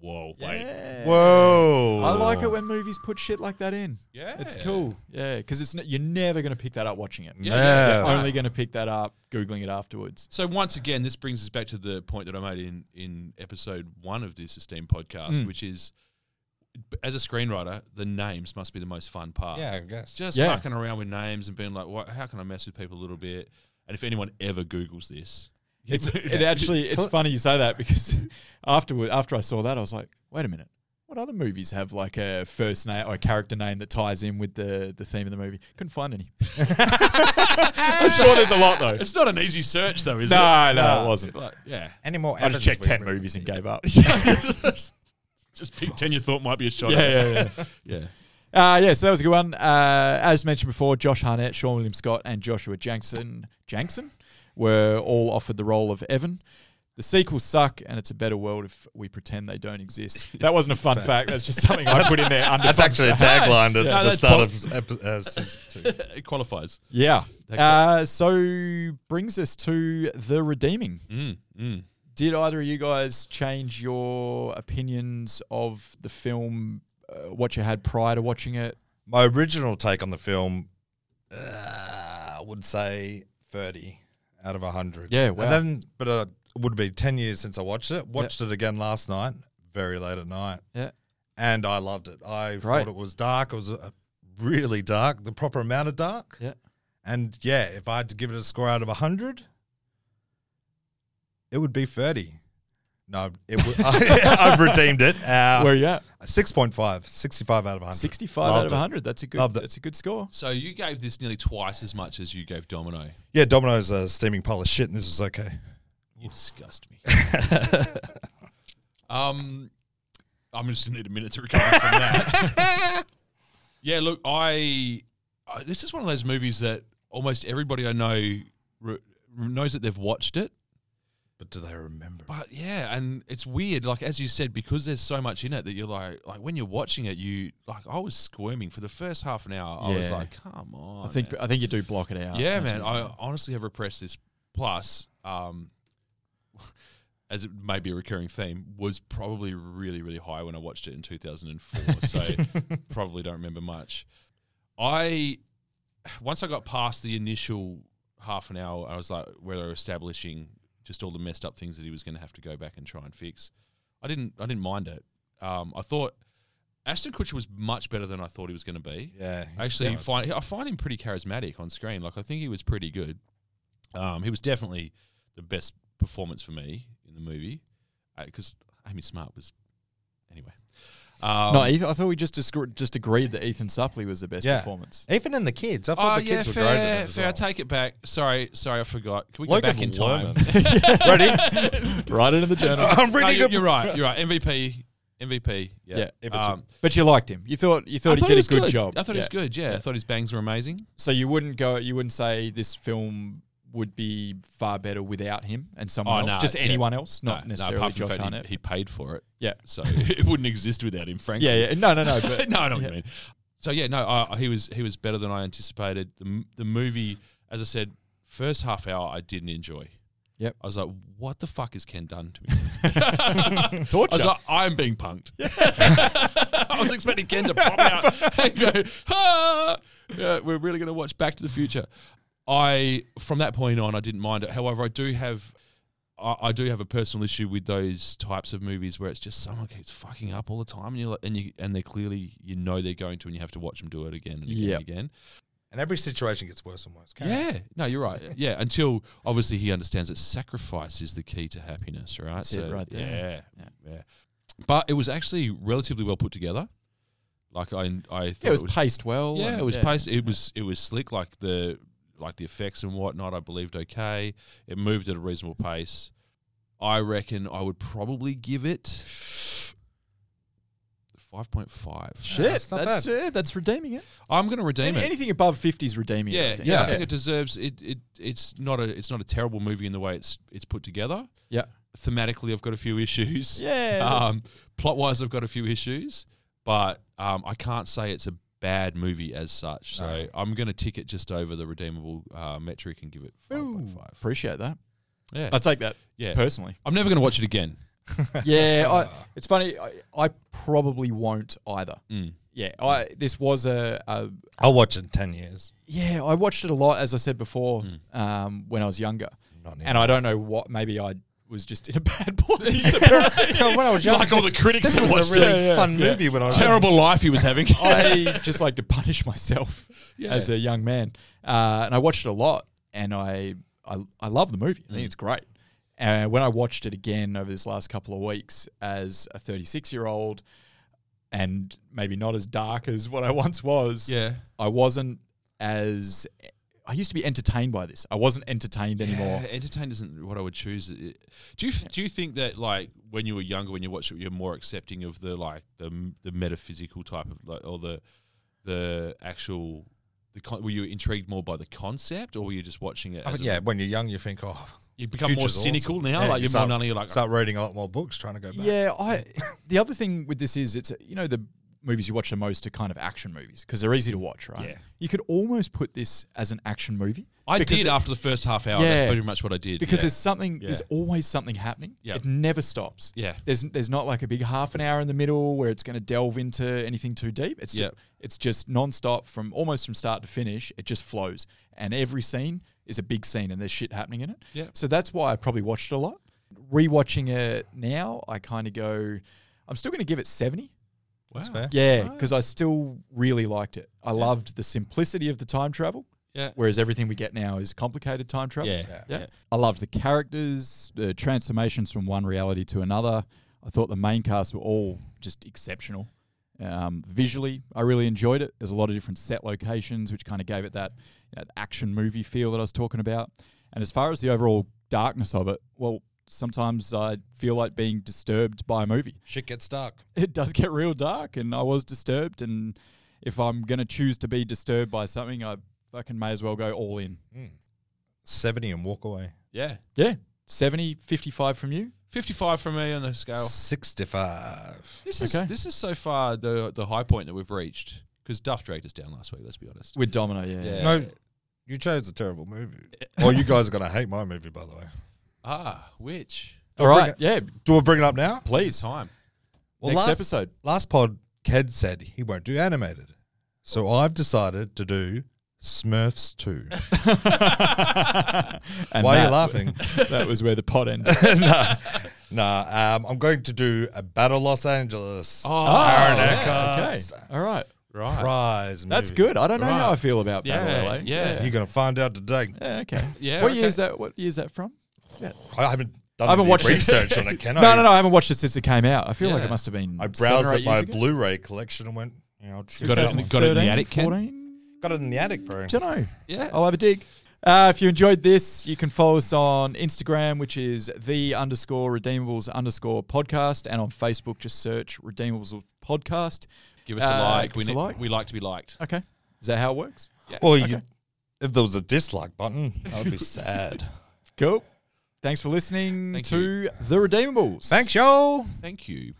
Speaker 2: Whoa,
Speaker 1: Yeah.
Speaker 3: Whoa.
Speaker 1: I like it when movies put shit like that in.
Speaker 2: Yeah.
Speaker 1: It's cool. Yeah, because it's n- you're never going to pick that up watching it.
Speaker 2: Yeah, yeah, yeah.
Speaker 1: You're only going to pick that up googling it afterwards.
Speaker 2: So once again, this brings us back to the point that I made in in episode one of this esteemed podcast,
Speaker 1: Mm.
Speaker 2: which is b- as a screenwriter, the names must be the most fun part.
Speaker 3: Yeah, I guess.
Speaker 2: Just
Speaker 3: Yeah.
Speaker 2: mucking around with names and being like, what, how can I mess with people a little bit? And if anyone ever Googles this, *laughs*
Speaker 1: It's, it actually it's *laughs* funny you say that because *laughs* afterward after I saw that I was like, wait a minute, what other movies have like a first name or a character name that ties in with the the theme of the movie? Couldn't find
Speaker 2: *laughs*
Speaker 1: any. I'm sure there's a lot though.
Speaker 2: It's not an easy search though,
Speaker 1: *laughs*
Speaker 2: is
Speaker 1: no,
Speaker 2: it?
Speaker 1: No, it wasn't.
Speaker 2: Like, yeah.
Speaker 3: Any more
Speaker 1: I just
Speaker 3: evidence
Speaker 1: checked
Speaker 3: we
Speaker 1: ten
Speaker 3: bring?
Speaker 1: movies and gave up.
Speaker 2: *laughs*
Speaker 1: *laughs*
Speaker 2: Just pick 10 you thought might be a shot
Speaker 1: Yeah,
Speaker 2: at.
Speaker 1: yeah,
Speaker 2: yeah. yeah.
Speaker 1: Uh, yeah, so that was a good one. Uh, as mentioned before, Josh Harnett, Sean William Scott, and Joshua Jackson, Jackson were all offered the role of Evan. The sequels suck, and it's a better world if we pretend they don't exist. *laughs* That wasn't a fun
Speaker 3: Fact.
Speaker 1: fact. That's just something I put in there. Under
Speaker 3: That's
Speaker 1: fun
Speaker 3: actually a
Speaker 1: fact.
Speaker 3: tagline at
Speaker 1: Yeah.
Speaker 3: the
Speaker 1: that's
Speaker 3: start
Speaker 1: pop-
Speaker 3: of epi- uh, season
Speaker 1: *laughs*
Speaker 3: two.
Speaker 2: It qualifies.
Speaker 1: *laughs* Yeah.
Speaker 2: That
Speaker 1: Uh, so brings us to the redeeming.
Speaker 2: Mm, mm.
Speaker 1: Did either of you guys change your opinions of the film, uh, what you had prior to watching it?
Speaker 3: My original take on the film, uh, I would say 30 out of 100.
Speaker 1: Yeah,
Speaker 3: And
Speaker 1: wow.
Speaker 3: then, but uh, it would be 10 years since I watched it. Watched it again last night, very late at night.
Speaker 1: Yeah.
Speaker 3: And I loved it. I
Speaker 1: Right.
Speaker 3: thought it was dark. It was uh, really dark, the proper amount of dark.
Speaker 1: Yeah.
Speaker 3: And yeah, if I had to give it a score out of 100, it would be 30. No, it would, *laughs* I, have redeemed it. Uh,
Speaker 1: Where are you at?
Speaker 3: 6.5, 65 out of
Speaker 1: Uh,
Speaker 3: 100.
Speaker 1: 65 out
Speaker 3: Loved
Speaker 1: of
Speaker 3: it.
Speaker 1: 100. That's a good.
Speaker 3: Loved it.
Speaker 1: That's a good score.
Speaker 2: So you gave this nearly twice as much as you gave Domino.
Speaker 3: Yeah, Domino's a steaming pile of shit, and this was okay.
Speaker 2: You disgust me. *laughs* um, I'm just gonna need a minute to recover from
Speaker 1: *laughs*
Speaker 2: that. yeah, look, I, I this is one of those movies that almost everybody I know re- knows that they've watched it.
Speaker 3: But do they remember?
Speaker 2: But yeah, and it's weird, like as you said, because there's so much in it that you're like, like when you're watching it, you like I was squirming for the first half an hour. I was
Speaker 1: Yeah.
Speaker 2: like, come on.
Speaker 1: I think.
Speaker 2: man."
Speaker 1: I think you do block it out.
Speaker 2: yeah,
Speaker 1: That's
Speaker 2: man.
Speaker 1: what
Speaker 2: I honestly have repressed this. Plus, um, *laughs* as it may be a recurring theme, was probably really, really high when I watched it in 2004. so probably don't remember much. I once I got past the initial half an hour, I was like, where they're establishing just all the messed up things that he was going to have to go back and try and fix. I didn't. I didn't mind it. Um, I thought Ashton Kutcher was much better than I thought he was going to be.
Speaker 3: Yeah, he's
Speaker 2: actually,
Speaker 3: nice.
Speaker 2: find, I find him pretty charismatic on screen. Like I think he was pretty good. Um, he was definitely the best performance for me in the movie because Amy Smart was anyway. Um,
Speaker 1: no, Ethan, I thought we just discre- just agreed that Ethan Supley was the best
Speaker 3: Yeah.
Speaker 2: *laughs*
Speaker 1: performance.
Speaker 3: Even in the kids, I
Speaker 2: Oh
Speaker 3: thought the
Speaker 2: yeah,
Speaker 3: kids were great. in
Speaker 2: fair,
Speaker 3: it as
Speaker 2: fair.
Speaker 3: well.
Speaker 2: Take it back. Sorry, sorry, I forgot. Can we
Speaker 3: Logan
Speaker 2: go back in time? *laughs*
Speaker 3: Lerman.
Speaker 1: *laughs*
Speaker 3: Ready?
Speaker 1: Write it in the journal.
Speaker 3: I'm reading
Speaker 2: no,
Speaker 3: a-
Speaker 2: you,
Speaker 1: *laughs*
Speaker 2: are right. You're right. MVP. MVP. Yeah. Um,
Speaker 1: Yeah. Um,
Speaker 3: If it's a-
Speaker 1: but you liked him. You thought you thought,
Speaker 2: I
Speaker 1: he did
Speaker 2: was
Speaker 1: a good, job.
Speaker 2: I thought he was
Speaker 1: Yeah.
Speaker 2: good. Yeah. I thought his bangs were amazing.
Speaker 1: So you wouldn't go. You wouldn't say this film would be far better without him and someone else. just
Speaker 2: Oh, yeah.
Speaker 1: anyone else, not
Speaker 2: No, no,
Speaker 1: necessarily
Speaker 2: apart from the
Speaker 1: Josh
Speaker 2: fact he-
Speaker 1: Harnett.
Speaker 2: He, paid for it.
Speaker 1: Yeah.
Speaker 2: So *laughs* it wouldn't exist without him, frankly.
Speaker 1: yeah, yeah. No, no,
Speaker 2: *laughs*
Speaker 1: no. But
Speaker 2: no, I know what
Speaker 1: yeah.
Speaker 2: you mean. So yeah, no, I, I- he was he was better than I anticipated. The, m- the movie, as I said, first half hour I didn't enjoy.
Speaker 1: Yep.
Speaker 2: I was like, what the fuck has Ken done to
Speaker 1: *laughs*
Speaker 2: me?
Speaker 1: Torture.
Speaker 2: I was like, I'm being punked. *laughs* I was expecting Ken to
Speaker 1: *laughs*
Speaker 2: pop out and go, ah, yeah, we're really going to watch Back to the Future. I from that point on, I didn't mind it. However, I do have. I I do have a personal issue with those types of movies where it's just someone keeps fucking up all the time, and you are like, and you and they're clearly you know they're going to, and you have to watch them do it again and again
Speaker 1: Yep.
Speaker 2: and again.
Speaker 3: And every situation gets worse and worse. Karen.
Speaker 2: Yeah, no,
Speaker 1: *laughs*
Speaker 2: you're right. Yeah, until obviously he understands that sacrifice is the key to happiness, right?
Speaker 1: That's it right there.
Speaker 2: Yeah, yeah, But it was actually relatively well put together. Like I, I thought
Speaker 1: Yeah, it was paced well.
Speaker 2: yeah,
Speaker 1: and-
Speaker 2: it was paced. It was it was slick. Like the like the effects and whatnot, I believed okay. It moved at a reasonable pace. I reckon I would probably give it five point five.
Speaker 1: Shit,
Speaker 3: That's
Speaker 1: that's
Speaker 3: not
Speaker 1: yeah, that's redeeming it.
Speaker 2: I'm going to redeem
Speaker 1: Any-
Speaker 2: it.
Speaker 1: Anything above fifty is redeeming.
Speaker 2: Yeah,
Speaker 1: it, I think.
Speaker 2: yeah, I
Speaker 3: Yeah.
Speaker 2: think it deserves it. It it's not a it's not a terrible movie in the way it's it's put together.
Speaker 1: yeah.
Speaker 2: Thematically, I've got a few *laughs* issues.
Speaker 1: Yeah, that's-
Speaker 2: Um, plot wise, I've got a few issues, but um, I can't say it's a bad movie as such. So
Speaker 3: No.
Speaker 2: I'm going to tick it just over the redeemable uh, metric and give it five point five.
Speaker 1: Appreciate that.
Speaker 2: Yeah,
Speaker 1: I take that
Speaker 2: yeah.
Speaker 1: personally.
Speaker 2: I'm never going to watch it again.
Speaker 1: *laughs* yeah, *laughs* I, it's funny. I, I probably won't either.
Speaker 2: Mm.
Speaker 1: Yeah, I this was a, a
Speaker 3: I'll watch it in 10 *laughs* years.
Speaker 1: yeah. Mm. I watched it a lot, as I said before, um, when I was younger,
Speaker 3: Not
Speaker 1: and I don't know what. Maybe I was just in a bad place. *laughs* apparently.
Speaker 11: No, when I was young,
Speaker 2: Like all the
Speaker 11: this
Speaker 2: critics that
Speaker 11: was a
Speaker 2: watched it.
Speaker 11: really
Speaker 2: Yeah, yeah.
Speaker 11: fun
Speaker 2: Yeah.
Speaker 11: movie when I was
Speaker 2: Terrible
Speaker 11: young.
Speaker 2: life he was having. *laughs*
Speaker 1: I *laughs* just like to punish myself
Speaker 2: Yeah.
Speaker 1: as a young man, uh, and I watched it a lot, and I I, I love the movie.
Speaker 2: Mm.
Speaker 1: I think it's great. And when I watched it again over this last couple of weeks as a 36 year old, and maybe not as dark as what I *laughs* once was,
Speaker 2: Yeah.
Speaker 1: I wasn't as I used to be entertained by this. I wasn't entertained anymore.
Speaker 2: Yeah, entertained isn't what I would choose. It- Do you f- do you think that like when you were younger, when you watched it, you're more accepting of the like the m- the metaphysical type of like or the the actual the con- were you intrigued more by the concept or were you just watching it?
Speaker 3: I
Speaker 2: as
Speaker 3: think,
Speaker 2: a-
Speaker 3: yeah, when you're young, you think, oh,
Speaker 2: You become more
Speaker 3: future's awesome.
Speaker 2: cynical now.
Speaker 3: Yeah,
Speaker 2: like
Speaker 3: you
Speaker 2: you're
Speaker 3: start,
Speaker 2: more none of you like
Speaker 3: start reading a lot more books, trying to go back.
Speaker 1: Yeah, I. The other thing with this is it's you know the movies you watch the most are kind of action movies because they're easy to watch, right?
Speaker 2: Yeah.
Speaker 1: You could almost put this as an action movie.
Speaker 2: I
Speaker 1: because
Speaker 2: did
Speaker 1: it-
Speaker 2: after the first half hour. That's pretty much what I did.
Speaker 1: Because
Speaker 2: yeah.
Speaker 1: there's something,
Speaker 2: Yeah.
Speaker 1: there's always something happening.
Speaker 2: Yeah.
Speaker 1: It never stops.
Speaker 2: Yeah.
Speaker 1: There's there's not like a big half an hour in the middle where it's going to delve into anything too deep. It's
Speaker 2: Yeah.
Speaker 1: just, it's just nonstop from almost from start to finish. It just flows, and every scene is a big scene, and there's shit happening in it.
Speaker 2: Yeah.
Speaker 1: So that's why I probably watched it a lot. Rewatching it now, I kind of go, I'm still going to give it seventy.
Speaker 2: Wow.
Speaker 3: fair.
Speaker 1: Yeah, because I still really liked it. I loved the simplicity of the time travel.
Speaker 2: Yeah.
Speaker 1: Whereas everything we get now is complicated time travel.
Speaker 2: Yeah. Yeah. Yeah.
Speaker 1: I loved the characters, the transformations from one reality to another. I thought the main cast were all just exceptional. Um, visually, I really enjoyed it. There's a lot of different set locations, which kind of gave it that, that action movie feel that I was talking about. And as far as the overall darkness of it, well, sometimes I feel like being disturbed by a movie *laughs*
Speaker 3: Shit gets dark.
Speaker 1: it does get real dark and I was disturbed and if I'm going to choose to be disturbed by something I fucking may as well go all in.
Speaker 3: 70 Hmm. and walk away.
Speaker 2: yeah.
Speaker 1: Yeah. 70 55 from you?
Speaker 2: 55 for me on the scale.
Speaker 3: 65.
Speaker 2: This is
Speaker 1: Okay.
Speaker 2: this is so far the the high point that we've reached because Duff dragged us down last week. Let's be honest.
Speaker 1: With Domino, yeah.
Speaker 2: Yeah.
Speaker 3: No, you chose a terrible
Speaker 2: *laughs*
Speaker 3: movie. Oh, you guys are going to hate my movie, by the way.
Speaker 2: Ah, which
Speaker 1: All right. Yeah,
Speaker 3: Do I bring it up now?
Speaker 1: please.
Speaker 2: time?
Speaker 3: Well,
Speaker 1: Next
Speaker 3: last,
Speaker 1: episode.
Speaker 3: Last pod, Ked said he won't do animated. So I've decided to do Smurfs
Speaker 1: *laughs*
Speaker 3: 2.
Speaker 1: *laughs* And
Speaker 3: Why are you
Speaker 1: that-
Speaker 3: laughing?
Speaker 1: *laughs* that was where the pot
Speaker 3: *laughs*
Speaker 1: ended.
Speaker 3: nah, nah um, I'm going to do a Battle Los Angeles.
Speaker 2: Oh,
Speaker 3: Aaron
Speaker 2: yeah,
Speaker 1: okay.
Speaker 3: Eckhart
Speaker 1: All right.
Speaker 2: Right.
Speaker 3: prize
Speaker 1: That's
Speaker 3: movie.
Speaker 1: good. I don't know how
Speaker 2: Right.
Speaker 1: I feel about
Speaker 2: Yeah,
Speaker 1: Battle LA.
Speaker 2: yeah.
Speaker 1: Yeah,
Speaker 3: You're going to find out today.
Speaker 1: Yeah, okay.
Speaker 2: Yeah,
Speaker 1: What year
Speaker 2: okay.
Speaker 1: is that? What year is that from?
Speaker 3: I haven't done
Speaker 1: I haven't
Speaker 3: any
Speaker 1: watched it. *laughs*
Speaker 3: research on it, can I?
Speaker 1: No, no, no. I haven't watched it since it came out. I feel like
Speaker 2: Yeah.
Speaker 1: it must have been
Speaker 3: I
Speaker 1: seven
Speaker 3: browsed
Speaker 1: or
Speaker 3: at
Speaker 1: eight years
Speaker 3: my
Speaker 1: ago.
Speaker 3: Blu-ray collection and went, you know, choose
Speaker 2: Got it-
Speaker 3: something.
Speaker 2: got it in the
Speaker 1: 13,
Speaker 2: attic, Ken?
Speaker 1: 14?
Speaker 3: Got it in the attic, bro.
Speaker 1: don't know.
Speaker 2: Yeah.
Speaker 1: I'll have a dig. Uh, if you enjoyed this, you can follow us on Instagram, which is the underscore redeemables underscore podcast, and on Facebook, just search redeemables podcast.
Speaker 2: Give us a
Speaker 1: Uh,
Speaker 2: like.
Speaker 1: give
Speaker 2: We
Speaker 1: us a
Speaker 2: need,
Speaker 1: like.
Speaker 2: we like to be liked.
Speaker 1: Okay. Is that how it works?
Speaker 3: Well, you, if there was a dislike button, that would
Speaker 1: *laughs*
Speaker 3: be sad.
Speaker 1: Cool. Thanks for listening
Speaker 2: Thank
Speaker 1: to The Redeemables.
Speaker 3: Thanks, y'all.
Speaker 2: Thank you.